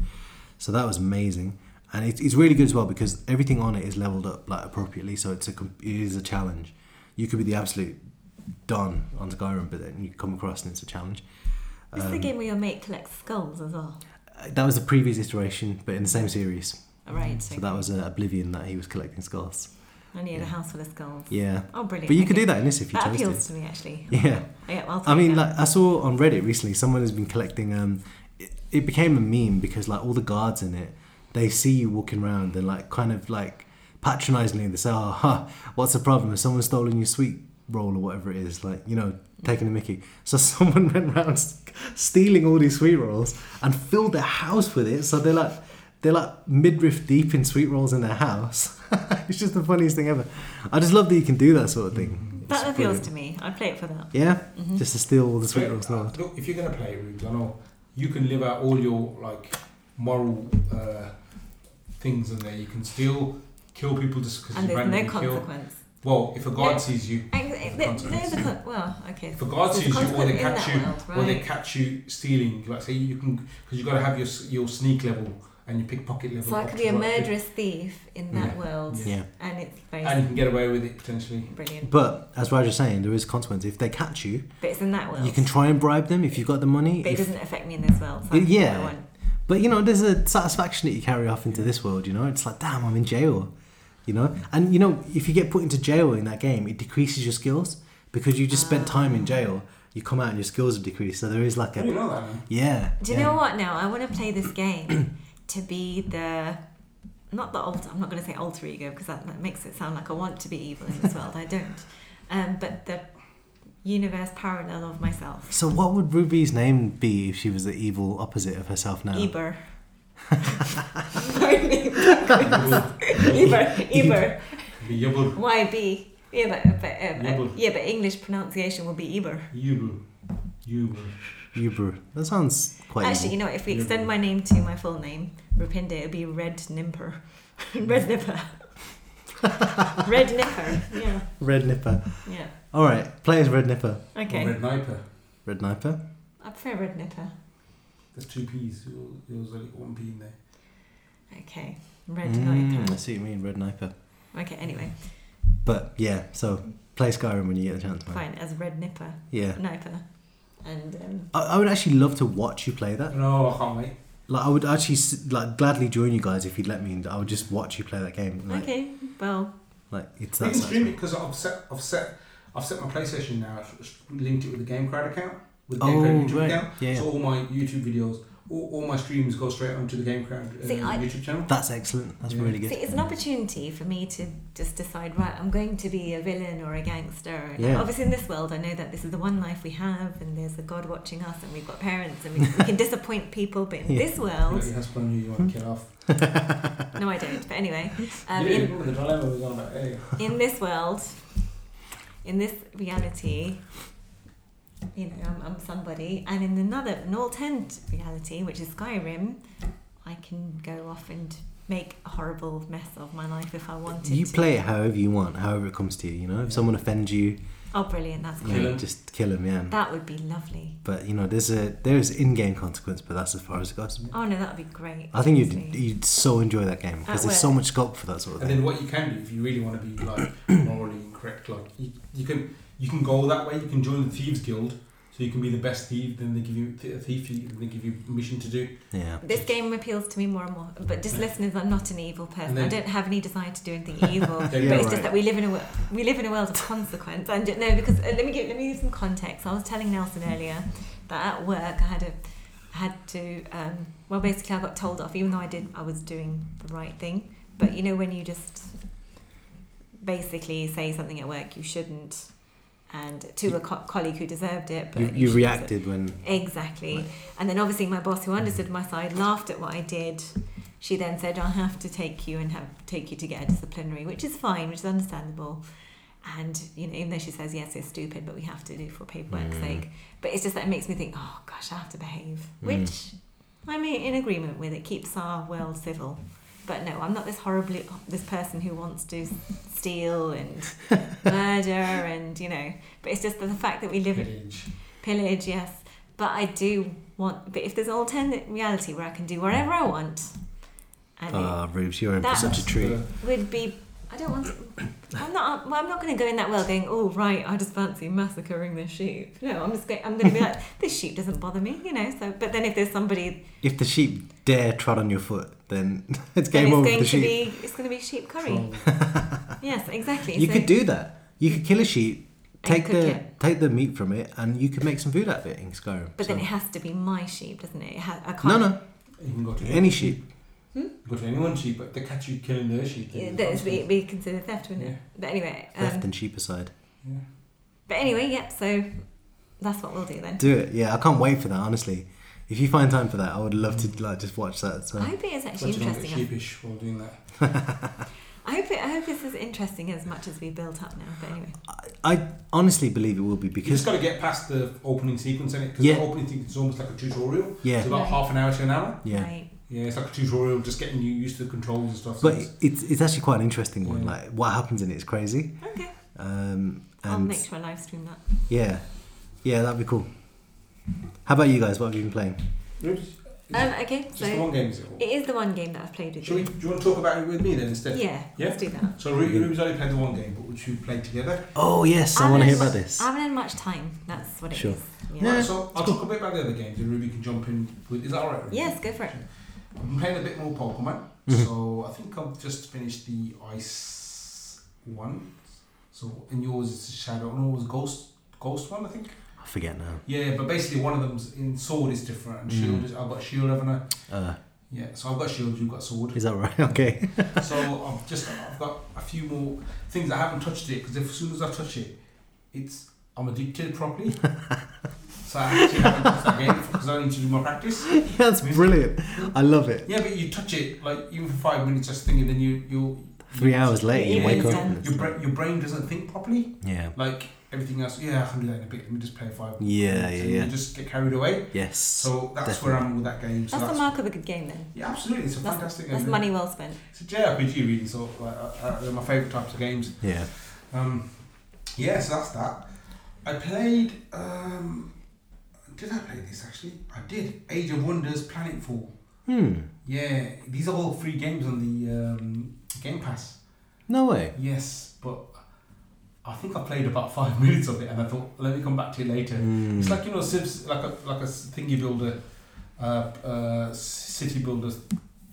A: So that was amazing, and it's, it's really good as well because everything on it is leveled up like appropriately. So it's a com- it is a challenge. You could be the absolute don on Skyrim, but then you come across and it's a challenge.
C: This
A: um,
C: is the game where your mate collects skulls as well.
A: Uh, That was the previous iteration, but in the same series.
C: All right.
A: So that was uh, Oblivion that he was collecting skulls.
C: I need a house full of skulls.
A: Yeah,
C: Oh, brilliant.
A: but you
C: okay.
A: could do that in this if you
C: That
A: chose
C: appeals
A: to.
C: to me actually.
A: Yeah.
C: Yeah, I'll take
A: I mean,
C: that.
A: like I saw on Reddit recently, someone has been collecting. Um, it, it became a meme because like all the guards in it, they see you walking around and like kind of like patronizingly they say, "Oh, huh, what's the problem? Has someone stolen your sweet roll or whatever it is?" Like you know, taking a Mickey. So someone went around st- stealing all these sweet rolls and filled their house with it. So they're like. They're like midriff deep in sweet rolls in their house. it's just the funniest thing ever. I just love that you can do that sort of thing. It's
C: that appeals
A: brilliant.
C: to me. I'd play it for that. Mm-hmm.
A: Yeah,
C: Mm.
A: just to steal all the sweet rolls.
B: Uh,
A: Now.
B: Look, if you're gonna play Rubes, I know you can live out all your like moral uh, things in there. You can still kill people just because
C: And
B: you
C: there's no
B: randomly kill.
C: consequence.
B: Well, if a god
C: Yeah.
B: sees you,
C: I- I- there- There's a con- well, okay.
B: if a god
C: There's a
B: sees you, or they
C: consequence in
B: catch
C: that
B: you,
C: world,
B: or they
C: right.
B: catch you stealing, like say you can, because you gotta have your s- your sneak level and your pickpocket level.
C: So I
B: up
C: could
B: to
C: be a
B: like fif-
C: murderous thief in that
B: Yeah.
C: world,
A: Yeah.
C: and it's
B: and
C: very
B: you can get away with it potentially.
C: brilliant.
A: But as Raj was saying, there is consequence. If they catch you,
C: But it's in that world.
A: you can try and bribe them if you've got the money.
C: but it
A: if-
C: doesn't affect me in this world.
A: Yeah.
C: So I can do what I want.
A: but you know, there's a satisfaction that you carry off into this world. You know, it's like damn, I'm in jail. You know,
C: Mm.
A: and you know, if you get put into jail in that game, it decreases your skills because you just
C: Ah.
A: spent time in jail. You come out and your skills have decreased. So there is like
B: How do you
A: a
B: know that? Man?
A: yeah.
C: Do you
A: yeah.
C: know what? Now I want to play this game to be the not the alter. I'm not going to say alter ego because that, that makes it sound like I want to be evil in this world. I don't. Um, but the universe parallel of myself.
A: So what would Ruby's name be if she was the evil opposite of herself now?
C: Eber. Uber, Uber.
D: Be Yubble.
C: Why B? Yeah, but, but, uh, uh,
D: Uber.
C: yeah, but English pronunciation will be Eber.
D: Yubble. Yubble.
A: Uber. That sounds quite.
C: Actually, you know, if we
D: Yeah,
C: extend
D: but-
C: my name to my full name, Rupinder, it'll be Red Nimper. Red Nipper. Red Nipper. Yeah.
A: Red Nipper.
C: Yeah.
A: All right, play as Red Nipper.
C: Okay.
D: Or Red Niper.
A: Red Nipper.
C: I prefer Red Nipper.
D: There's two P's. Yours- Yours only got one P in there.
C: Okay. Red
A: Mm, I
C: Nipper.
A: see what you mean, Red Nipper.
C: Okay, anyway.
A: But yeah, so play Skyrim when you get a chance, man.
C: Fine, as Red Nipper.
A: Yeah.
C: Nipper. And um,
A: I, I would actually love to watch you play that.
D: No, I can't wait.
A: Like, I would actually s- like gladly join you guys if you'd let me. And I would just watch you play that game. Like,
C: okay, well,
A: like it's
B: We
A: that.
B: can stream it
A: Much.
B: because I've set, I've set, I've set my PlayStation now. I've s- linked it with the GameCrowd account, with the
A: Oh,
B: GameCrowd YouTube
A: right.
B: account.
A: Yeah,
B: So
A: yeah.
B: all my YouTube videos, all, all my streams go straight onto the GameCrowd uh,
C: See, I-
B: YouTube channel.
A: That's excellent. That's
B: Yeah.
A: really
C: see,
A: good.
C: it's an opportunity for me to just decide. Right, I'm going to be a villain or a gangster. And
A: Yeah.
C: Obviously, in this world, I know that this is the one life we have, and there's a God watching us, and we've got parents, and we, we can disappoint people. But in
A: Yeah.
C: this world,
B: Let your husband know who you want to kill off.
C: no, I don't. But anyway, um,
D: yeah,
C: in,
D: the dilemma was on about earlier.
C: in this world, in this reality, you know, I'm, I'm somebody, and in another, an alternate reality, which is Skyrim, I can go off and make a horrible mess of my life if I wanted
A: You
C: to.
A: play it however you want, however it comes to you. You know, if someone offends you,
C: Oh, brilliant! That's
A: you
C: great.
A: know,
D: Kill 'em.
A: just kill them. Yeah.
C: That would be lovely.
A: But you know, there's a there is in-game consequence, but that's as far as it goes.
C: Oh no, that would be great.
A: I think you'd
C: honestly.
A: you'd so enjoy that game because
C: At
A: there's so
C: work.
A: much scope for that sort of
B: And
A: thing.
B: then what you can do if you really want to be like morally incorrect, like you, you can you can go that way. You can join the thieves guild, so you can be the best thief. Then they give you th- a thief, you- then they give you a mission to do.
A: Yeah.
C: This game appeals to me more and more, but just listeners, I'm not an evil person.
B: then-
C: I don't have any desire to do anything evil.
B: Then
A: Yeah,
C: but it's
A: right.
C: just that we live in a wo- we live in a world of consequence. And no, because uh, let me give let me give some context. I was telling Nelson earlier that at work I had a I had to um, well basically I got told off even though I did I was doing the right thing. But you know when you just basically say something at work you shouldn't, and to a co- colleaague who deserved it, but
A: You,
C: shouldn't.
A: you reacted when
C: Exactly. And then obviously my boss, who understood my side, laughed at what I did. She then said, "I'll have to take you and have take you to get a disciplinary," which is fine, which is understandable. And you know, even though she says yes, it's stupid, but we have to do it for paperwork's
A: Mm.
C: sake. But it's just that it makes me think, oh gosh, I have to behave, which I'm i- in agreement with. It keeps our world civil. But no, I'm not this horribly this person who wants to s- steal and murder and you know. But it's just that the fact that we live in
B: Pillage.
C: pillage yes but i do want but if there's an alternate reality where i can do whatever i want and
A: Ah, Rubes, you're in for
C: That's
A: such a treat.
B: The-
C: it would be i don't want to i'm not well, i'm not going to go in that well going oh right i just fancy massacring this sheep no i'm just going i'm going to be like this sheep doesn't bother me you know so but then if there's somebody
A: If the sheep dare trod on your foot, then it's
C: then
A: game
C: it's
A: over for
C: going
A: the
C: to
A: sheep.
C: be it's going to be sheep curry
B: Troll.
C: yes exactly
A: You
C: so,
A: could do that. You could kill a sheep,
C: And
A: take
C: cook
A: the
C: it.
A: take the meat from it, and you could make some food out of it in Skyrim.
C: but then
A: so-
C: it has to be my sheep doesn't it, it ha- i can't
A: no, no,
B: You can go to
A: any sheep.
B: Go to anyone's sheep, but they catch you killing their sheep. then
C: that is,
B: it's-
C: it'd be considered theft wouldn't it
B: Yeah.
C: but anyway um,
A: Left and sheep aside.
B: Yeah.
C: But anyway, yep, so that's what we'll do then.
A: Do it. Yeah, I can't wait for that. Honestly, if you find time for that, I would love to like just watch that. So
C: I hope it is
B: So
C: actually
B: you don't get
C: interesting.
B: sheepish while doing that.
C: I hope it, I hope it's as interesting as much as we built up now. But anyway,
A: I, I honestly believe it will be
B: You just
A: because
B: got to get past the opening sequence in it because
A: Yeah.
B: the opening sequence is almost like a tutorial.
A: yeah,
B: It's about
C: Right.
B: half an hour to an hour.
A: yeah.
C: right.
B: Yeah, it's like a tutorial, just getting you used to the controls and stuff. so
A: But
B: it's-
A: it's it's actually quite an interesting one.
B: Yeah.
A: Like what happens in it is crazy.
C: Okay.
A: Um,
C: I'll
A: and
C: make sure I live stream that.
A: yeah, yeah, that'd be cool. How about you guys? What have you been playing?
B: Oops.
C: Um, okay,
B: Just the
C: so
B: one game, is it?
C: it is the one game that I've played with
B: Shall we,
C: you.
B: do you want to talk about it with me then instead?
C: Yeah,
B: Yeah?
C: let's do that.
B: So Ru- Ruby's only played the one game, but would you play together?
A: Oh yes, I want to hear about this.
C: I haven't had much time. That's what it is.
A: Sure.
C: Yeah.
A: Yeah.
B: So I'll talk a bit about the other games and Ruby can jump in. With, is that alright? Ruby?
C: Yes, go for it.
B: I've been playing a bit more Pokemon.
A: Mhm.
B: So I think I've just finished the Ice one. So and yours is Shadow. No, it was Ghost. Ghost one, I think.
A: I forget now.
B: Yeah, but basically one of them's in Sword is different and Shield. Is, I've got Shield, haven't I?
A: Uh,
B: Yeah. So I've got Shield. You've got Sword.
A: is that right? Okay.
B: So I've just I've got a few more things I haven't touched it because as soon as I touch it, it's I'm addicted properly. so So I actually haven't touched that game because I need to do my practice.
A: That's brilliant. I love it.
B: Yeah, but you touch it like even for five minutes, just thinking, then you you
A: Three hours later, you
C: Yeah,
A: wake
B: your,
A: up.
C: yeah.
A: and
B: your,
A: it's-
B: bra- your brain doesn't think properly.
A: Yeah.
B: Like everything else, yeah, I can do that in a bit. Let me just play five.
A: Yeah,
B: minutes,
A: yeah,
B: and
A: yeah.
B: You just get carried away.
A: Yes.
B: So that's where I'm with that game. So
C: That's
B: that's,
C: the mark of a good game, then.
B: yeah, absolutely, it's a
C: That's-
B: fantastic
C: That's
B: game.
C: money well spent.
B: It's a JRPG, really. So like, uh, uh, they're my favorite types of games.
A: Yeah.
B: Um, yeah, so that's that. I played. Um, did I play this actually? I did. Age of Wonders, Planetfall.
A: Hmm.
B: Yeah, these are all free games on the um, Game Pass.
A: No way.
B: Yes, but I think I played about five minutes of it, and I thought, let me come back to it later.
A: Hmm.
B: It's like you know, Sims, like a like a s- thing you build a uh, uh, city builder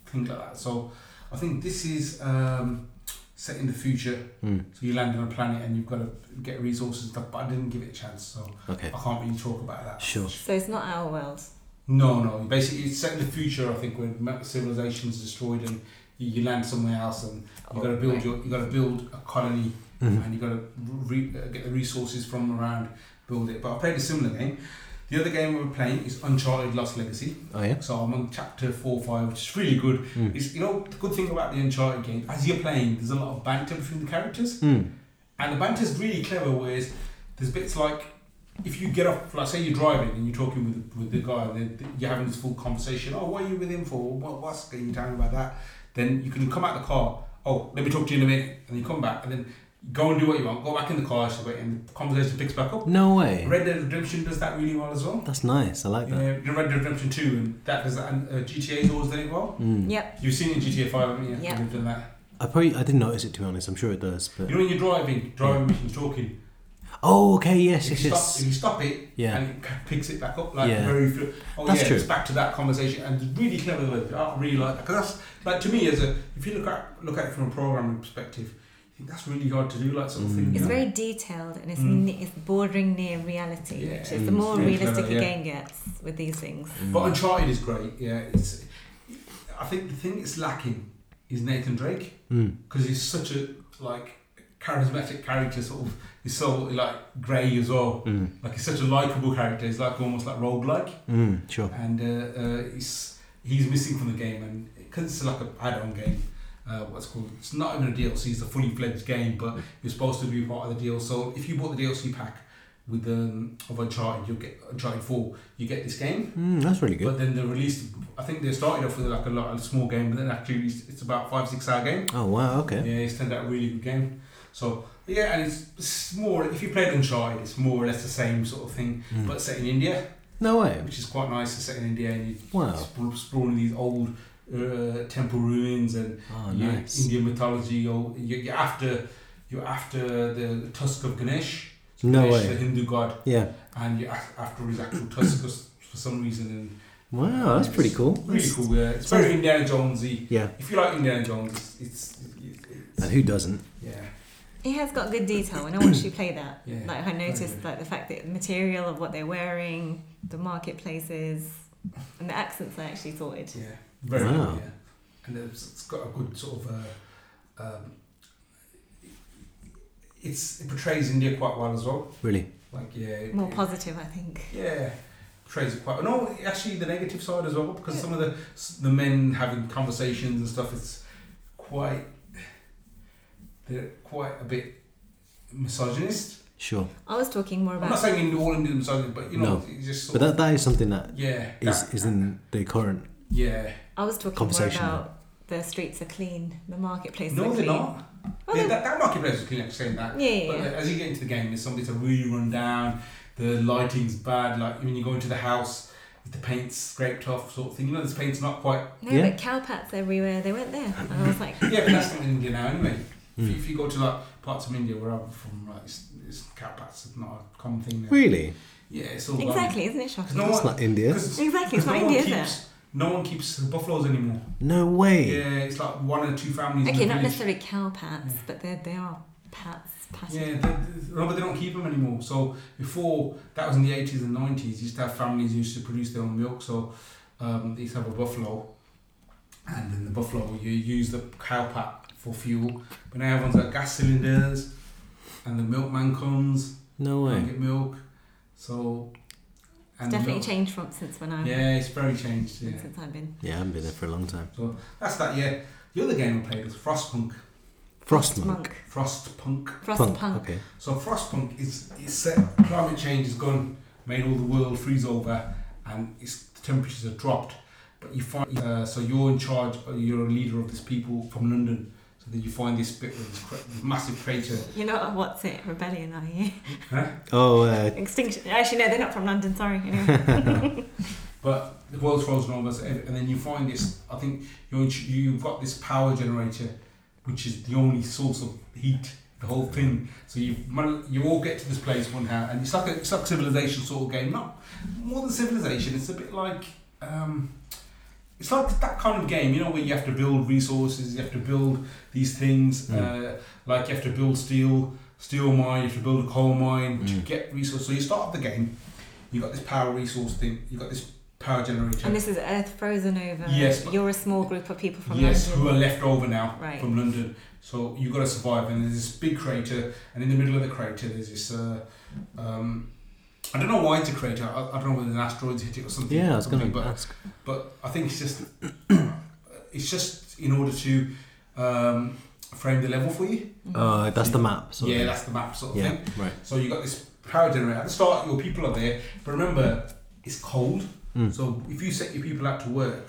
B: thing like that. So I think this is um, set in the future.
A: Hmm.
B: So you land on a planet and you've got to get resources and stuff, but I didn't give it a chance, so
A: Okay.
B: I can't really talk about that.
A: Sure.
C: So it's not our world.
B: No, no. Basically, it's set in the future. I think when ma- civilization's destroyed and you, you land somewhere else, and you got to build your, you got to build a colony,
A: Mhm.
B: and you got to re- uh, get the resources from around, build it. But I played a similar game. The other game we're playing is Uncharted: Lost Legacy.
A: Oh yeah.
B: So I'm on chapter four, five, which is really good.
A: Mm.
B: It's you know the good thing about the Uncharted game as you're playing, there's a lot of banter between the characters.
A: Mm.
B: And the banter's really clever, whereas there's bits like if you get off, like say you're driving and you're talking with with the guy, and then you're having this full conversation. Oh, what are you with him for? What, what's going you talking about that? Then you can come out the car. Oh, let me talk to you in a minute, and you come back, and then go and do what you want. Go back in the car, so wait, and the conversation picks back up.
A: No way.
B: Red Dead Redemption does that really well as well.
A: That's nice. I like
B: Yeah,
A: that.
B: Red Dead Redemption Two, and that does that. And uh, GTA does that well.
A: Mm.
C: Yep.
B: You've seen it in GTA Five, haven't you?
C: Yeah.
B: You've done that.
A: I probably I didn't notice it to be honest. I'm sure it does, but
B: You know when you're driving, driving and talking.
A: oh okay, yes,
B: If
A: yes,
B: you, stop,
A: yes.
B: if you stop it,
A: Yeah.
B: and it picks it back up like
A: Yeah.
B: very flu- oh
A: That's
B: yeah
A: true.
B: it's back to that conversation and really clever work I really like that because that's like to me as a if you look at look at it from a programming perspective I think that's really hard to do like sort of thing
A: Mm.
B: you
C: It's
B: know?
C: very detailed and it's,
B: Mm.
C: ne- it's bordering near reality,
B: Yeah,
C: which is
A: mm.
C: the more
B: Yeah,
C: realistic
B: clever,
C: a
B: yeah.
C: game gets with these things.
B: but
A: Hmm.
B: Uncharted is great yeah it's I think the thing that's lacking is Nathan Drake
A: Mm.
B: because he's such a like charismatic character sort of he's so like grey as well
A: Mm.
B: like he's such a likeable character he's like almost like roguelike
A: Mm. Sure.
B: and uh, uh, he's he's missing from the game, and because it's like a add-on game, uh, what's called it's not even a DLC, it's a fully fledged game, but you're supposed to be part of the deal. So if you bought the DLC pack with um, of Uncharted, you'll get Uncharted Four, you get this game.
A: Mm, that's really good.
B: But then they released, I think they started off with like a lot a small game, but then actually it's, it's about five six hour game.
A: Oh wow. Okay.
B: Yeah, it's turned out a really good game. So yeah, and it's, it's more if you played Uncharted, it's more or less the same sort of thing,
A: Mm.
B: but Oh, set in India,
A: No way.
B: which is quite nice. It's set in India, and you
A: Wow.
B: Exploring sprawling these old uh, temple ruins and
A: Oh
B: you know,
A: nice.
B: Indian mythology. You're, you're you're after you're after the tusk of Ganesh. So
A: No
B: Ganesh,
A: way.
B: the Hindu god,
A: Yeah.
B: and you're af- after his actual tusk 'cause for some reason. And
A: Wow. That's pretty cool.
B: Really cool. Yeah, it's very Indiana Jonesy.
A: Yeah.
B: If you like Indiana Jones, it's, it's, it's,
A: And who doesn't?
B: yeah,
C: It has got good detail. When I watched you play that,
B: Yeah,
C: like I noticed
B: good.
C: like the fact that the material of what they're wearing, the marketplaces, and the accents are actually sorted.
B: yeah, very
A: Wow.
B: good, yeah. And it's, it's got a good sort of. Uh, um, it's, it portrays India quite well as well.
A: Really.
B: Like yeah, it-
C: More
B: it-
C: positive, I think.
B: Yeah, portrays it quite. No, actually, the negative side as well because some of the the men having conversations and stuff. It's quite they're quite a bit misogynist.
A: Sure.
C: I was talking more
B: I'm not
C: about
B: saying in all Indian misogynist, but you know,
A: No.
B: it's just sort
A: But that that is something that
B: of, yeah,
A: is
B: that-
A: is in the current.
B: yeah.
C: I was talking more
A: Conversation.
C: about the streets are clean, the marketplaces are
B: No, they're
C: clean.
B: not.
C: Well,
B: yeah,
C: they're-
B: that, that marketplace is clean. I'm saying that.
C: Yeah, yeah,
B: But
C: yeah.
B: as you get into the game, there's something that's really run down. The lighting's bad. Like when you go into the house, the paint's scraped off, sort of thing. You know, this paint's not quite
C: No,
A: Yeah.
C: but cowpats everywhere. They weren't there, and I was like,
B: Yeah, but that's not in India now anyway. If,
A: Hmm.
B: you, if you go to like parts of India where I'm from, like it's, it's cat pats is not a common thing. Now.
A: Really.
B: Yeah, it's all
C: exactly, isn't it
B: Because
C: shocking?
B: no
A: That's
B: one,
A: not India.
B: cause,
C: Exactly, it's
B: 'cause
C: not
B: no
C: India,
B: one
C: is it?
B: keeps no one keeps buffaloes anymore.
A: No way.
B: Yeah, it's like one or two families. in
C: Okay,
B: the
C: not
B: village.
C: necessarily cowpats, but they they are pats. pats.
B: Yeah, they, they, no, but they don't keep them anymore. So before that was in the eighties and nineties. Used to have families who used to produce their own milk. So um, they used to have a buffalo, and then the buffalo you use the cow pat for fuel. But now everyone's got gas cylinders, and the milkman comes
A: No
B: and
A: way.
B: get milk. So
C: It's
B: And
C: definitely
B: not-
C: changed from since when I
B: Yeah, it's very changed. Yeah.
C: since I've been.
A: Yeah, I haven't been there for a long time.
B: So that's that. Yeah. The other game we played was Frostpunk.
A: Frostmonk.
B: Frostpunk.
C: Frostpunk. Punk.
A: Okay.
B: So frostpunk is it's set, climate change has gone, made all the world freeze over, and it's, the temperatures have dropped. But you find uh, so you're in charge, uh, you're a leader of this people from London. So then you find this bit with this cra- massive crater.
C: You're not a what's it rebellion, are you?
A: Oh, uh,
C: Extinction. Actually, no, they're not from London. Sorry. Anyway.
B: But the world's frozen over, so ev- and then you find this. I think you're in, ch- you've got this power generator, which is the only source of heat. The whole thing. So you you all get to this place one how, and it's like a it's like civilization sort of game. Not more than civilization. It's a bit like um, it's like that kind of game. You know where you have to build resources, you have to build these things. Uh, like you have to build steel steel mine, you have to build a coal mine to
A: Mm.
B: get resources. So you start the game. You got this power resource thing. You got this power generator.
C: and this is Earth frozen over.
B: Yes, but-
C: You're a small group of people from
B: yes,
C: London.
B: who are left over now
C: Right.
B: from London. So you've got to survive, and there's this big crater, and in the middle of the crater, there's this. Uh, um, I don't know why it's a crater. I, I don't know whether an asteroid's hit it or something.
A: yeah, I was going
B: something,
A: to
B: but
A: ask.
B: but I think it's just it's just in order to um, frame the level for you.
C: Mm-hmm.
A: Uh, that's the map. Sort of.
B: yeah, that's the map sort of
A: yeah,
B: thing.
A: right.
B: So you got this power generator. At the start, your people are there, but remember, it's cold.
A: Mm.
B: So if you set your people out to work,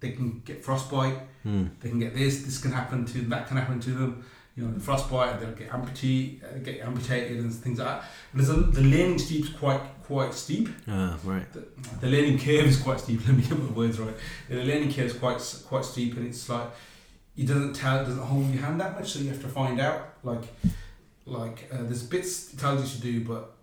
B: they can get frostbite.
A: Mm.
B: They can get this. This can happen to them. That can happen to them. You know, frostbite. They'll get amputee, uh, get amputated, and things like that. There's a, the learning steep's quite quite steep
A: Uh, right.
B: the, the learning curve is quite steep. Let me get my words right. The learning curve is quite s- quite steep, and it's like it doesn't tell, it doesn't hold your hand that much. So you have to find out. Like like uh, there's bits it tells you to do, but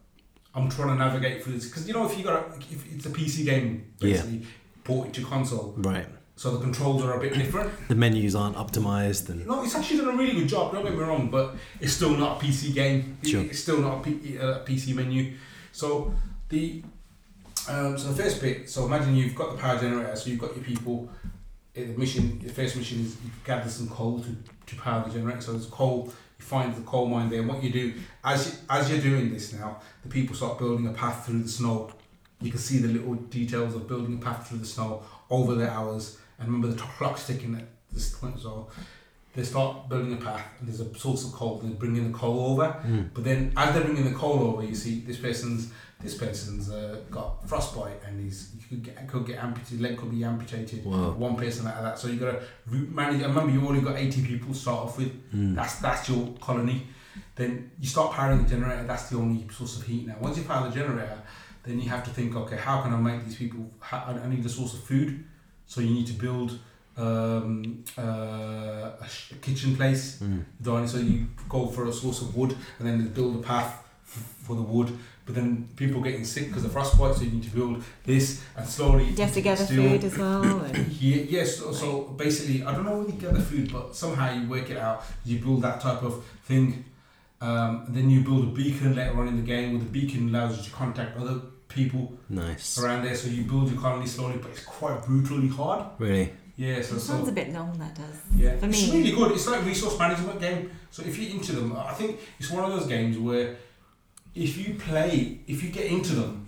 B: I'm trying to navigate through this because you know if you got a, if it's a PC game
A: Yeah.
B: basically ported to console,
A: Right.
B: so the controls are a bit different.
A: The menus aren't optimized and.
B: No, it's actually done a really good job. Don't get me wrong, but it's still not a PC game. It-
A: Sure.
B: It's still not a P- uh, PC menu. So the um, so the first bit. So imagine you've got the power generator. So you've got your people. Uh, The mission. The first mission is you gather some coal to, to power the generator. So there's coal. You find the coal mine there. And what you do as you, as you're doing this now, the people start building a path through the snow. You can see the little details of building a path through the snow over the hours. And remember the clock's ticking at this point as well they start building a path and there's a source of coal and they're bringing the coal over
A: Mm.
B: but then as they're bringing the coal over you see this person's this person's uh, got frostbite and he's he could get, could get amputated leg could be amputated
A: Wow.
B: one person out of that so you gotta re- manage and remember you only got 80 people to start off with
A: Mm.
B: that's that's your colony. Then you start powering the generator. That's the only source of heat now. Once you power the generator, then you have to think, okay, how can I make these people? How, I I need a source of food, so you need to build um, uh, a, sh- a kitchen place.
A: Mm.
B: Then so you go for a source of wood, and then build a path f- for the wood. But then people getting sick because of frostbite, so you need to build this, and slowly
C: You have to gather
B: still-
C: food as well. and-
B: yeah, yes. So, so basically, I don't know where you get the food, but somehow you work it out. You build that type of thing, um, and then you build a beacon later on in the game, where the beacon allows you to contact other people
A: Nice.
B: around there. So you build your colony slowly, but it's quite brutally hard.
A: Really.
B: Yeah. So,
C: It sounds a
B: so
C: bit long. That does.
B: yeah,
C: for
B: it's
C: me.
B: really good. It's like a resource management game. So if you're into them, I think it's one of those games where if you play, if you get into them,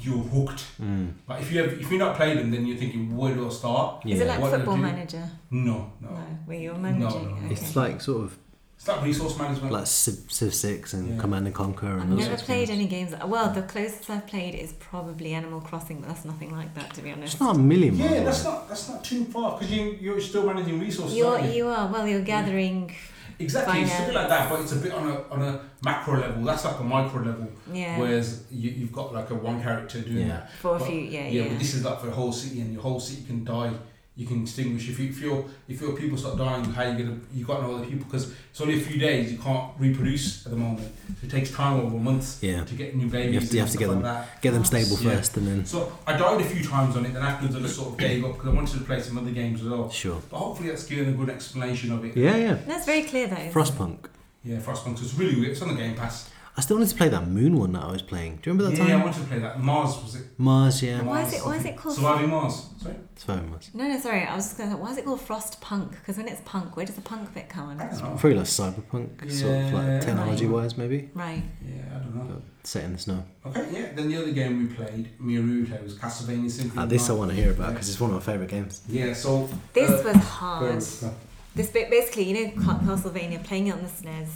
B: you're hooked.
A: Mm.
B: But if you have, if you're not playing them, then you're thinking, where do I start?
A: Yeah.
C: Is it like
B: What do I
C: Football
B: do?
C: Manager?
B: No, no.
C: No, where you're
B: no,
C: managing.
B: no.
C: Okay.
A: It's like sort of
B: It's like resource management.
A: like Civ, Civ Six and
B: Yeah.
A: Command and Conquer
C: I've
A: and those
C: never
A: sorts of
C: played
A: games.
C: any games. Well, the closest I've played is probably Animal Crossing, but that's nothing like that, to be honest.
A: It's not a million miles.
B: yeah,
A: away.
B: that's not that's not too far because you you're still managing resources.
C: You're,
B: aren't you?
C: you are, well, you're gathering,
B: exactly. It's a bit
C: finance.
B: like that, but it's a bit on a on a macro level. That's like a micro level.
C: yeah,
B: Whereas you you have got like a one character doing
A: Yeah.
B: that.
C: for a
B: but-
C: few, yeah,
B: Yeah,
C: yeah.
B: but this is like for a whole city, and your whole city can die. You can extinguish if you if your if your people start dying. How you gonna you got no other people because it's only a few days. You can't reproduce at the moment. So it takes time over months
A: Yeah.
B: to get new babies.
A: to- you
B: and
A: have to get them-
B: stuff like that.
A: Get them stable
B: Yeah.
A: first and then.
B: So I died a few times on it. Then afterwards, I just sort of gave up because I wanted to play some other games as well.
A: Sure.
B: But hopefully that's given a good explanation of it.
A: Yeah, yeah.
C: That's very clear, though.
A: Frostpunk.
B: Yeah, Frostpunk is really weird. It's on the Game Pass.
A: I still wanted to play that Moon one that I was playing. Do you remember that
B: yeah, I
A: time?
B: wanted to play that. Mars was it?
A: Mars, yeah.
C: Why is it- why is it called-
B: Surviving Mars? Sorry.
A: Sorry, Mars.
C: No, no, sorry. I was just going to say, why is it called Frost Punk? Because when it's punk, where does the punk bit come
B: I
C: in?
B: don't know.
A: Probably like cyberpunk, sort of
B: Yeah.
A: like technology wise, maybe.
C: Right.
B: Yeah, I don't know.
A: but set in the snow.
E: Okay.
B: Yeah, then the other game we played, Miruta, was Castlevania Symphony.
A: Ah,
B: of
A: this I
B: Night.
A: want to hear about because it's one of my favorite games.
B: Yeah, so.
C: This
B: uh,
C: was hard.
B: Go on,
C: This bit, basically, you know, Ca- Castlevania playing it on the SNES.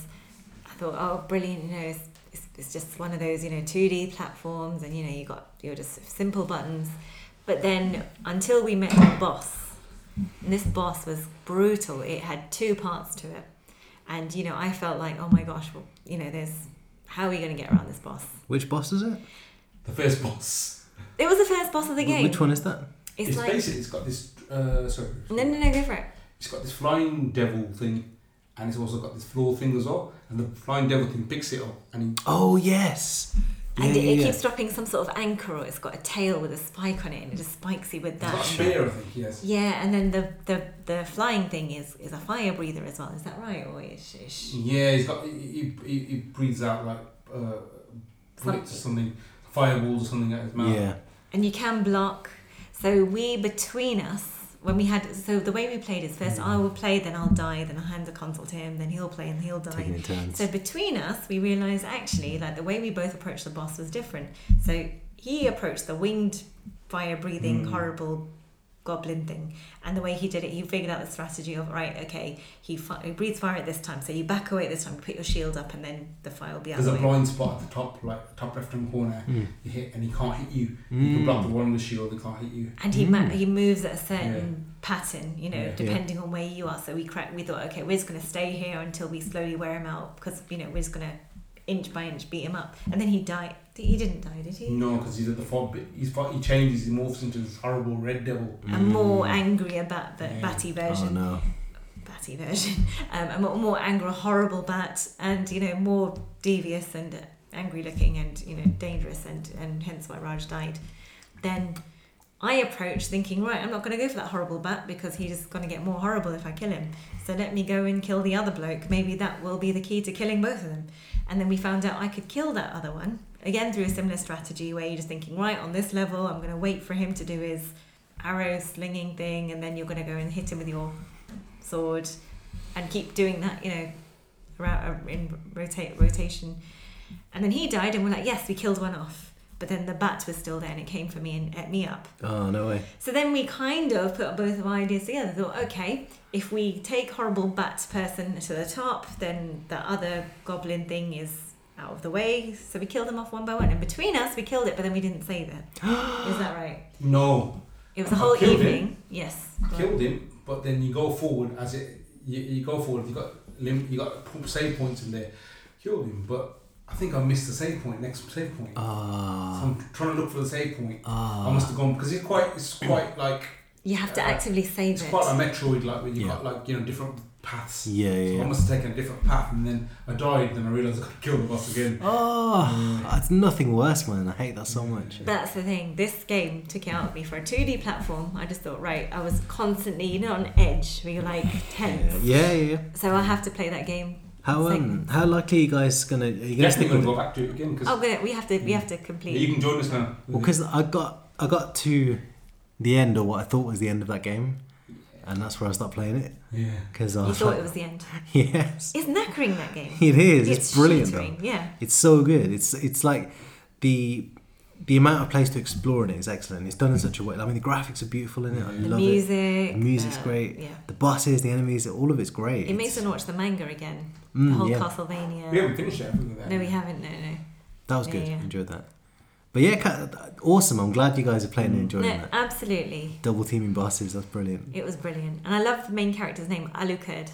C: I thought, oh, brilliant! You know, it's, it's, it's just one of those, you know, two D platforms, and you know, you got you're just simple buttons. But then until we met the boss, and this boss was brutal. It had two parts to it, and you know, I felt like, oh my gosh, well, you know, there's how are we going to get around this boss?
A: Which boss is it?
B: the first boss.
C: It was the first boss of the
A: Wh-
C: game.
A: Which one is that?
C: It's,
B: It's,
C: like
B: basically, it's got this. Uh, sorry.
C: no, no, no, go for it.
B: It's got this flying devil thing, and it's also got this floor thing as well. And the flying devil thing picks it up, and he
A: Oh yes.
C: And
A: Yeah,
C: it,
A: yeah,
C: it
A: yeah.
C: keeps dropping some sort of anchor, or it's got a tail with a spike on it, and it just spikes you with
B: It's got a
C: that.
A: Gotcha.
B: spear, I think, yes.
C: Yeah, and then the, the, the flying thing is, is a fire breather as well. Is that right? Or it's, it's-
A: Mm.
B: Yeah, he's got he, he, he breathes out like uh, bullets or something, fireballs or something out of his mouth.
A: Yeah.
C: and you can block. So we between us, when we had so the way we played is first
A: Mm.
C: I will play, then I'll die, then I'll hand the console to him, then he'll play and he'll die.
A: Taking it turns.
C: So between us, we realised actually like the way we both approached the boss was different. So he approached the winged, fire-breathing,
B: Mm.
C: horrible goblin thing, and the way he did it, he figured out the strategy of right, okay, he, fi- he breathes fire at this time, so you back away at this time, put your shield up, and then the fire will be out.
B: There's
C: the
B: a
C: way.
B: blind spot at the top, like top left hand corner.
A: Mm.
B: You hit and he can't hit you. You can block the
A: Hmm.
B: one with the shield and can't hit you.
C: and he ma-
A: Mm.
C: he moves at a certain pattern, you know,
B: Yeah.
C: depending on where you are. So we crack. We thought, okay, we're just gonna stay here until we slowly wear him out because you know we're just gonna inch by inch beat him up, and then he died. He didn't die, did he?
B: No, because he's at the fob. bit. He's fi- he changes. He morphs into this horrible red devil.
C: A more angrier bat, but
B: Yeah.
C: batty
A: Oh
C: version,
A: no.
C: batty version, um, a more, more angry, horrible bat, and you know more devious and uh, angry looking, and you know dangerous, and and hence why Raj died. Then I approached thinking, right, I'm not going to go for that horrible bat because he's just going to get more horrible if I kill him. So let me go and kill the other bloke. Maybe that will be the key to killing both of them. And then we found out I could kill that other one again through a similar strategy where you're just thinking, right, on this level, I'm going to wait for him to do his arrow slinging thing, and then you're going to go and hit him with your sword and keep doing that, you know, around, in rotate rotation. And then he died, and we're like, yes, we killed one off. But then the bat was still there, and it came for me and ate me up.
A: Oh no way.
C: So then we kind of put both of our ideas together. Thought, okay, if we take horrible bat person to the top, then the other goblin thing is out of the way. So we killed them off one by one, and between us, we killed it, but then we didn't say that. is that right?
B: No,
C: It was a
B: I
C: whole
B: killed him.
C: evening. Yes.
B: I killed him. But then you go forward as it. You, you go forward. You got lim- you got p- save points in there. Killed him, but I think I missed the save point. Next save point. So
A: Ah.
B: I'm trying to look for the save point. I
A: Ah. Mm.
B: must have gone because it's quite it's quite like
C: You have to actively save
B: it's
C: it.
B: quite like Metroid like when you
A: Yeah.
B: have got like you know different paths.
A: Yeah,
B: So
A: yeah.
B: I
A: yeah.
B: must have taken a different path and then I died. Then I realised I could kill the boss again.
C: Mm.
A: Oh, that's nothing worse, man. I hate that so much.
C: That's the thing. This game took it out of me for a 2D platform. I just thought, right, I was constantly, you know, on edge. We were like tense.
A: Yeah, yeah, yeah.
C: So I have to play that game.
A: How um,
C: Segments.
A: how likely are you guys gonna? Are you gonna
B: Definitely
A: stick
B: gonna
A: with
B: go
A: it?
B: back to it again because
C: Oh, good. We have to. We have to complete.
B: you can join us now.
A: Well, because I got I got to the end or what I thought was the end of that game, and that's where I stopped playing it
B: yeah,
A: because I
C: You
A: was
C: thought
A: like,
C: it was the end.
A: yes,
C: It's knackering that game.
A: it is. It's, brilliant though.
C: shattering, Yeah.
A: It's so good. It's it's like the the amount of place to explore in it is excellent. It's done in such a way. I mean, the graphics are beautiful in it. I
B: The
C: The
A: love it.
C: music.
A: The music's great.
C: Yeah.
A: The bosses, the enemies, all of it's great.
C: It makes
A: It's-
C: one watch the manga again.
A: Mm,
C: the whole
A: yeah.
C: Castlevania.
B: we haven't finished it. Have we, with that?
C: No, we haven't. No, no.
A: That was
C: Yeah,
A: good.
C: yeah.
A: Enjoyed that. But yeah, ca- awesome. I'm glad you guys are playing and enjoying
C: Mm. No,
A: that.
C: absolutely.
A: Double teaming bosses. That's brilliant.
C: It was brilliant. And I love the main character's name, Alucard.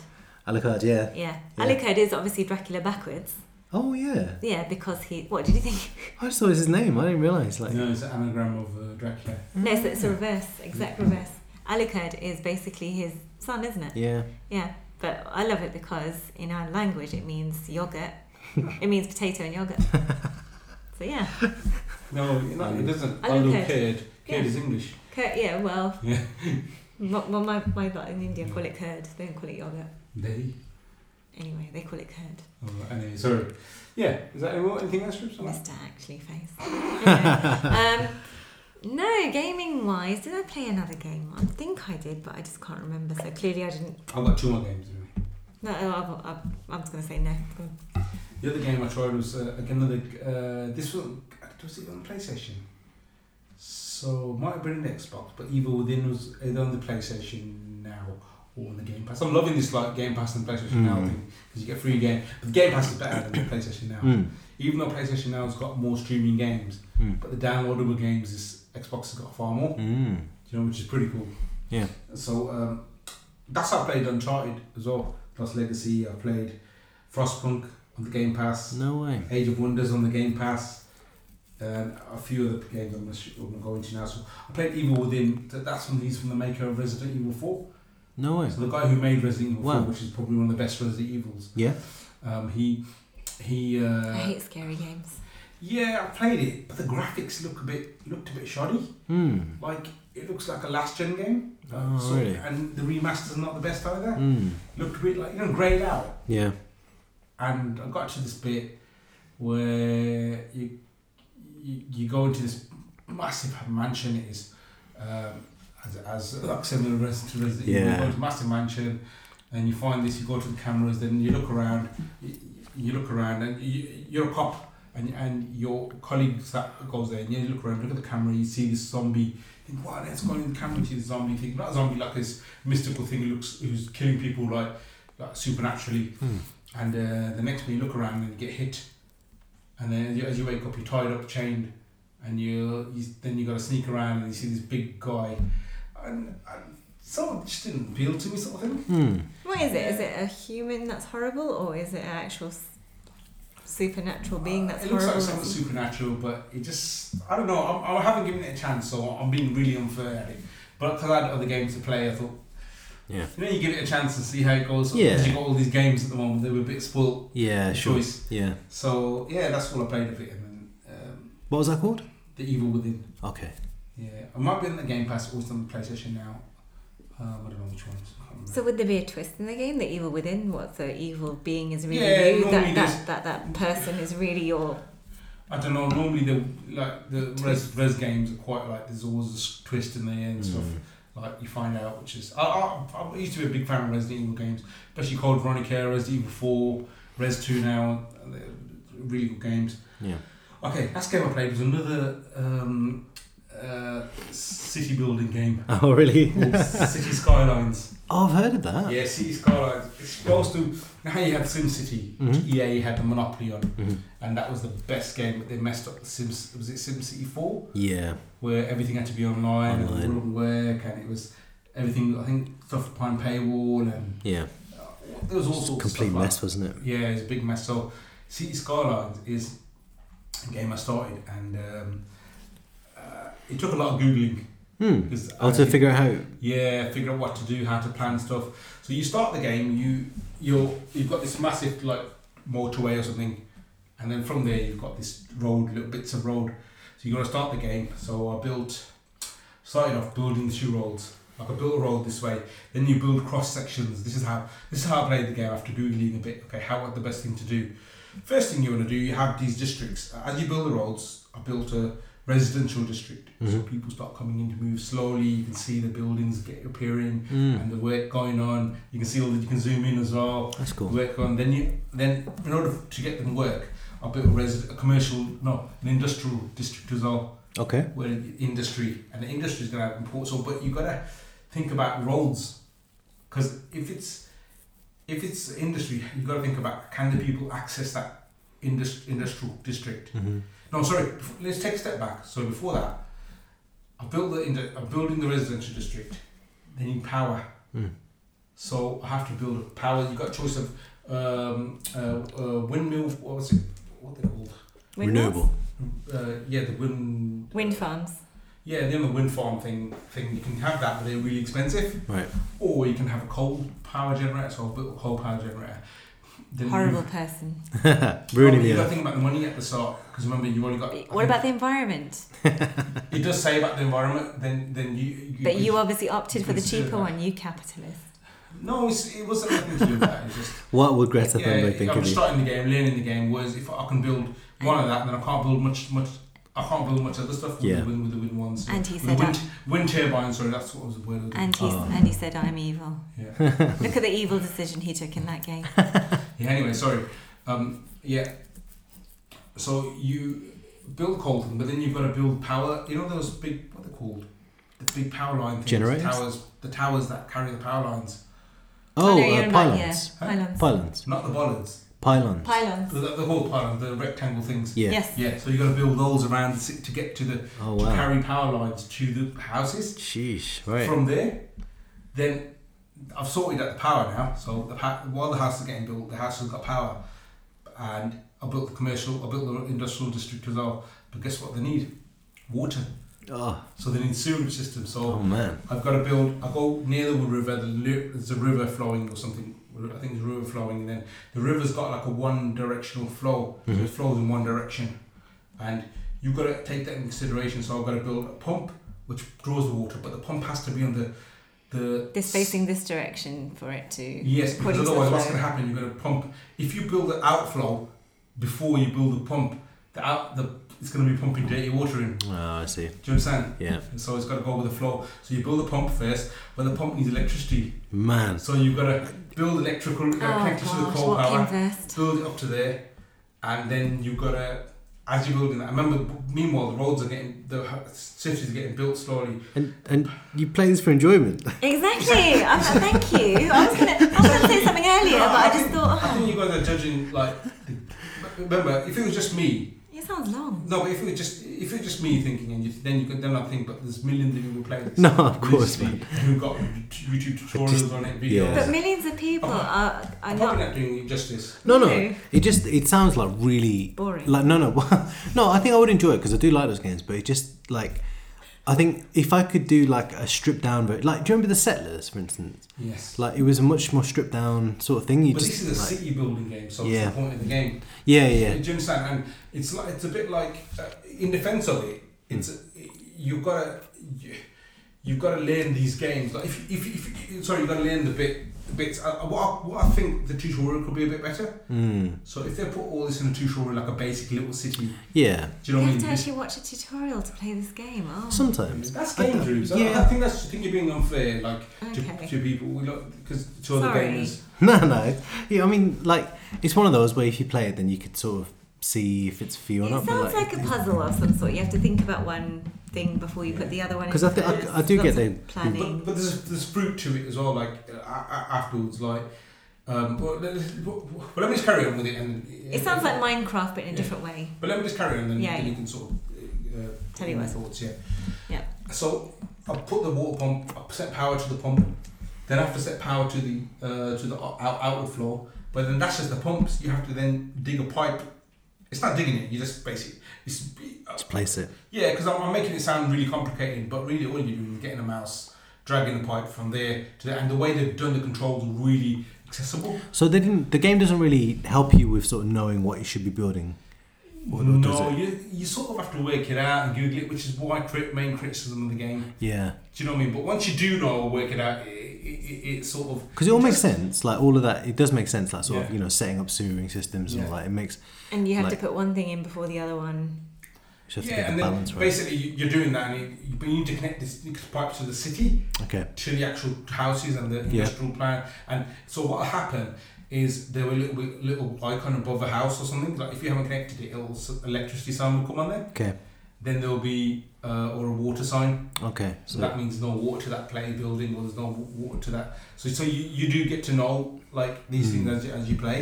A: Alucard, yeah.
C: Yeah.
A: Yeah.
C: Alucard is obviously Dracula backwards.
A: Oh yeah.
C: Yeah, because he. What did you think?
A: I just thought it was his name. I didn't realize. Like,
B: No, it's an anagram of uh, Dracula.
C: no, so it's a reverse, exact reverse. Alucard is basically his son, isn't it?
A: yeah.
C: Yeah. But I love it because in our language it means yogurt. it means potato and yogurt. So yeah.
B: No,
A: Oh,
B: no, it doesn't.
C: I
B: I
C: don't
B: look
C: care.
B: Kurd. Kurd
C: Oh, Yeah.
B: is English.
C: Curd, yeah, well,
B: Yeah.
C: well, well my, my lot in India call it curd. They don't call it yogurt.
B: They.
C: Anyway, they call it curd.
B: Oh, anyway, sorry. Yeah. Is that any more- anything else, Rips?
C: Mr. Actually face. Anyway, um, no, gaming wise, did I play another game? I think I did, but I just can't remember. So clearly I didn't.
B: I've got two more games. Really.
C: No, I, I, I, I was going to say no.
B: The other game I tried was uh, like another. Uh, this was was it on PlayStation? So might have been an Xbox, but Evil Within was either on the PlayStation now or on the Game Pass. I'm loving this like Game Pass and PlayStation Now
A: Mm.
B: thing because you get free game. But the Game Pass is better than the PlayStation Now,
A: Mm.
B: even though PlayStation Now has got more streaming games.
A: Mm.
B: But the downloadable games, this Xbox has got far more.
A: Mm.
B: You know, which is pretty cool.
A: Yeah.
B: So um, that's how I played Uncharted as well. Lost Legacy. I played Frostpunk on the Game Pass.
A: No way.
B: Age of Wonders on the Game Pass. And a few other games I'm, gonna sh- I'm going to now. So I played Evil Within. Th- That's from he's from the maker of Resident Evil 4.
A: No way.
B: So the guy who made Resident Evil 4,
A: Wow.
B: which is probably one of the best Resident Evils.
A: Yeah.
B: Um, he he.
C: I
B: Uh,
C: hate scary games.
B: yeah, I played it, but the graphics look a bit looked a bit shoddy.
A: Mm.
B: Like it looks like a last gen game.
A: Oh,
B: so-
A: really?
B: And the remaster's not the best either.
A: Mm.
B: Looked a bit like you know greyed out.
A: Yeah.
B: and I got to this bit where you you, you go into this massive mansion. It is um, as as like similar to Resident to Resident Evil.
A: Yeah.
B: You go to a massive mansion, and you find this. You go to the cameras, then you look around. You, you look around, and you, you're a cop. And, and your colleagues that goes there, and you look around, look at the camera, you see this zombie. Think, wow, that's going in the camera. You see the zombie thing, not a zombie like this mystical thing who looks who's killing people like like supernaturally.
A: Mm.
B: And uh, the next minute you look around and you get hit. And then you, as you wake up, you're tied up, chained, and you, you then you got to sneak around and you see this big guy. And, and some of it just didn't appeal to me, sort of thing.
A: Mm.
C: What is it? Is it a human that's horrible, or is it an actual s- supernatural being that's
B: Uh, it looks
C: horrible?
B: like something supernatural, but it just I don't know. I'm, I haven't given it a chance, so I'm being really unfair at it. But because I had other games to play, I thought
A: Yeah.
B: you know you give it a chance and see how it goes.
A: Yeah.
B: Because you got all these games at the moment, they were a bit spoilt
A: Yeah.
B: with
A: Sure.
B: choice.
A: Yeah.
B: So yeah, that's all I played of it, and then um,
A: What was that called?
B: the Evil Within.
A: Okay.
B: Yeah, I might be on the Game Pass or it's on the PlayStation now. Um, I don't know which ones. I can't remember.
C: So would there be a twist in the game? The evil within, what the evil being is really
B: Yeah,
C: you?
B: normally
C: That that, that that person is really your.
B: I don't know. Normally the like the res, res games are quite like there's always a s- twist in there and stuff.
A: Mm.
B: Like you find out, which is I, I, I used to be a big fan of Resident Evil games, especially Cold Veronica, Resident Evil Four, Res Two now, uh, they're really good games.
A: Yeah.
B: Okay, last game I played was another um, uh, city building game
A: Oh really?
B: called City Skylines.
A: Oh, I've heard of that.
B: Yeah, City Skylines. It's supposed to. Now you have SimCity, which
A: Mhm.
B: EA had the monopoly on,
A: Mhm.
B: and that was the best game. But they messed up the Sims. Was it SimCity Four,
A: Yeah.
B: where everything had to be online, and
A: Online.
B: it wouldn't work, and it was everything. I think stuff behind paywall, and
A: Yeah.
B: uh, there was all sorts of
A: Complete
B: stuff like-
A: mess, wasn't it?
B: yeah, it's a big mess. So, City Skylines is a game I started, and um, uh, it took a lot of googling.
A: Hmm.
B: 'cause
A: Oh, to
B: I-
A: figure it out.
B: yeah, figure out what to do, how to plan stuff. So you start the game, you you you've got this massive like motorway or something, and then from there you've got this road, little bits of road. So you got to start the game. So I built, started off building the two roads. Like I built a road this way, then you build cross sections. This is how this is how I played the game after googling a bit. Okay, how what the best thing to do? First thing you want to do, you have these districts. As you build the roads, I built a residential district. So
A: Mhm.
B: people start coming in to move slowly. You can see the buildings get appearing
A: Mm.
B: and the work going on. You can see all that. You can zoom in as well.
A: That's cool.
B: Work on. Then you then in order to get them work, I built a, resi- a commercial no an industrial district as well
A: Okay.
B: where the industry and the industry is going to have import. So, but you got to think about roads because if it's if it's industry, you got to think about can the people access that indus- industrial district.
A: Mm-hmm.
B: No, sorry. bef- Let's take a step back. So before that, I built the ind- I'm building the residential district. They need power,
A: Mm.
B: so I have to build a power. You got a choice of um, uh, uh, windmill. What was it? What they called?
C: Wind
A: Renewable.
B: Uh, yeah, the wind.
C: farms? Wind farms.
B: Yeah, then the wind farm thing. Thing you can have that, but they're really expensive.
A: Right.
B: Or you can have a coal power generator. So I built a coal power generator. Then
C: Horrible person.
A: Ruining the
B: You got to
A: earth.
B: think about the money at the start because remember you only got. I
C: What
B: think-
C: about the environment?
B: It does say about the environment. Then, then you. you
C: But you obviously opted for the
B: Consider
C: cheaper
B: that.
C: one, you capitalist.
B: No, it's, it wasn't nothing to do with that. It was just
A: What would Greta
B: yeah, Oh,
A: Thunberg think
B: I'm
A: of
B: just
A: you?
B: starting the game, learning the game. Whereas if I can build one of that, then I can't build much much. I can't build much other stuff with,
A: Yeah.
B: the, wind, with the wind ones.
C: And he
B: With
C: said,
B: wind,
C: "I-
B: wind turbines. Sorry, that's what was the word. of the-
C: and he
A: Oh.
C: and he said, I'm evil.
B: yeah.
C: Look at the evil decision he took in that game.
B: yeah. Anyway, sorry. Um, Yeah. So you build Colton, but then you've got to build power. You know those big what are they called? The big power line things.
A: Generators?
B: The towers. The towers that carry the power lines,
A: Oh,
C: no, you're
A: uh,
C: in right, yeah.
A: pylons.
C: Pylons.
A: Pylons.
B: not the bollards.
A: Pylons.
C: Pylons.
B: The, the whole pylons, the rectangle things.
A: Yeah.
C: Yes.
B: Yeah. So you got to build those around si- to get to the
A: Oh
B: to
A: wow.
B: carry power lines to the houses.
A: Sheesh. Right.
B: From there, then I've sorted out the power now. So the pa- while the house is getting built, the house has got power, and I built the commercial, I built the industrial district as well. But guess what? They need water.
A: oh,
B: So they need sewage system. So
A: oh man.
B: I've got to build. I go near the river. The, li- there's a river flowing or something. I think it's a river flowing, and then the river's got like a one-directional flow. So it
A: Mm-hmm.
B: flows in one direction, and you've got to take that in consideration. So I've got to build a pump which draws the water, but the pump has to be on the the
C: This facing this direction for it to.
B: Yes, because
C: according to the
B: otherwise, what's
C: flow.
B: going to happen? You're going to pump. If you build the outflow before you build the pump, the out the it's going to be pumping dirty water in. Do
A: Oh, I see.
B: you understand?
A: Yeah.
B: And so it's got to go with the flow. So you build the pump first, but the pump needs electricity.
A: Man.
B: So you've got to build electrical, uh,
C: Oh
B: connect it to the
C: gosh,
B: coal
C: what
B: power,
C: came first?
B: build it up to there, and then you've got to. As you're building that, I remember. Meanwhile, the roads are getting, the hu- cities are getting built slowly.
A: And and you play this for enjoyment.
C: Exactly. I'm, thank you. I was gonna. I was gonna say something earlier,
B: No,
C: but I just
B: think-
C: thought.
B: I
C: Oh,
B: think you guys are judging like. the- Remember, if it was just me,
C: it sounds long.
B: No, but if it was just if it was just me thinking, and you, then you could then I think, but there's millions of people playing this.
A: No, of course,
B: Literally, Who got YouTube tutorials
A: just-
B: on it, videos?
A: yeah.
C: But millions of people are are
B: I'm probably
C: not
B: not doing you justice.
A: No, no.
C: No.
A: It just it sounds like really
C: boring.
A: like no, no, no. I think I would enjoy it because I do like those games. But it just like I think if I could do like a stripped down version, like do you remember the Settlers, for instance?
B: Yes.
A: Like it was a much more stripped down sort of thing. You
B: but
A: just
B: this is a
A: like-
B: city building game, so it's
A: Yeah.
B: the point of the game.
A: yeah,
B: Do
A: yeah,
B: you understand? And it's like it's a bit like uh, in defense of it, it's you've got to you, you've got to learn these games. Like if, if, if sorry, you've got to learn the bit the bits. Uh, what, I, what I think the tutorial could be a bit better.
A: mm,
B: So if they put all this in a tutorial, like a basic little city,
A: yeah.
B: do
C: You
B: you know what I
C: have
B: mean?
C: to actually watch a tutorial to play this game. Oh.
A: Sometimes
B: That's game rules. I- I,
A: Yeah.
B: think that's I think you're being unfair, like to,
C: Okay.
B: to people, we like, because to other
C: Sorry.
B: gamers.
A: no, no. Yeah, I mean, like it's one of those where if you play it, then you could sort of see if it's for you or
C: It
A: not.
C: sounds like, a puzzle of some sort. You have to think about one thing before you put the other one.
A: Because
C: in
A: I think- I-
C: first.
A: I do
C: Lots
A: get
C: of
A: the-
C: planning.
B: But, but there's there's fruit to it as well. Like uh, a- a- afterwards, like um, well, let- let- well, let me just carry on with it, and
C: It sounds like Minecraft, but in a
B: Yeah.
C: different way.
B: But let me just carry on, then,
C: Yeah,
B: then
C: yeah.
B: you can sort of uh,
C: Tell you
B: my
C: what.
B: thoughts. Yeah.
C: Yeah.
B: So I put the water pump. I set power to the pump. Then I have to set power to the uh, to the out, outward flow. But then that's just the pumps. You have to then dig a pipe. It's not digging it. You just basically it's
A: Just place it.
B: yeah, because I'm, I'm making it sound really complicated, but really all you're doing is getting a mouse, dragging the pipe from there to there, and the way they've done the controls are really accessible.
A: So they didn't. The game doesn't really help you with sort of knowing what you should be building. Or does
B: no, you you sort of have to work it out and Google it, which is why crit, main criticism of the game.
A: Yeah,
B: Do you know what I mean? But once you do know, work it out, it, it, it, it sort of
A: because it all makes sense. Like all of that, it does make sense. That sort of
B: Yeah.
A: you know setting up sewering systems and
B: Yeah.
A: all that. It makes
C: And you have
A: Like-
C: to put one thing in before the other one.
A: you just have
B: yeah,
A: to get
B: and
A: the
B: then
A: balance right.
B: basically you- you're doing that, and you, you, but you need to connect this pipe to the city.
A: Okay.
B: to the actual houses and the industrial plan. And so what will happen is there will little bit- little icon above a house or something. Like if you haven't connected it, it'll s- electricity sign will come on there.
A: Okay.
B: Then there will be uh, or a water sign.
A: Okay.
B: So
A: So
B: that means no water to that play building, or there's no wa- water to that. So so you, you do get to know like these
A: Mm.
B: things as you, as you play.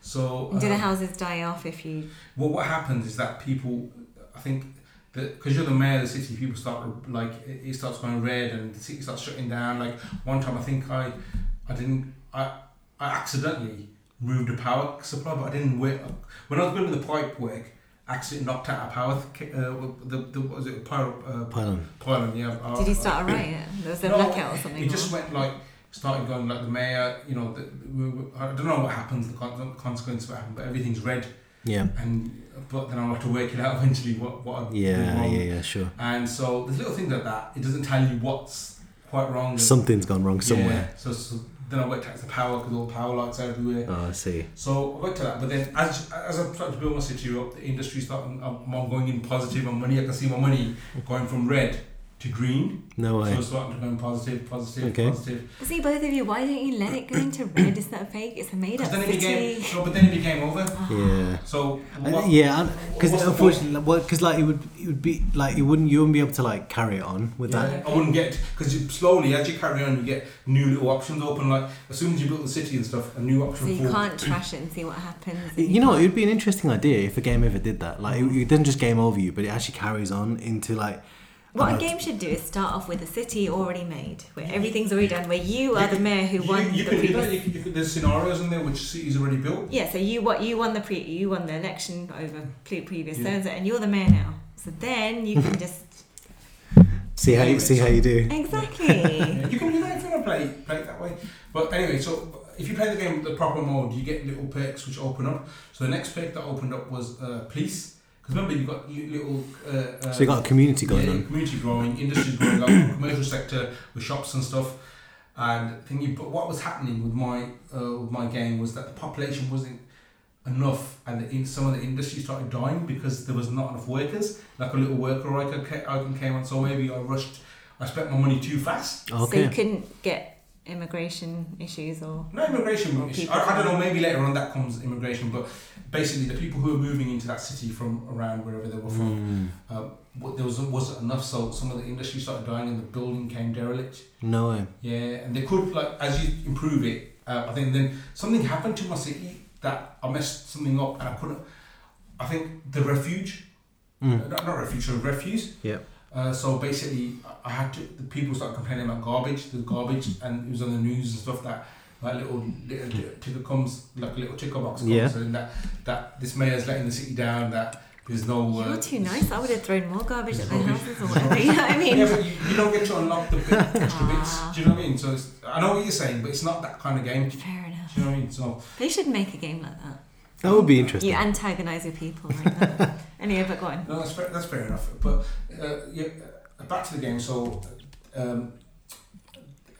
B: So
C: Do the
B: um,
C: houses die off if you?
B: well, what happens is that people, I think, that because you're the mayor of the city, people start like it it starts going red and the city starts shutting down. Like one time, I think I, I didn't, I, I accidentally moved a power supply, but I didn't wait. When I was building the pipe work, I accidentally knocked out a power, th- uh, the, the what was it, power, uh,
A: pylon.
B: pylon? Yeah. I-
C: Did you
B: I-
C: start a riot? There was a
B: No,
C: blackout or something.
B: it just
C: or-
B: went like started going like the mayor. You know, the, we- we- I don't know what happens, the con- consequence of what happened, but everything's red
A: Yeah.
B: and but then I'll have to work it out eventually what what I did
A: Yeah.
B: wrong.
A: Yeah. Yeah. Sure.
B: And so there's little things like that. It doesn't tell you what's quite wrong. and-
A: Something's gone wrong
B: Yeah,
A: somewhere.
B: So, so then I worked out the power because all the power lights are everywhere.
A: Oh, I see.
B: So I worked out that. But then as as I'm trying to build my city up, the industry starting. I'm, I'm going in positive on money. I can see my money going from red to green.
A: No
B: So
A: way.
B: it's starting to go in positive, positive,
A: Oh, Okay.
B: positive.
C: See, both of you, why don't you let it go into red? Is that fake? It's a made up
B: Because then it became,
C: city.
B: so, but then it became over.
A: Yeah.
B: So
A: I-
B: what,
A: yeah, because
B: what's the
A: unfortunately, because like it would, it would be like you wouldn't, you wouldn't be able to like carry it on with that.
B: Yeah, I wouldn't get because slowly as you carry on, you get new little options open. Like as soon as you built the city and stuff, a new
C: So
B: option
C: you
B: for
C: can't trash it and see what happens. and
A: You know,
C: can't-
A: it would be an interesting idea if a game ever did that. Like, it, it doesn't just game over you, but it actually carries on into like. uh,
C: What
A: I'm
C: a
A: not-
C: game should do is start off with a city already made, where everything's already done, where you are the mayor who won
B: You, you
C: the
B: can do
C: previous.
B: that. You can, you can, there's scenarios in there which cities already built.
C: Yeah, so you what you won the pre you won the election over pre- previous
B: Yeah.
C: terms, and you're the mayor now. So then you can just
A: See how you
B: Anyways.
A: see how you do.
C: exactly.
B: Yeah, you can do that if you want to play play it that way. But anyway, so if you play the game with the proper mode, you get little perks which open up. So the next perk that opened up was uh, police. Because remember, you've got li- little. Uh, uh,
A: So you got a community going
B: yeah,
A: on.
B: Community growing, industry growing up, commercial sector with shops and stuff. And thinking, but what was happening with my uh, with my game was that the population wasn't enough, and the, in some of the industry started dying because there was not enough workers. Like a little worker I could ca- I can came on, so maybe I rushed. I spent my money too fast.
C: So
A: Okay.
C: you couldn't get immigration issues or
B: No immigration. issue. I, I don't know. Maybe later on that comes immigration, but basically the people who were moving into that city from around wherever they were from
A: Mm,
B: what- there was wasn't enough, so some of the industry started dying, and the building came derelict.
A: no way.
B: Yeah, and they could like as you improve it. Uh, I think then something happened to my city that I messed something up, and I couldn't. I think the refuge, uh,
A: Mm,
B: not, not refuge, so refuse.
A: Yeah.
B: Uh, so basically, I- I had to. The people started complaining about garbage, the garbage,
A: Mm.
B: and it was on the news and stuff that like little little t- ticker comes, like a little ticker box comes,
A: Yeah.
B: and that that this mayor's letting the city down. That there's no. Uh,
C: you're too nice. I would have thrown more garbage at their
B: Rubbish.
C: houses or whatever. You know what I mean?
B: Yeah, but you, you don't get to unlock the bit, extra bits.
C: Ah.
B: Do you know what I mean? So it's, I know what you're saying, but it's not that kind of game. Do
C: Fair enough.
B: you know what I mean? So
C: They should make a game like that.
A: That would be interesting.
C: You antagonise your people like that. anyway, but go on.
B: no, that's fair, that's fair enough. But uh, yeah, uh, back to the game. So, um,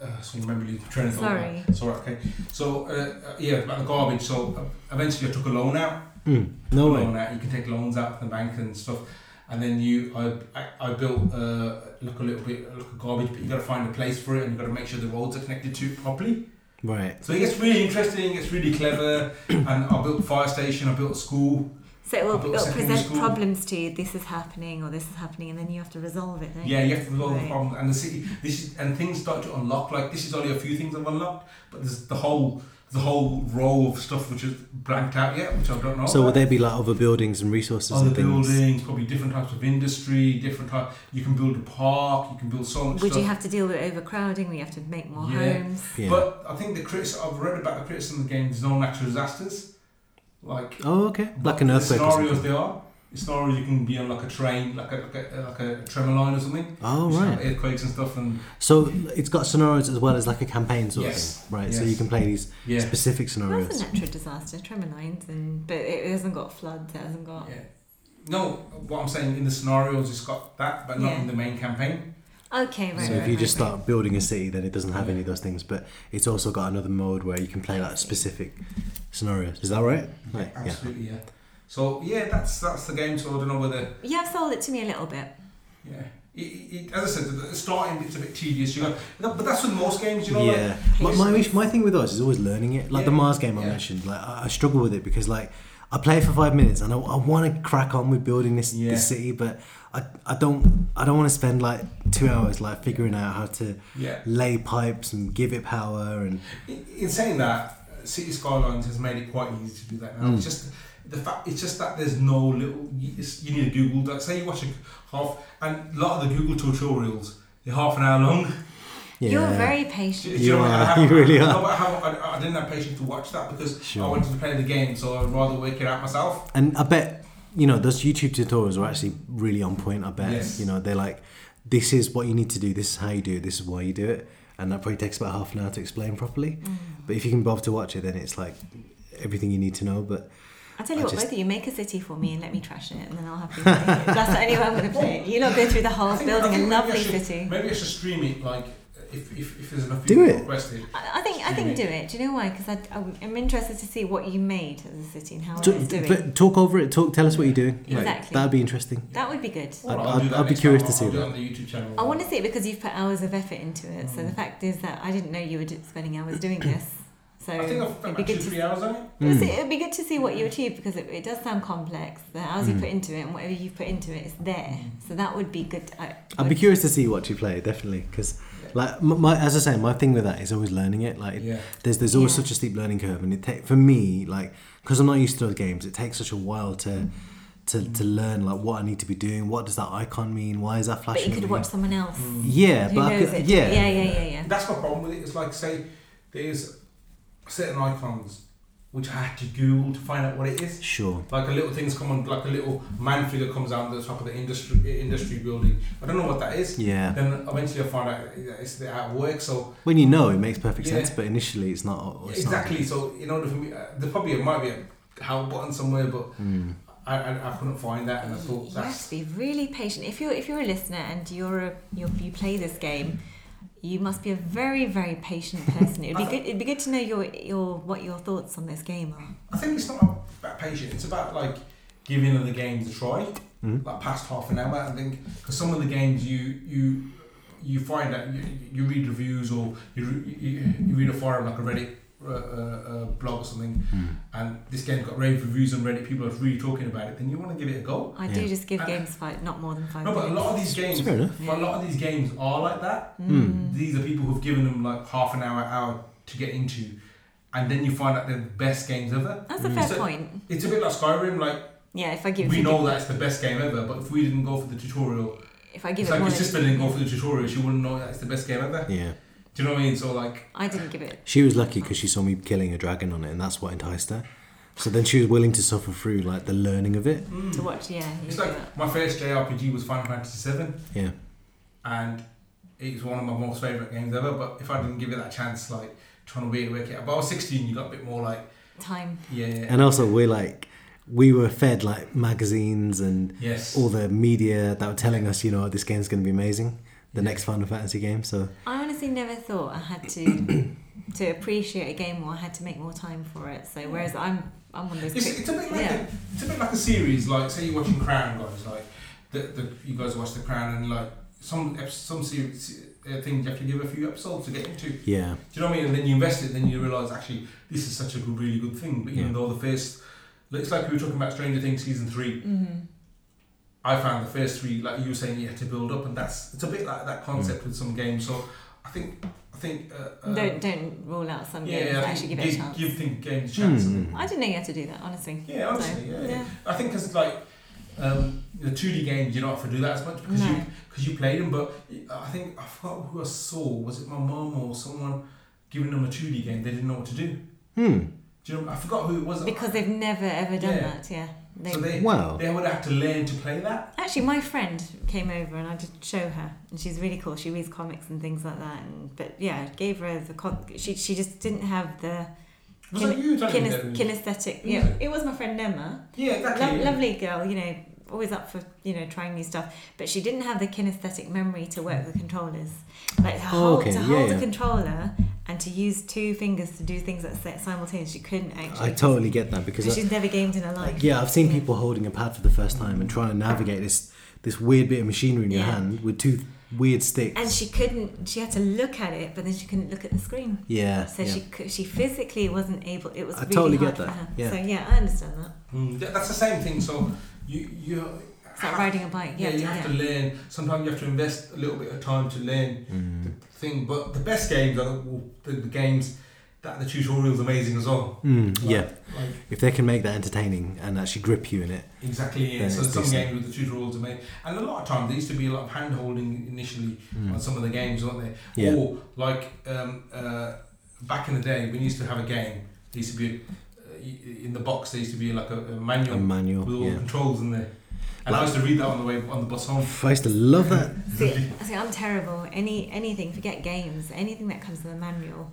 B: uh, so remember you train of thought.
C: Sorry.
B: It's all right. Okay. So uh, uh, yeah, about the garbage. So uh, eventually, I took a loan out.
A: Mm, no way.
B: loan out. You can take loans out from the bank and stuff. And then you, I, I, I built uh, like a little bit like a garbage. But you got to find a place for it, and you got to make sure the roads are connected to it properly.
A: Right.
B: So it gets really interesting, it's really clever, and I built a fire station, I built a school.
C: So it will,
B: About
C: it'll
B: secondary
C: present
B: school.
C: problems to you. This is happening or this is happening, and then you have to resolve it. Don't you?
B: Yeah, you have to resolve the
C: Right.
B: problem, and the city. This is and things start to unlock. Like this is only a few things I've unlocked, but there's the whole the whole row of stuff which is blanked out yet, which I don't know.
A: So will
B: about.
A: there be like other buildings and resources
B: other
A: and things?
B: buildings, probably different types of industry, different type. You can build a park. You can build so much
C: Would
B: stuff.
C: you have to deal with overcrowding? We have to make more
B: Yeah.
C: homes.
A: Yeah.
B: But I think the criticism I've read about the criticism of the game is no natural disasters, like
A: oh, okay. Like an
B: the
A: earthquake. Or
B: scenarios
A: something.
B: they are. The scenarios you can be on like a train, like a like a, like a tremor line or something.
A: Oh,
B: which have
A: right.
B: Earthquakes and stuff, and
A: So it's got scenarios as well as like a campaign sort
B: Yes.
A: of thing, right? So
B: Yes.
A: you can play these
B: yeah,
A: specific scenarios.
C: That's a natural disaster, tremor lines, and but it hasn't got floods. It hasn't got.
B: yeah. No, what I'm saying in the scenarios, it's got that, but not
C: Yeah.
B: in the main campaign.
C: Okay, right.
A: So
C: right,
A: if you
C: right,
A: just
C: right.
A: start building a city, then it doesn't have
B: Yeah.
A: any of those things. But it's also got another mode where you can play like specific scenarios. Is that right? Right. Yeah.
B: Absolutely, yeah. So yeah, that's that's the game. So I don't know whether
C: you have sold it to me a little bit.
B: yeah. It, it, as I said, the- the starting bit's a bit tedious, you know. But that's with most games, you know. like-
A: Yeah. My, my,
B: it's-
A: my thing with those is always learning it. Like the
B: Yeah.
A: Mars game I
B: Yeah.
A: mentioned, like I, I struggle with it because like I play it for five minutes and I, I want to crack on with building this,
B: Yeah.
A: this city, but I, I don't I don't want to spend like two hours like figuring out how to
B: yeah.
A: lay pipes and give it power and
B: In in saying that, uh, City Skylines has made it quite easy to do that
A: Hmm.
B: now. It's just the fact. It's just that there's no little. You it's- you need to Google that. Say you watch a half, and a lot of the Google tutorials they're half an hour long.
A: yeah.
C: You're very
B: Do
C: patient.
B: do know
A: You
B: what I mean? I
A: are,
B: haven't-
A: you really
B: No,
A: are.
B: but I, haven't, I, I didn't have patience to watch that because I
A: Sure.
B: wanted to play the game, so I'd rather work it out myself.
A: And I bet you know those YouTube tutorials are actually really on point. I bet
B: Yes.
A: you know they're like, this is what you need to do. This is how you do it. This is why you do it. And that probably takes about half an hour to explain properly.
C: Mm.
A: But if you can bother to watch it, then it's like everything you need to know. But
C: I tell you
A: I
C: what,
A: just-
C: both of you make a city for me and let me trash it, and then I'll have to. play it. That's the only way I'm going to play it. You lot go through the
B: I
C: whole
B: think- I
C: building a
B: think maybe I
C: lovely
B: should-
C: city.
B: Maybe I should stream it like if, if, if there's enough
A: Do
B: people
A: it.
B: requested.
C: I I think I think do it. Do you know why? Because I'm I'm interested to see what you made as a city and how
A: So,
C: it's doing.
A: but talk over it. Talk. Tell us what you're doing.
B: Yeah.
A: Like,
C: Exactly.
A: that'd be interesting.
C: that would be good.
A: I'd-
B: I'll
A: I'd-
B: do that
A: I'd be
B: next
A: curious
B: time.
A: to see
B: I'll do
A: that.
B: it on the YouTube channel.
C: I want to see it because you've put hours of effort into it. So the
A: Mm.
C: fact is that I didn't know you were d- spending hours doing this. So
B: I think I've spent
C: it'd
B: about
C: be
B: two,
C: good
B: three
C: to.
B: hours on it.
A: Hmm.
C: It'd
A: Mm.
C: be- it'd be good to see what you achieve because it, it does sound complex. The hours you
A: Mm.
C: put into it and whatever you put into it is there. So that would be good. I,
A: I'd be curious to see what you play, definitely, because
B: Yeah.
A: like my, my as I say, my thing with that is always learning it. Like
F: Yeah.
A: there's there's always
C: Yeah.
A: such a steep learning curve, and it take for me like because I'm not used to those games, it takes such a while to to, to learn like what I need to be doing. What does that icon mean? Why is that flashing?
C: But you
A: at
C: could
A: me?
C: watch someone else.
A: Yeah,
C: Who
A: but I
C: knows
A: could,
C: it?
A: yeah.
C: yeah, yeah, yeah, yeah.
B: That's my problem with it. It's like say there's certain icons which I had to Google to find out what it is.
A: Sure.
B: Like a little things come on, like a little man figure comes out the top of the industry industry building. I don't know what that is.
A: Yeah.
B: Then eventually I find out that it's the at work. So
A: When you know, it makes perfect
B: Yeah.
A: sense, but initially it's not. It's
B: exactly. So in order for me, uh, there probably might be a help button somewhere, but
A: Not, mm.
B: I, I, I couldn't find that, and I thought
C: You have to
B: that's
C: be really patient. If you're if you're a listener and you're a you're, you play this game, you must be a very very patient person. It'd be good. It'd be good to know your your what your thoughts on this game are.
B: I think it's not about patience. It's about like giving the games a try.
A: Mm.
B: Like past half an hour, I think, because some of the games you you you find that you, you read reviews or you, re- you, you read a forum like a Reddit uh, uh, uh, blog or something,
A: Mm.
B: and this game got rave reviews on Reddit. People are really talking about it. Then you want to give it a go.
C: I
A: Yeah.
C: do just give
B: Uh,
C: games five, not more than five.
B: No, but a lot of these
A: It's
B: games,
A: fair enough.
B: but a lot of these games are like that.
A: Mm.
C: Hmm.
B: These are people who've given them like half an hour, hour to get into, and then you find out they're the best games ever.
C: That's a
A: Mm.
C: fair
B: So-
C: point.
B: It's a bit like Skyrim, like.
C: Yeah, if I give
B: we
C: if I
B: know that it's the best game ever, but if we didn't go for the tutorial,
C: give- if I give
B: it's
C: it
B: like
C: more
B: your
C: than-
B: sister didn't go for the tutorial, she wouldn't know that it's the best game ever.
A: Yeah.
B: Do you know what I mean? So like,
C: I didn't give it.
A: She was lucky because she saw me killing a dragon on it, and that's what enticed her. So then she was willing to suffer through like the learning of it.
C: To watch, yeah. you
B: it's
C: do
B: like
C: that.
B: mm. my first JRPG was Final Fantasy VII,
A: Yeah.
B: and it was one of my most favorite games ever. But if I didn't give it that chance, like trying to wait, work it out. But I was 16, you got a bit more like,
C: Time.
B: yeah,
A: And also, we're like, we were fed like magazines and
B: yes,
A: all the media that were telling us, you know, this game's going to be amazing, the
B: Yeah.
A: next Final Fantasy game. So
C: I honestly never thought I had to to appreciate a game more. I had to make more time for it. So whereas I'm I'm one of those.
B: It's,
C: quick-
B: it's a bit like
C: Yeah.
B: a, it's a bit like a series. Like say you're watching Crown, guys. Like the, the you guys watch the Crown, and like some eps- some series uh, things you have to give a few episodes to get into. Do
A: yeah,
B: you know what I mean? And then you invest it, then you realise actually this is such a good, really good thing. But even
A: Yeah.
B: though the first, it's like we were talking about Stranger Things season three.
C: Mhm.
B: I found the first three, like you were saying, you had to build up, and that's it's a bit like that concept
C: Mm.
B: with some games. So I think I think uh, uh,
C: don't don't rule out some
B: yeah,
C: games.
B: I think
C: actually, give
B: give,
C: it a chance.
B: give think games a chance.
A: Hmm.
C: I didn't know you had to do that, honestly.
B: Yeah, honestly,
C: So,
B: yeah. yeah. I think because like um, the two D games, you don't have to do that as much because
C: No.
B: you because you played them. But I think I forgot who I saw. Was it my mum or someone giving them a two D game? They didn't know what to do.
A: hmm,
B: Do you know? I forgot who it was.
C: Because they've never ever done
B: Yeah.
C: that. Yeah. They,
B: so they
A: wow,
B: they would have to learn to play that.
C: Actually, my friend came over and I did show her, and she's really cool. She reads comics and things like that. And but yeah, I gave her the con- she she just didn't have the
B: Was
C: Kin-
B: that you? telling me
C: kines-
B: that?
C: kinesthetic.
B: Who was
C: Yeah, it was my friend Emma,
B: yeah, exactly.
C: Lo-
B: yeah.
C: lovely girl. You know, always up for you know trying new stuff. But she didn't have the kinesthetic memory to work the controllers, like to
A: Oh,
C: hold
A: okay,
C: to
A: yeah,
C: hold the
A: yeah.
C: controller and to use two fingers to do things that si- simultaneously. She couldn't actually.
A: I totally get that because I-
C: she's never gamed in her life.
A: yeah, I've seen people holding a pad for the first time and trying to navigate this this weird bit of machinery in your
C: Yeah.
A: hand with two weird sticks.
C: And she couldn't. She had to look at it, but then she couldn't look at the screen.
A: yeah,
C: So
A: yeah.
C: she cou- she physically wasn't able. It was
A: I
C: really
A: totally
C: hard
A: get that,
C: for her.
A: yeah.
C: So yeah, I understand that.
B: Mm, that- that's the same thing. So you you.
C: It's like riding a bike.
B: Yeah,
C: Yeah,
B: you have to learn. Sometimes you have to invest a little bit of time to learn
A: Mm.
B: the thing. But the best games are the, the, the games that the tutorial's amazing as well.
A: Mm,
B: Like-
A: yeah,
B: Like
A: if they can make that entertaining and actually grip you in it.
B: exactly. Yeah.
A: Yeah,
B: so
A: it's
B: some
A: decent.
B: games with the tutorials are made, and a lot of times there used to be a lot of hand holding initially on some of the games, weren't there?
A: Mm. Yeah.
B: Or like um, uh, back in the day, we used to have a game. There used to be uh, in the box. There used to be like a, a manual
A: A manual,
B: with all the
A: yeah.
B: controls in there. And I
A: Like-
B: used to read that on the way on the bus home.
A: I used to love that.
C: See, see, I'm terrible. Any anything, forget games. Anything that comes in the manual,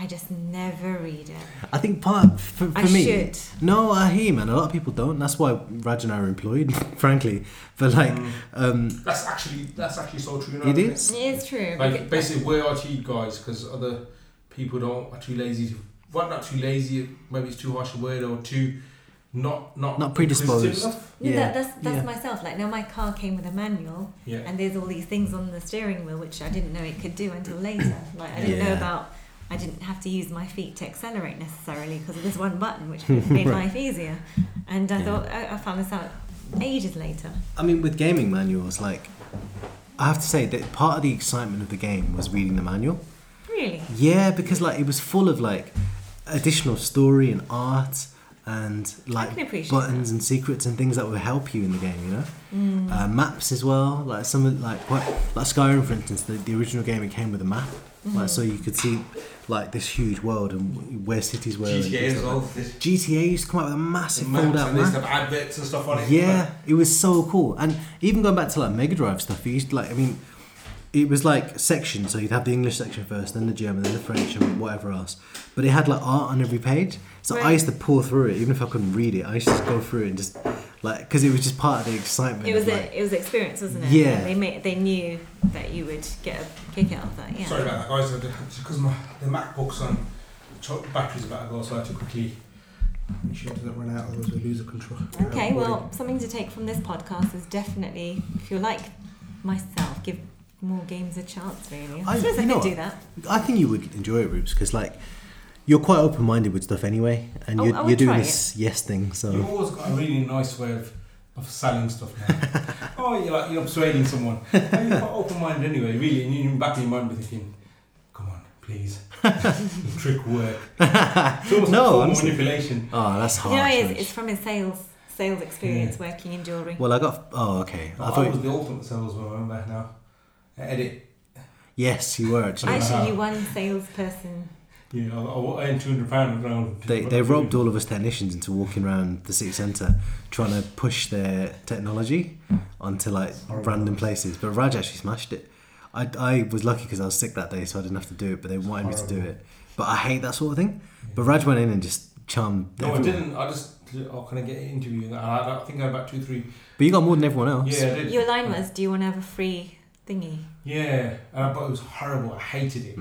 C: I just never read it.
A: I think part for, for
C: I
A: me.
C: should.
A: No, I hear you, man. A lot of people don't. That's why Raj and I are employed, frankly. But like,
B: Mm.
A: um,
B: That's actually that's actually so true. You know
A: it
B: what I mean?
A: is.
C: It is true.
B: Like basically, we're RT guys because other people don't are too lazy. To, well, not too lazy. Maybe it's too harsh a word or too not not
A: Not predisposed.
B: inquisitive enough.
C: No,
A: Yeah,
C: that, that's that's
A: yeah.
C: myself. Like now, my car came with a manual,
B: Yeah.
C: and there's all these things on the steering wheel which I didn't know it could do until later. Like I didn't know
A: Yeah.
C: about. I didn't have to use my feet to accelerate necessarily because of this one button, which made life easier. And I
A: Yeah.
C: thought I, I found this out ages later.
A: I mean, with gaming manuals, like, I have to say that part of the excitement of the game was reading the manual.
C: Really,
A: Yeah, because like it was full of like additional story and art and like
C: can appreciate
A: buttons and secrets and things that will help you in the game. You know,
C: Mm.
A: uh, maps as well. Like some of like quite like Skyrim, for instance. The, the original game it came with a map, like
C: Mm.
A: so you could see like this huge world and where cities were. and
B: GTA
A: things
B: as
A: like
B: well.
A: that. GTA used to come out with a massive
B: Maps
A: fold-out
B: and they used
A: map.
B: to have adverts and stuff on it.
A: Yeah, it was so cool. And even going back to like Mega Drive stuff, you used to, like I mean, it was like sections. So you'd have the English section first, then the German, then the French, and whatever else. But it had like art on every page. So I
C: Right.
A: used to pour through it, even if I couldn't read it. I used to just go through it and just like because it was just part of the excitement.
C: it was
A: of, like,
C: a, it was experience, wasn't it?
A: Yeah.
C: They made they knew that you would get a kick out of that. Yeah.
B: Sorry about that, guys. Because my the MacBook's on, ch- battery's about to go, so I had to quickly make sure it doesn't run out, otherwise we lose the control.
C: Okay, well, something to take from this podcast is definitely, if you're like myself, give more games a chance, really. I,
A: I-
C: suppose I
A: you know
C: could do
A: what?
C: that.
A: I think you would enjoy it, Roops, because like you're quite open-minded with stuff anyway, and
C: Oh,
A: you're,
C: I would
A: you're doing
C: try
A: this yes thing.
B: You've
A: So
B: always got a really nice way of, of selling stuff now. oh, you're like you're persuading someone. Oh, you're quite open-minded anyway, really. And you're back in your mind, be thinking, "Come on, please, the trick work." It's almost
A: No,
B: like formal
A: honestly.
B: manipulation.
A: oh, that's hard.
C: you know, it's, it's from his sales sales experience working in jewellery.
A: well, I got. Oh, okay.
B: I,
A: I thought.
B: was the ultimate salesman. I remember now. I edit.
A: yes, you were actually.
C: Actually, you one salesperson.
B: Yeah, I, I earned two hundred pounds around.
A: They, they robbed all of us technicians into walking around the city centre trying to push their technology onto like random places. But Raj actually smashed it. I, I was lucky because I was sick that day, so I didn't have to do it, but they wanted me to do it. But I hate that sort of thing. But Raj went in and just charmed
B: No, I
A: everyone.
B: didn't. I just. Oh, can I get an interview? And I, I think I had about two, three.
A: But you got more than everyone else.
B: Yeah, I did.
C: Your line was, "Do you want to have a free thingy?"
B: Yeah, and I, but it was horrible. I hated it.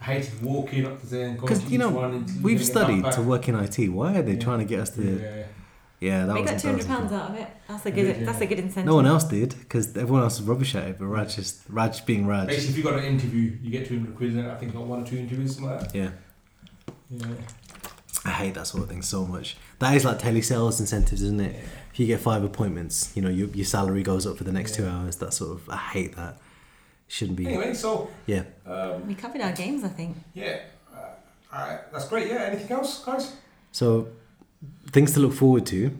B: I hated walking up to there and going
A: Because,
B: to
A: Hmm. you
B: each
A: know,
B: one. And
A: We've
B: leaving it back
A: studied
B: back.
A: to work in IT. Why are they
B: Yeah.
A: trying to get us to? Yeah,
B: Yeah,
A: that
C: We
A: was.
C: got two hundred pounds out of it. That's a good.
B: Yeah.
C: That's a good incentive.
A: No one else did because everyone else was rubbish at it. But Raj just Raj being Raj.
B: basically, if you got an interview, you get 200 quid, and I think got one or two interviews, something like that.
A: Yeah.
B: Yeah,
A: I hate that sort of thing so much. That is like telesales incentives, isn't it? If you get five appointments, you know your, your salary goes up for the next two
B: Yeah.
A: hours. That sort of I hate that. Shouldn't be.
B: Anyway, so
A: Yeah.
B: um,
C: We covered our games, I think.
B: yeah, uh, I, that's great. Yeah, anything else, guys?
A: So things to look forward to.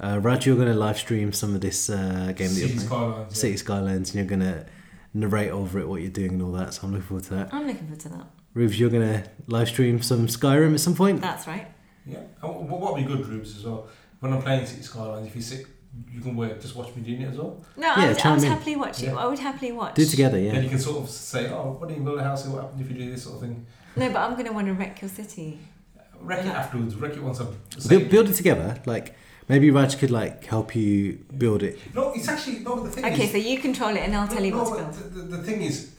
A: Uh, Raj, you're going to live stream some of this uh, game that you're
B: Cities
A: playing,
B: Skylines, yeah.
A: City Skylines, and you're going to narrate over it what you're doing and all that. So I'm looking forward to that.
C: I'm looking forward to that.
A: Rubes, you're going to live stream some Skyrim at some point.
B: Uh,
C: That's right.
B: Yeah, and what would be good, Rubes, as well. When I'm playing City Skylines, if you're sick, you can work. Just watch me doing it as well.
C: No,
A: Yeah,
C: I would, I
A: chime
C: would
A: in.
C: happily watch it.
B: Yeah.
C: I would happily watch.
A: Do it together,
B: Then
A: yeah.
B: you can sort of say, oh, what do you build a house? here? What happens if you do this sort of thing?
C: No, but I'm going to want to wreck your city.
B: Wreck it
C: Yeah.
B: afterwards. Wreck it once I've
A: Build,
B: saved
A: build it together. Like maybe Raj could like help you build it.
B: No, it's actually no. The thing
C: Okay,
B: is,
C: so you control it, and I'll tell you
B: no,
C: what to
B: but
C: build.
B: the, the, the thing is,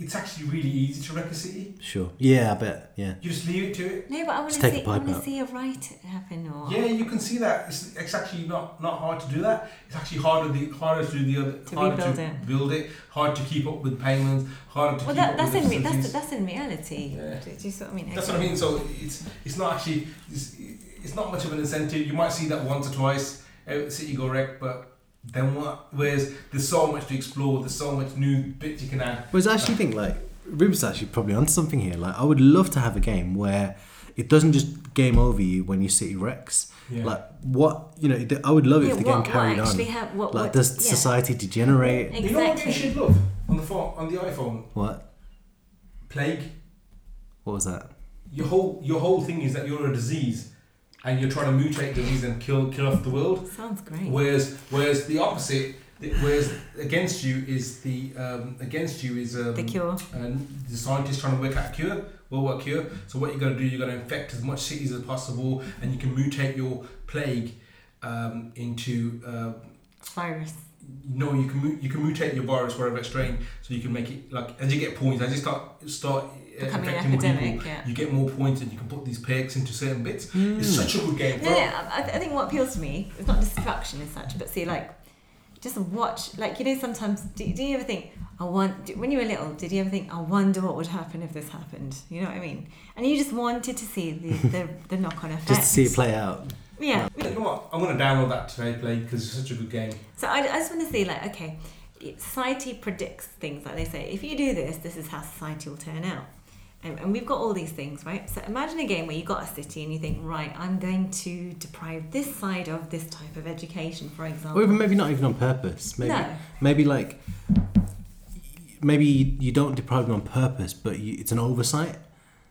B: it's actually really easy to wreck a city.
A: Sure. Yeah, I bet. Yeah.
B: You just leave it to it.
C: No, but I want
A: Just
C: to
A: take
C: see.
A: a
C: I
A: pipe
C: want to
A: out.
C: see a riot happen, or
B: Yeah, you can see that. It's, it's actually not, not hard to do that. It's actually harder the harder to do the other
C: To
B: harder
C: rebuild
B: to
C: it.
B: build it. Hard to keep up with payments. Harder to
C: well,
B: keep
C: that,
B: up
C: that's
B: with
C: in
B: the
C: re- that's
B: facilities.
C: that's in reality.
B: Yeah.
C: Do, do you see what I mean?
B: That's what I mean. So it's it's not actually it's, it's not much of an incentive. You might see that once or twice. uh, City go wreck, but then what? Whereas there's so much to explore. There's so much new bits you can add.
A: Whereas I actually think like Ruben's actually probably onto something here. Like I would love to have a game where it doesn't just game over you when you city wrecks.
B: Yeah.
A: Like what you know, I would love it
C: Yeah,
A: if the
C: what,
A: game carried
C: what
A: on.
C: actually hap- what,
A: like
C: what-
A: does
C: yeah.
A: society degenerate?
C: Exactly.
B: You know what you should love on the phone, on the iPhone.
A: What?
B: Plague.
A: What was that?
B: Your whole your whole thing is that you're a disease, and you're trying to mutate the disease and kill kill off the world.
C: Sounds great.
B: Whereas whereas the opposite, the- whereas against you is the um, against you is um,
C: The cure.
B: and the scientists trying to work out a cure. will work here. So what you're gonna do, you're gonna infect as much cities as possible, and you can mutate your plague um, into. Uh,
C: Virus.
B: no, you can mu- you can mutate your virus wherever it's strained, so you can make it like as you get points, as you start start uh,
C: Becoming an
B: infecting more
C: epidemic,
B: people,
C: yeah.
B: you get more points, and you can put these perks into certain bits. It's
A: Hmm.
B: such a good game.
C: No,
B: bro.
C: no, I, I th- I think what appeals to me is not destruction as such, but see, like, just watch. Like, you know, sometimes, do, do you ever think, I want, do, when you were little, did you ever think, I wonder what would happen if this happened? You know what I mean? And you just wanted to see the, the, the knock on effect.
A: Just to see it play out.
C: Yeah.
B: You know what? I'm gonna download that today, play because it's such a good game.
C: So I, I just want to see, like, okay, it- society predicts things. Like they say, if you do this, this is how society will turn out. And, and we've got all these things, right? So imagine a game where you've got a city and you think, right, I'm going to deprive this side of this type of education, for example.
A: Or even maybe not even on purpose. Maybe
C: No.
A: maybe like maybe you don't deprive them on purpose, but you, it's an oversight.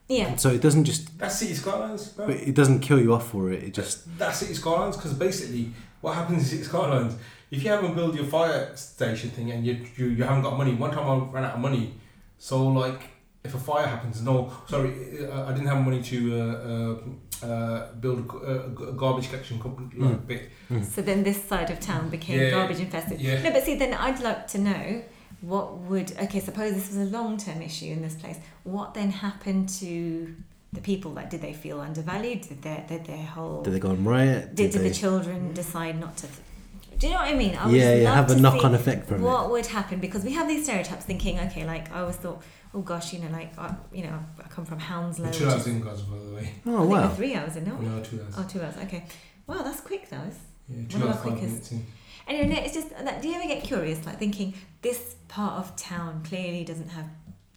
C: Yeah.
A: So it doesn't just
B: That's City Skylines. No?
A: but it doesn't kill you off for it. It just
B: That's City Skylines because basically what happens in City Skylines, if you haven't built your fire station thing and you, you you haven't got money, one time I ran out of money, so like if a fire happens, no, sorry, uh, I didn't have money to uh, uh, uh, build a g- a, g- a garbage collection company like, bit.
C: So then this side of town became
B: Yeah.
C: garbage infested.
B: Yeah.
C: No, but see, then I'd like to know what would okay. Suppose this was a long-term issue in this place. What then happened to the people? Like, did they feel undervalued? Did their did their whole
A: did they go on riot?
C: did, did
A: they Mm.
C: the children decide not to? Th- do you know what I mean? I would
A: yeah,
C: just
A: yeah,
C: love
A: have a
C: to
A: knock on
C: see-
A: effect from
C: what would happen because we have these stereotypes thinking okay like i always thought oh gosh you know like I, you know i come from hounslow
B: The
C: which
B: two
C: is-
B: hours in Gaza, by the way.
A: it. Oh
C: I think we're
A: wow. Mm.
C: three hours in no
B: No, two hours.
C: oh two hours okay wow that's quick though It's-
B: yeah,
C: one
B: two
C: of
B: hours
C: our
B: five
C: quickest.
B: minutes in.
C: Anyway, no, it's just that. Do you ever get curious, like thinking this part of town clearly doesn't have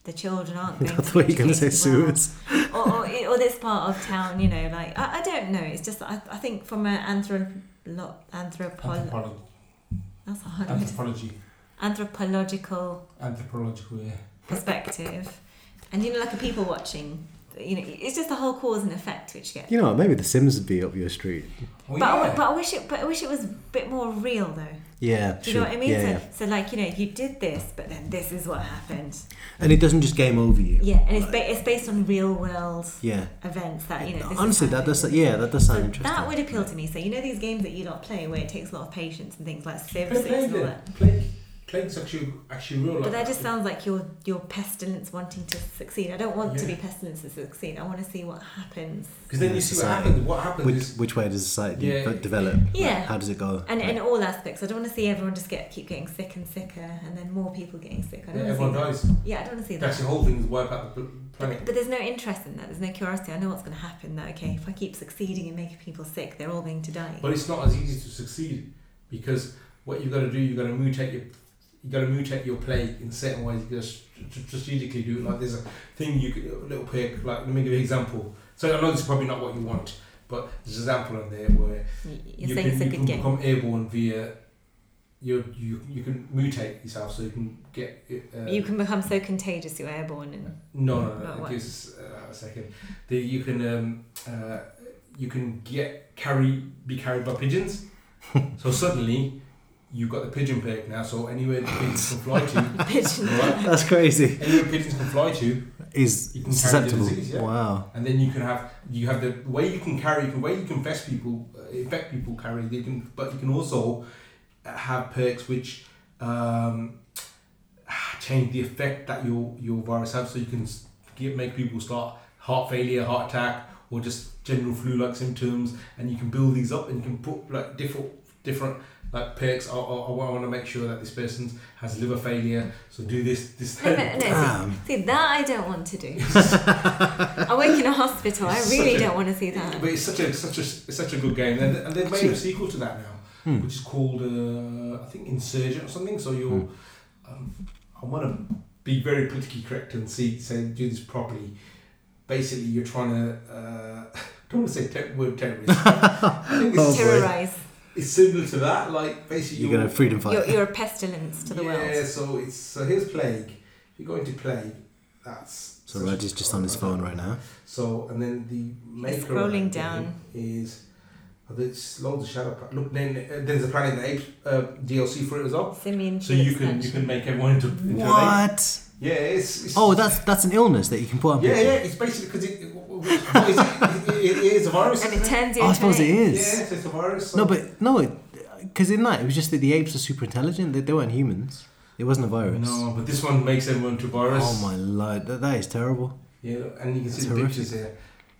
C: the children aren't
A: I
C: going to
A: thought you were going to say
C: educated
A: sewers.
C: well, or, or or this part of town, you know, like I, I don't know. It's just I, I think from an anthro lo- anthropol
B: Anthropology.
C: that's a hard word.
B: Anthropology.
C: anthropological
B: Anthropological, yeah.
C: perspective, and you know, like a people watching. You know, it's just the whole cause and effect which gets.
A: You know, what, maybe The Sims would be up your street.
C: But,
B: Oh, yeah.
C: I, but I wish it. But I wish it was a bit more real though.
A: Yeah,
C: Do you
A: sure.
C: know what I mean?
A: Yeah,
C: so,
A: yeah.
C: so like you know, you did this, but then this is what happened.
A: And it doesn't just game over you.
C: Yeah, and it's, ba- it's based on real world
A: Yeah.
C: events that you know. this is
A: Honestly, that does.
C: happening.
A: Yeah, that does sound
C: So
A: interesting.
C: that would appeal to me. So you know these games that you don't play where it takes a lot of patience and things like Civ
B: Plague,
C: Six
B: plague,
C: and all
B: then.
C: that.
B: plague, plague's actually, actually real.
C: But
B: like
C: that just sounds like your your pestilence wanting to succeed. I don't want to be pestilence to succeed. I want to see what happens.
B: Because then you see what
A: Society.
B: happens. What happens
A: Which,
B: is
A: which way does society
B: Yeah.
A: de- develop?
C: Yeah.
A: how does it go?
C: And in
A: Like,
C: all aspects, I don't want to see everyone just get keep getting sick and sicker, and then more people getting sick. I
B: yeah,
C: don't
B: everyone
C: want to see
B: dies.
C: that. Yeah, I don't want to see that.
B: That's the whole thing is wipe out the pl- planet.
C: But, but there's no interest in that. There's no curiosity. I know what's going to happen. That okay, if I keep succeeding and making people sick, they're all going to die.
B: But it's not as easy to succeed because what you've got to do, you've got to mutate your you got to mutate your play in certain ways. You got to strategically do it. Like there's a thing you could, a little pick. Like let me give you an example. So I know this is probably not what you want, but there's an example in there where
C: Y- You're
B: you
C: saying
B: can,
C: it's a
B: you
C: good
B: can
C: game.
B: become airborne via. You, you, you can mutate yourself so you can get uh,
C: you can become so contagious you're airborne and
B: No, no,
C: Not
B: no.
C: what?
B: It gives uh, a second. The, you can um, uh, you can get carry be carried by pigeons. so suddenly, you've got the pigeon perk now. So anywhere the pigeons can fly to,
C: pigeon.
B: right?
A: that's crazy.
B: Anywhere pigeons can fly to,
A: Is
B: You can carry
A: susceptible.
B: disease, yeah.
A: Wow.
B: and then you can have you have the way you can carry, the way you can infest people, uh, infect people carry. You can, but you can also have perks which. Um, change the effect that your your virus has, so you can s- get, make people start heart failure, heart attack, or just general flu-like symptoms, and you can build these up and you can put like different different like perks. I, I, I want to make sure that this person has liver failure, so do this this.
C: No, no, no,
A: Damn.
C: see, see, that I don't want to do. I work in a hospital. I
B: It's
C: really
B: such a-
C: don't want to see that.
B: But it's such a such a it's such a good game, and, and they've made
A: Actually-
B: a sequel to that now,
A: Hmm.
B: which is called uh, I think Insurgent or something. So you're,
A: Hmm.
B: um, I want to be very politically correct and see say do this properly. Basically, you're trying to uh, I don't want to say ter- word terrorist. I think
A: Oh,
B: it's,
A: boy.
C: Terrorize.
B: it's similar to that. Like basically,
A: You're gonna freedom fight.
C: You're, you're a pestilence to the
B: yeah,
C: world.
B: so it's so here's plague. If you're going to plague, that's
A: so Reggie's just on his phone right now.
B: so and then the maker of
C: scrolling
B: that
C: down.
B: game is oh, there's loads of shadow. pla- Look, then uh, there's a Planet of the Apes uh, DLC for it as well.
C: Simeon
B: So you can you can make everyone into, into an ape.
A: What?
B: Yeah, it's. it's
A: Oh, that's that's an illness that you can put on
B: Yeah,
A: people.
B: yeah, it's basically because it, it, what is it, it, it is a virus.
C: And
B: isn't
C: it turns
A: Oh,
C: into
A: I suppose it
B: Yeah,
A: is.
B: it's a virus. so-
A: No, but no, because in that it was just that the apes were super intelligent. They, they weren't humans. It wasn't a virus.
D: No, but this one makes everyone to virus.
A: Oh my lord, that, that is terrible.
B: Yeah, look, and you can see
A: That's
B: the pictures here.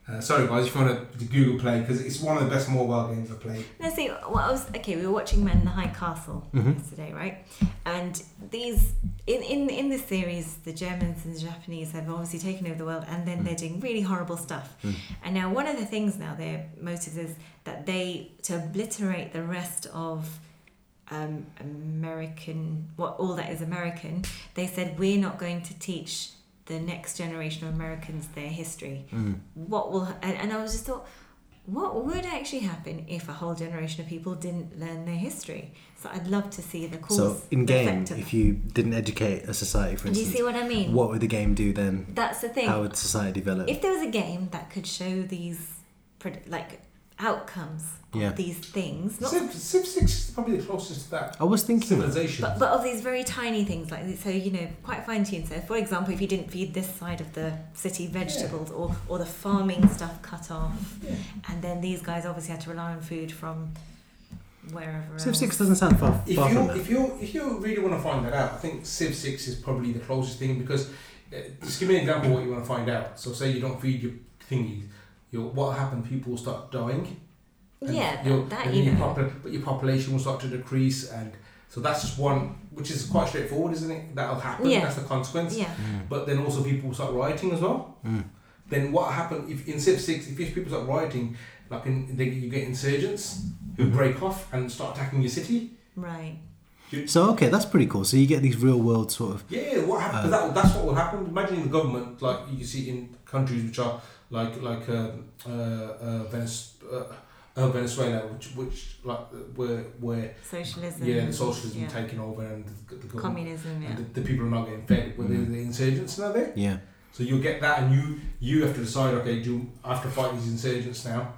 B: Uh, sorry, guys, if you want to Google Play, because it's one of the best mobile games I played.
C: No, see, what I was okay. We were watching Men in the High Castle
A: Mhm.
C: yesterday, right? And these in, in in this series, the Germans and the Japanese have obviously taken over the world, and then they're doing really horrible stuff. And now one of the things now their motives is that they to obliterate the rest of um, American, what all that is American. They said we're not going to teach the next generation of Americans their history.
A: Mm.
C: What will and, and I was just thought what would actually happen if a whole generation of people didn't learn their history? So I'd love to see the cause.
A: so in
C: the
A: game,
C: effect of
A: if you didn't educate a society, for
C: that. do you
A: instance,
C: see what I mean?
A: what would the game do then?
C: That's the thing.
A: How would society develop?
C: if there was a game that could show these, pred- like, outcomes
A: Yeah.
C: of these things, not,
B: Civ, Civ 6 is probably the closest to that.
A: Oh, I was thinking that.
B: Civilization.
C: but, but of these very tiny things, like so you know, quite fine tuned. So, for example, if you didn't feed this side of the city vegetables, or or the farming stuff cut off,
B: Yeah.
C: and then these guys obviously had to rely on food from wherever.
A: Civ
C: else.
A: Six doesn't sound far,
B: if
A: far from
B: you
A: that.
B: if you if you really want to find that out, I think Civ Six is probably the closest thing because uh, just give me an example of what you want to find out. So say you don't feed your thingies, your what happened? People will start dying. and
C: Yeah,
B: your-
C: that, that
B: and
C: you
B: your
C: know.
B: popu- but your population will start to decrease, and so that's just one, which is quite straightforward, isn't it? That'll happen.
C: Yeah.
B: That's the consequence.
C: Yeah.
B: But then also people will start rioting as well.
A: Mm.
B: Then what happened if in Civ Six? If people start rioting, like in, they, you get insurgents who
A: Mm-hmm.
B: break off and start attacking your city.
C: Right.
A: So okay, that's pretty cool. So you get these real world sort of.
B: Yeah, what happened?
A: Uh,
B: that, that's what will happen. Imagine the government, like you see in countries which are like like um, uh, uh, Venez- uh, uh, Venezuela, which which like uh, where where
C: Socialism.
B: yeah, the socialism
C: yeah.
B: taking over and the, the government
C: Communism. Yeah.
B: and the, the people are not getting fed. Where
A: Mhm.
B: the, the insurgents now there,
A: Yeah.
B: so you get that, and you you have to decide. Okay, do you- I have to fight these insurgents now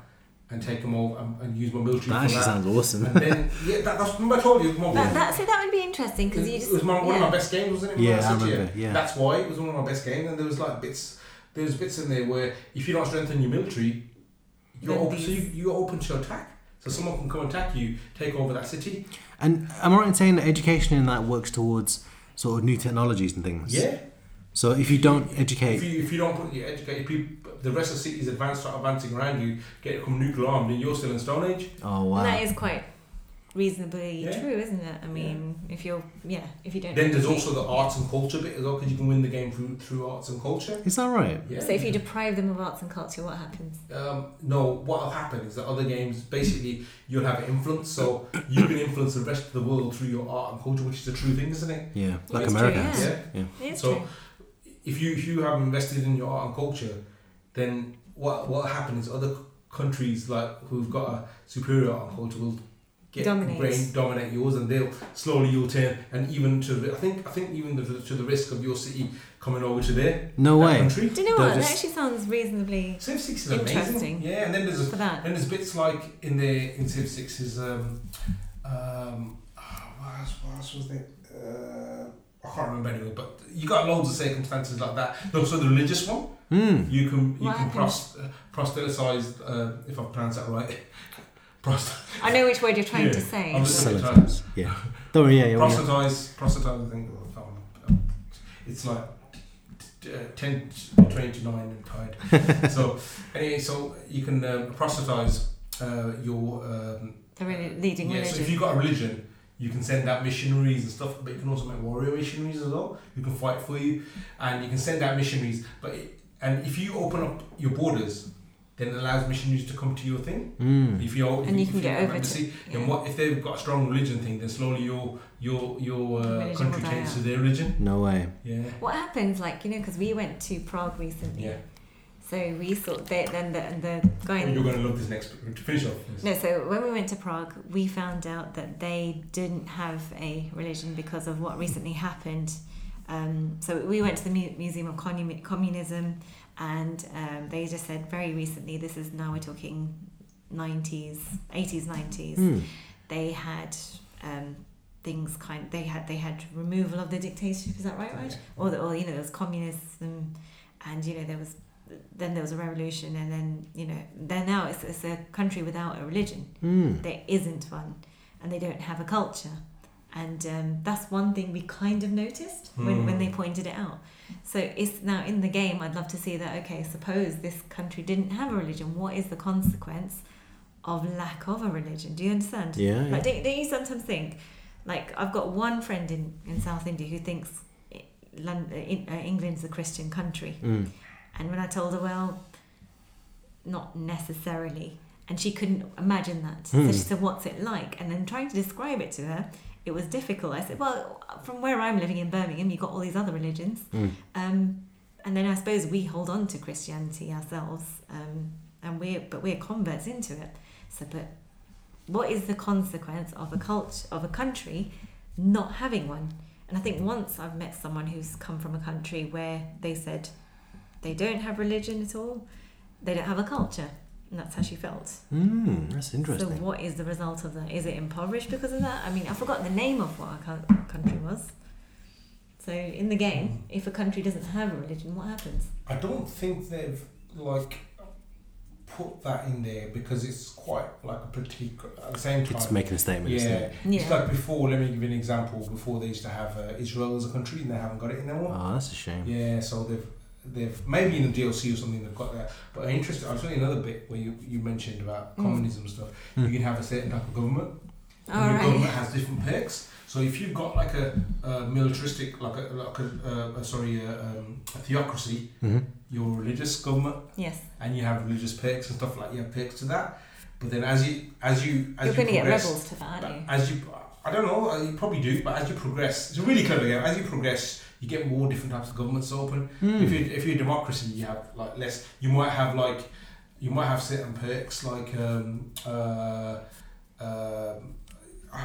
B: and take them over and, and use my military
A: That
B: for
A: actually
B: that.
A: sounds
B: and
A: awesome.
B: then yeah, that, that's remember I told you. More
C: That, that, see, that would be interesting because you
B: it
C: just.
B: was my, one
C: yeah.
B: of my best games, wasn't it? when
A: Yeah,
B: was
A: I
B: such a-
A: remember. Yeah.
B: That's why it was one of my best games, and there was like bits, there was bits in there where if you don't strengthen your military, you're
C: Then
B: open, so you,
C: these-
B: you're open to attack. So someone can come attack you, take over that city.
A: And am I right in saying that education in that works towards sort of new technologies and things?
B: Yeah.
A: So if you don't
B: If
A: educate,
B: you, if you don't put your educated people, the rest of the cities advance start advancing around you, get become nuclear armed, and you're still in Stone Age.
A: oh
C: And That
A: wow,
C: is quite reasonably
B: Yeah.
C: true, isn't it? I mean, if you're, yeah, if you don't.
B: Then there's also the arts and culture bit as well, because you can win the game through through arts and culture.
A: is that right?
B: Yeah.
C: So if you deprive them of arts and culture, what happens?
B: Um, no, what will happen is that other games basically you'll have influence, so you can influence the rest of the world through your art and culture, which is the true thing, isn't it?
A: Yeah, like
C: That's true,
A: America.
C: yeah.
A: has.
C: It's
B: So-
C: true.
B: If you if you have invested in your art and culture, then what what will happen is other c- countries like who've got a superior art and culture will get
C: Dominate.
B: brain dominate yours, and they'll slowly you'll turn, and even to the- I think I think even the, to the risk of your city coming over to their
A: No
B: that
A: way.
B: country.
C: Do you know
A: They're
C: what?
A: just-
C: That actually sounds reasonably
B: Civ Six is amazing.
C: Interesting.
B: Yeah, and then there's a
C: for that.
B: And there's bits like in the in Civ Six is um um ah, what else, what else was it? Uh, I can't remember anyway, but you got loads of circumstances like that. No, so the religious one,
A: Hmm.
B: you can you
C: What
B: can
C: happened?
B: prost- uh, proselytize uh, if I pronounce that right. Prost-
C: I know which word you're trying to
B: Yeah.
C: say.
B: I'm just-
A: Solitaires. Yeah. Don't worry. Oh, Yeah. yeah, yeah.
B: proselytize, proselytize. I think I can't remember. it's like t- t- uh, 10, 20 to nine and tired. so anyway, so you can um, proselytize uh, your. Um,
C: the re- leading
B: yeah,
C: religion.
B: so if you've got a religion, you can send out missionaries and stuff, but you can also make warrior missionaries as well, who can fight for you, and you can send out missionaries. But it, and if you open up your borders, then it allows missionaries to come to your thing.
A: Mm.
B: If you're, if
C: And you
B: if
C: can get
B: have an
C: over to-
B: embassy,
C: yeah.
B: then what if they've got a strong religion thing? Then slowly your your your uh,
C: Religion
B: country
C: will die
B: changes
C: out.
B: to their religion.
A: No way.
B: Yeah,
C: what happens, like, you know, because we went to Prague recently.
B: yeah.
C: So we saw that, then the, and the guy in
B: You're going to love this next bit. to finish off. Yes.
C: No, so when we went to Prague, we found out that they didn't have a religion because of what recently happened. Um, so we went to the Mu- Museum of Commu- Communism, and um, they just said very recently, this is now we're talking 90s, 80s, 90s,
A: Mm.
C: they had um, things kind they had they had removal of the dictatorship is that right Raj?
G: Yeah.
C: or the, or you know there was communism and you know there was then there was a revolution and then you know then now it's, it's a country without a religion
A: Mm.
C: there isn't one and they don't have a culture and um, that's one thing we kind of noticed when, when they pointed it out so it's now in the game i'd love to see that okay suppose this country didn't have a religion what is the consequence of lack of a religion do you understand
A: Yeah, yeah.
C: like don't, don't you sometimes think like i've got one friend in, in south india who thinks i- Lon- uh, in, uh, england's a christian country
A: Mm.
C: and when I told her, well, not necessarily. And she couldn't imagine that.
A: Hmm.
C: So she said, what's it like? And then trying to describe it to her, it was difficult. I said, well, from where I'm living in Birmingham, you've got all these other religions.
A: Hmm.
C: Um, and then I suppose we hold on to Christianity ourselves, um, and we're, but we're converts into it. So, but what is the consequence of a culture, of a country not having one? And I think once I've met someone who's come from a country where they said, they don't have religion at all. They don't have a culture. And that's how she felt.
A: Mm, that's
C: So,
A: interesting.
C: what is the result of that? Is it impoverished because of that? I mean, I forgot the name of what our co- country was. So, in the game, if a country doesn't have a religion, what happens?
B: I don't think they've like put that in there because it's quite like a critique at the same time.
A: It's making a statement. Isn't
B: yeah,
A: it?
B: it's like before. Let me give you an example. Before they used to have uh, Israel as a country, and they haven't got it anymore.
A: Oh, that's a shame.
B: Yeah, so they've they've maybe in the DLC or something they've got that. But interesting, I was reading another bit where you, you mentioned about
C: Mm.
B: communism and stuff.
A: Hmm.
B: You can have a certain type of government.
C: All
B: and the
C: right.
B: government has different perks. So if you've got like a, a militaristic, like a, like a uh, sorry, a, um, a theocracy,
A: Mhm.
B: you're a religious government,
C: Yes.
B: and you have religious perks and stuff like you have perks to that. But then as you as you as
C: You're
B: you
C: going to get
B: progress,
C: rebels to that, aren't you?
B: as you, I don't know, uh, you probably do, but as you progress, it's a really clever game. As you progress, you get more different types of governments open.
A: Hmm.
B: If you if you're a democracy, you have like less. You might have like, you might have certain perks like um uh, uh I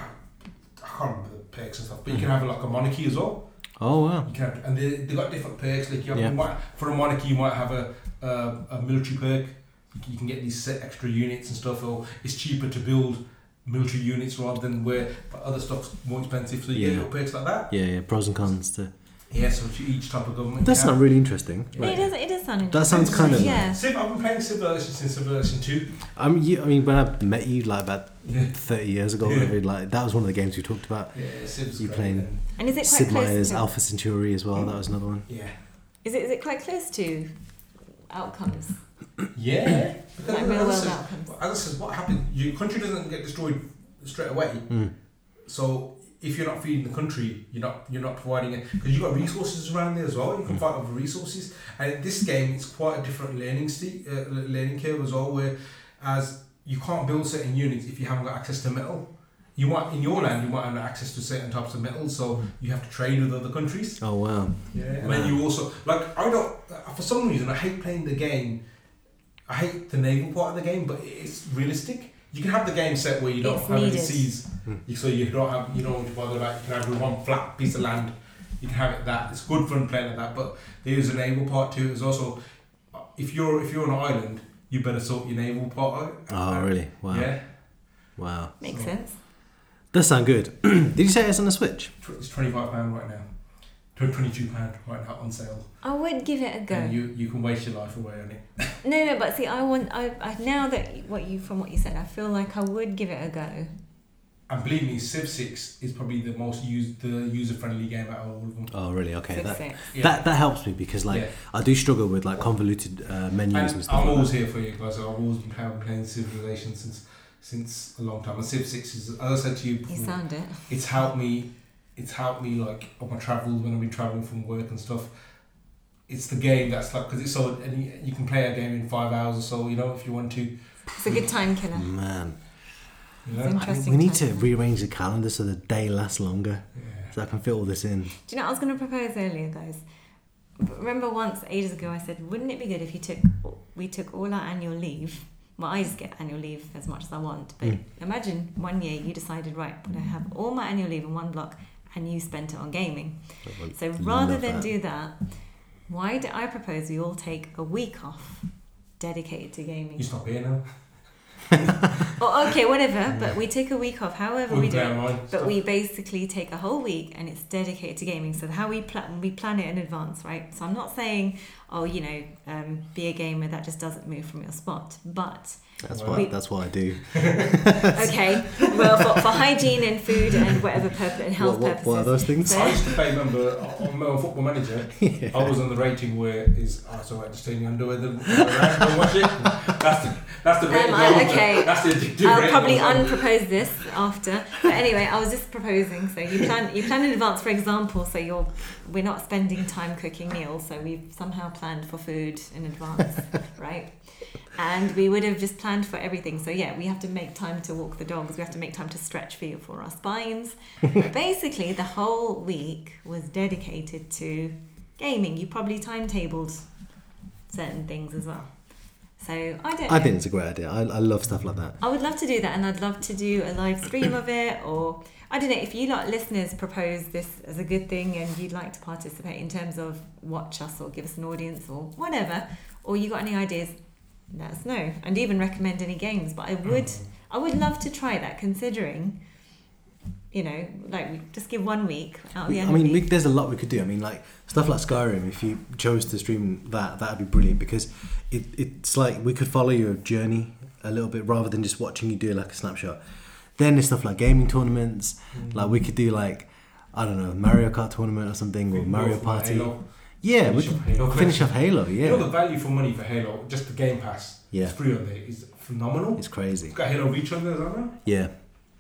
B: can't remember the perks and stuff, but you can have like a monarchy as well.
A: Oh wow.
B: You can have, and they they got different perks. Like you have,
A: Yeah.
B: you might, for a monarchy, you might have a uh, a military perk. You can- You can get these set extra units and stuff, or it's cheaper to build military units rather than where but other stuff's more expensive. So you
A: Yeah.
B: get little perks like that.
A: Yeah, yeah. Pros and cons to.
B: Yeah, so to each type of government.
A: That
B: you have.
A: sounds really interesting.
B: Yeah.
C: It, does, it does sound interesting.
A: That sounds kind of.
C: Yeah.
B: Civ, I've been playing Civilization since Civilization Two.
A: I mean, you, I mean, when I met you like about
B: Yeah,
A: thirty years ago,
B: Yeah.
A: whatever, like that was one of the games we talked about.
B: yeah, Civ's
A: You
B: great.
A: playing-
B: and-
C: And is it quite
A: Sid
C: close?
A: Meier's
C: to,
A: Alpha Centauri as well. That was another one.
B: Yeah,
C: Is it is it quite close to outcomes?
B: yeah. Because
C: Like
B: as
C: real
B: I
C: world
B: said-
C: outcomes.
B: as I said, what happened? Your country doesn't get destroyed straight away.
A: Mm.
B: So if you're not feeding the country, you're not you're not providing it because you've got resources around there as well. You can fight over resources, and in this game it's quite a different learning ste- uh, le- learning curve as well. Where as you can't build certain units if you haven't got access to metal. You might in your land you might have access to certain types of metal, so you have to trade with other countries.
A: Oh wow.
B: Yeah, and then you also like I don't uh, for some reason I hate playing the game. I hate the naval part of the game, but it's realistic. You can have the game set where you don't
C: It's
B: have any
C: needed.
B: seas,
A: Hmm.
B: you- so you don't have you don't have to bother about. You can have one flat piece of land. You can have it that it's good fun playing at that, but there is a naval part too. There's also uh, if you're if you're on an island, you better sort your naval part out.
A: Oh really? Wow.
B: Yeah,
A: Wow.
C: Makes
B: So-
C: sense.
A: Does sound good. Did you say it's on the Switch?
B: Tw- it's twenty five pound right now, twenty two pound right now on sale,
C: I would give it a go.
B: and you you can waste your life away on it.
C: No, no, but see, I want. I, I now that you- what you from what you said, I feel like I would give it a go.
B: And believe me, Civ Six is probably the most used, the user-friendly game out of all of them.
A: Oh really? Okay.
C: Civ
A: That,
C: six.
B: Yeah.
A: that that helps me because like
B: Yeah.
A: I do struggle with like convoluted uh, menus and,
B: and
A: stuff.
B: I'm
A: like
B: always
A: that.
B: here for you guys. I've always been playing, playing Civilization since since a long time. And Civ Six is, as I said to you,
C: You
B: before,
C: sound it.
B: it's helped me. It's helped me like on my travels when I've been traveling from work and stuff. It's the game that's like because it's so and you, you can play a game in five hours or so. You know if you want to. You
C: It's a good time killer.
A: Man,
B: know?
C: It's
A: I think
C: Interesting
A: we need to
C: time.
A: rearrange the calendar so the day lasts longer,
B: Yeah.
A: so I can fit all this in.
C: Do you know what I was going to propose earlier, guys? But remember once ages ago, I said, wouldn't it be good if you took we took all our annual leave? Well, I just get annual leave as much as I want, but
A: Mm.
C: imagine one year you decided, right, I'm going to have all my annual leave in one block, and you spent it on gaming. So rather
A: Love
C: than
A: that.
C: do that, why do I propose we all take a week off dedicated to gaming?
B: You stop here now.
C: Or okay, whatever. But we take a week off, however we
B: With
C: do. it.
B: grandma and
C: But
B: stuff.
C: we basically take a whole week and it's dedicated to gaming. So how we plan, we plan it in advance, right? So I'm not saying, oh, you know, um, be a gamer. That just doesn't move from your spot. But
A: That's
B: Well,
A: what
C: we-
A: that's what I do.
C: okay, well, for, for hygiene and food and whatever purpose and health
A: What, what, what are those
C: purposes.
A: things?
C: So-
B: I used to play, remember, on my football manager, I was on the rating where is oh, so I just turn your underwear the and watch it. That's the that's the rating.
C: Um, I-
B: I was-
C: okay.
B: That's the addictive
C: I'll
B: rating
C: probably
B: I was on.
C: unpropose this after. But anyway, I was just proposing. So you plan you plan in advance, for example. So you're we're not spending time cooking meals, so we've somehow planned for food in advance, right? And we would have just planned for everything. So yeah, we have to make time to walk the dogs. We have to make time to stretch for for our spines. But basically, the whole week was dedicated to gaming. You probably timetabled certain things as well. So I don't.
A: I
C: know.
A: think it's a great idea. I, I love stuff like that.
C: I would love to do that, and I'd love to do a live stream of it, or I don't know if you lot listeners propose this as a good thing and you'd like to participate in terms of watch us or give us an audience or whatever, or you got any ideas, let us know, and even recommend any games. But I would, I would love to try that, considering, you know, like we just give one week out of
A: We-
C: the end.
A: I mean,
C: of
A: we,
C: the
A: there's a lot we could do. I mean, like stuff like Skyrim. If you chose to stream that, that'd be brilliant because it, it's like we could follow your journey a little bit rather than just watching you do like a snapshot. Then there's stuff like gaming tournaments. Like we could do like I don't know Mario Kart tournament or something or Mario
B: Halo.
A: Party. Yeah, we
B: Finish
A: could
B: off Halo.
A: finish off Halo.
B: You know
A: Yeah,
B: the value for money for Halo, just the Game Pass,
A: Yeah.
B: it's free on there, is phenomenal.
A: it's crazy.
B: It's got Halo Reach on there, isn't it?
A: Yeah,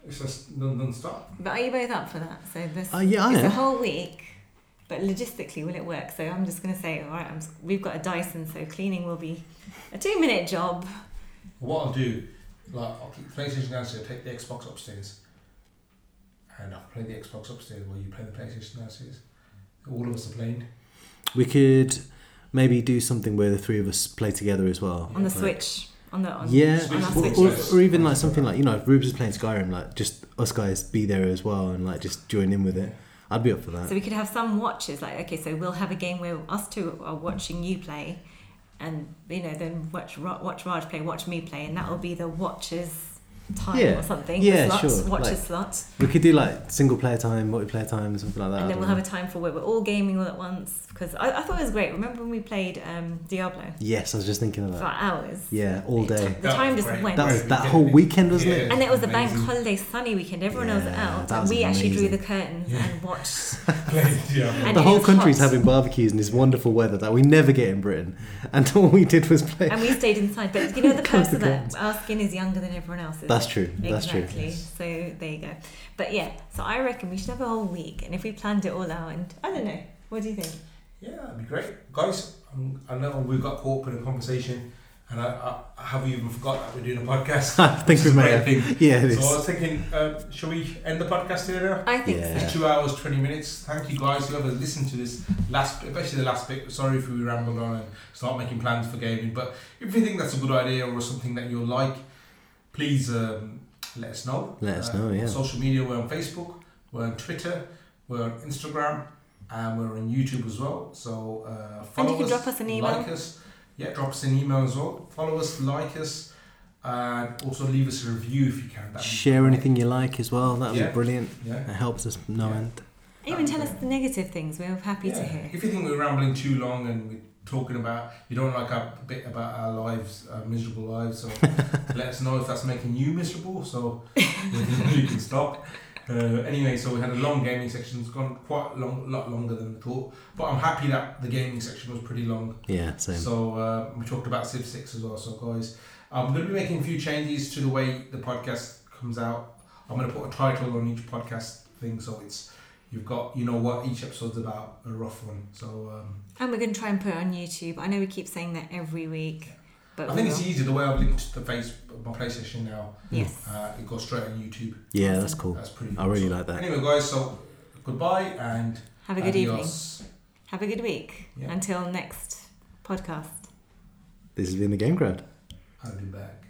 B: It's just non- non-stop.
C: week. But are you both up for that? So this.
A: uh, yeah, I
C: It's a
A: am.
C: whole week, but logistically, will it work? So I'm just going to say, all right, I'm, s- we've got a Dyson, so cleaning will be a two minute job.
B: What I'll do, like I'll keep the PlayStation downstairs, take the Xbox upstairs, and I'll play the Xbox upstairs while you play the PlayStation downstairs. All of us are playing.
A: We could maybe do something where the three of us play together as well
C: on the
A: Like-
C: Switch. On the on,
A: Yeah,
C: on our
B: Switch
A: or,
B: Switch
A: or,
B: yes.
A: or even like something like you know, if Rubes is playing Skyrim, like just us guys be there as well and like just join in with it. I'd be up for that.
C: So we could have some watches. Like okay, so we'll have a game where us two are watching you play, and you know then watch Ra- watch Raj play, watch me play, and that will be the watches time
A: Yeah.
C: or something.
A: Yeah,
C: slot,
A: sure,
C: Watches
A: like-
C: slot,
A: We could do like single player time, multiplayer time, something like that.
C: and
A: I
C: then we'll
A: don't
C: have a
A: know.
C: time for where we're all gaming all at once. Because I, I thought it was great. Remember when we played um, Diablo
A: yes, I was just thinking of
C: for
A: that.
C: hours?
A: Yeah, all day.
C: The time just went.
A: That was that
B: Great weekend.
A: whole weekend, wasn't
B: Yeah.
A: it?
C: And it was a bank
B: Amazing.
C: holiday sunny weekend. Everyone else was
A: Yeah,
C: out,
A: that
C: and
A: was
C: we actually drew the
A: amazing.
C: curtains and watched
B: Played, yeah.
C: And
A: The
C: it
A: whole
C: was
A: country's
C: hot.
A: having barbecues in this wonderful weather that we never get in Britain, and all we did was play.
C: and we stayed inside. But you know the
A: Comes
C: perks
A: the
C: of that.
A: guns.
C: Our skin is younger than everyone else's.
A: That's true. That's true.
C: exactly. So there you go. But yeah, so I reckon we should have a whole week, and if we planned it all out, and I don't know, what do you think?
B: Yeah, that'd be great. Guys, um, I know we've got caught up in a conversation, and I, I, I haven't even forgot that we're doing a podcast.
A: I think we
B: which is a
A: may.
B: great
A: Have.
B: thing.
A: Yeah, it
B: So I
A: is.
B: was thinking, um, shall we end the podcast here now?
C: I think
A: Yeah.
C: so.
B: Two hours, 20 minutes. Thank you guys, whoever listened to this last bit, especially the last bit. Sorry if we rambled on and start making plans for gaming, but if you think that's a good idea or something that you'll like, please um, let us know.
A: Let us
B: Uh,
A: know, yeah.
B: on Social media, we're on Facebook, we're on Twitter, we're on Instagram, and we're on YouTube as well. So uh, follow
C: can
B: us,
C: drop us an email.
B: like us. Yeah, drop us an email as well. Follow us, like us, and also leave us a review if you can. That'd be
A: Share anything you like as well. That was
B: Yeah.
A: brilliant.
B: Yeah.
A: It helps us no
B: Yeah.
A: end.
C: Even tell us the negative things. We're happy to
B: Yeah.
C: hear.
B: If you think we're rambling too long and we're talking about, you don't like our bit about our lives, our miserable lives, so let us know if that's making you miserable, so you can stop. Uh, anyway, so we had a long gaming section. It's gone quite long, lot longer than thought. But I'm happy that the gaming section was pretty long.
A: Yeah, same.
B: So uh, we talked about Civ Six as well. So guys, I'm going to be making a few changes to the way the podcast comes out. I'm going to put a title on each podcast thing, so it's you've got you know what each episode's about a rough one. So um,
C: And we're going to try and put it on YouTube. I know we keep saying that every week, but
B: I think
C: we
B: it's
C: will.
B: easy the way I've linked the face my PlayStation now.
C: yes.
B: Uh, it goes straight on YouTube.
A: Yeah, that's cool.
B: That's pretty.
A: I
B: cool.
A: really
B: So
A: like that.
B: Anyway, guys, so goodbye and
C: Have a good evening.
B: Uh, adios.
C: Have a good week.
B: Yeah.
C: Until next podcast.
A: This has been the Game Crowd.
B: I'll be back.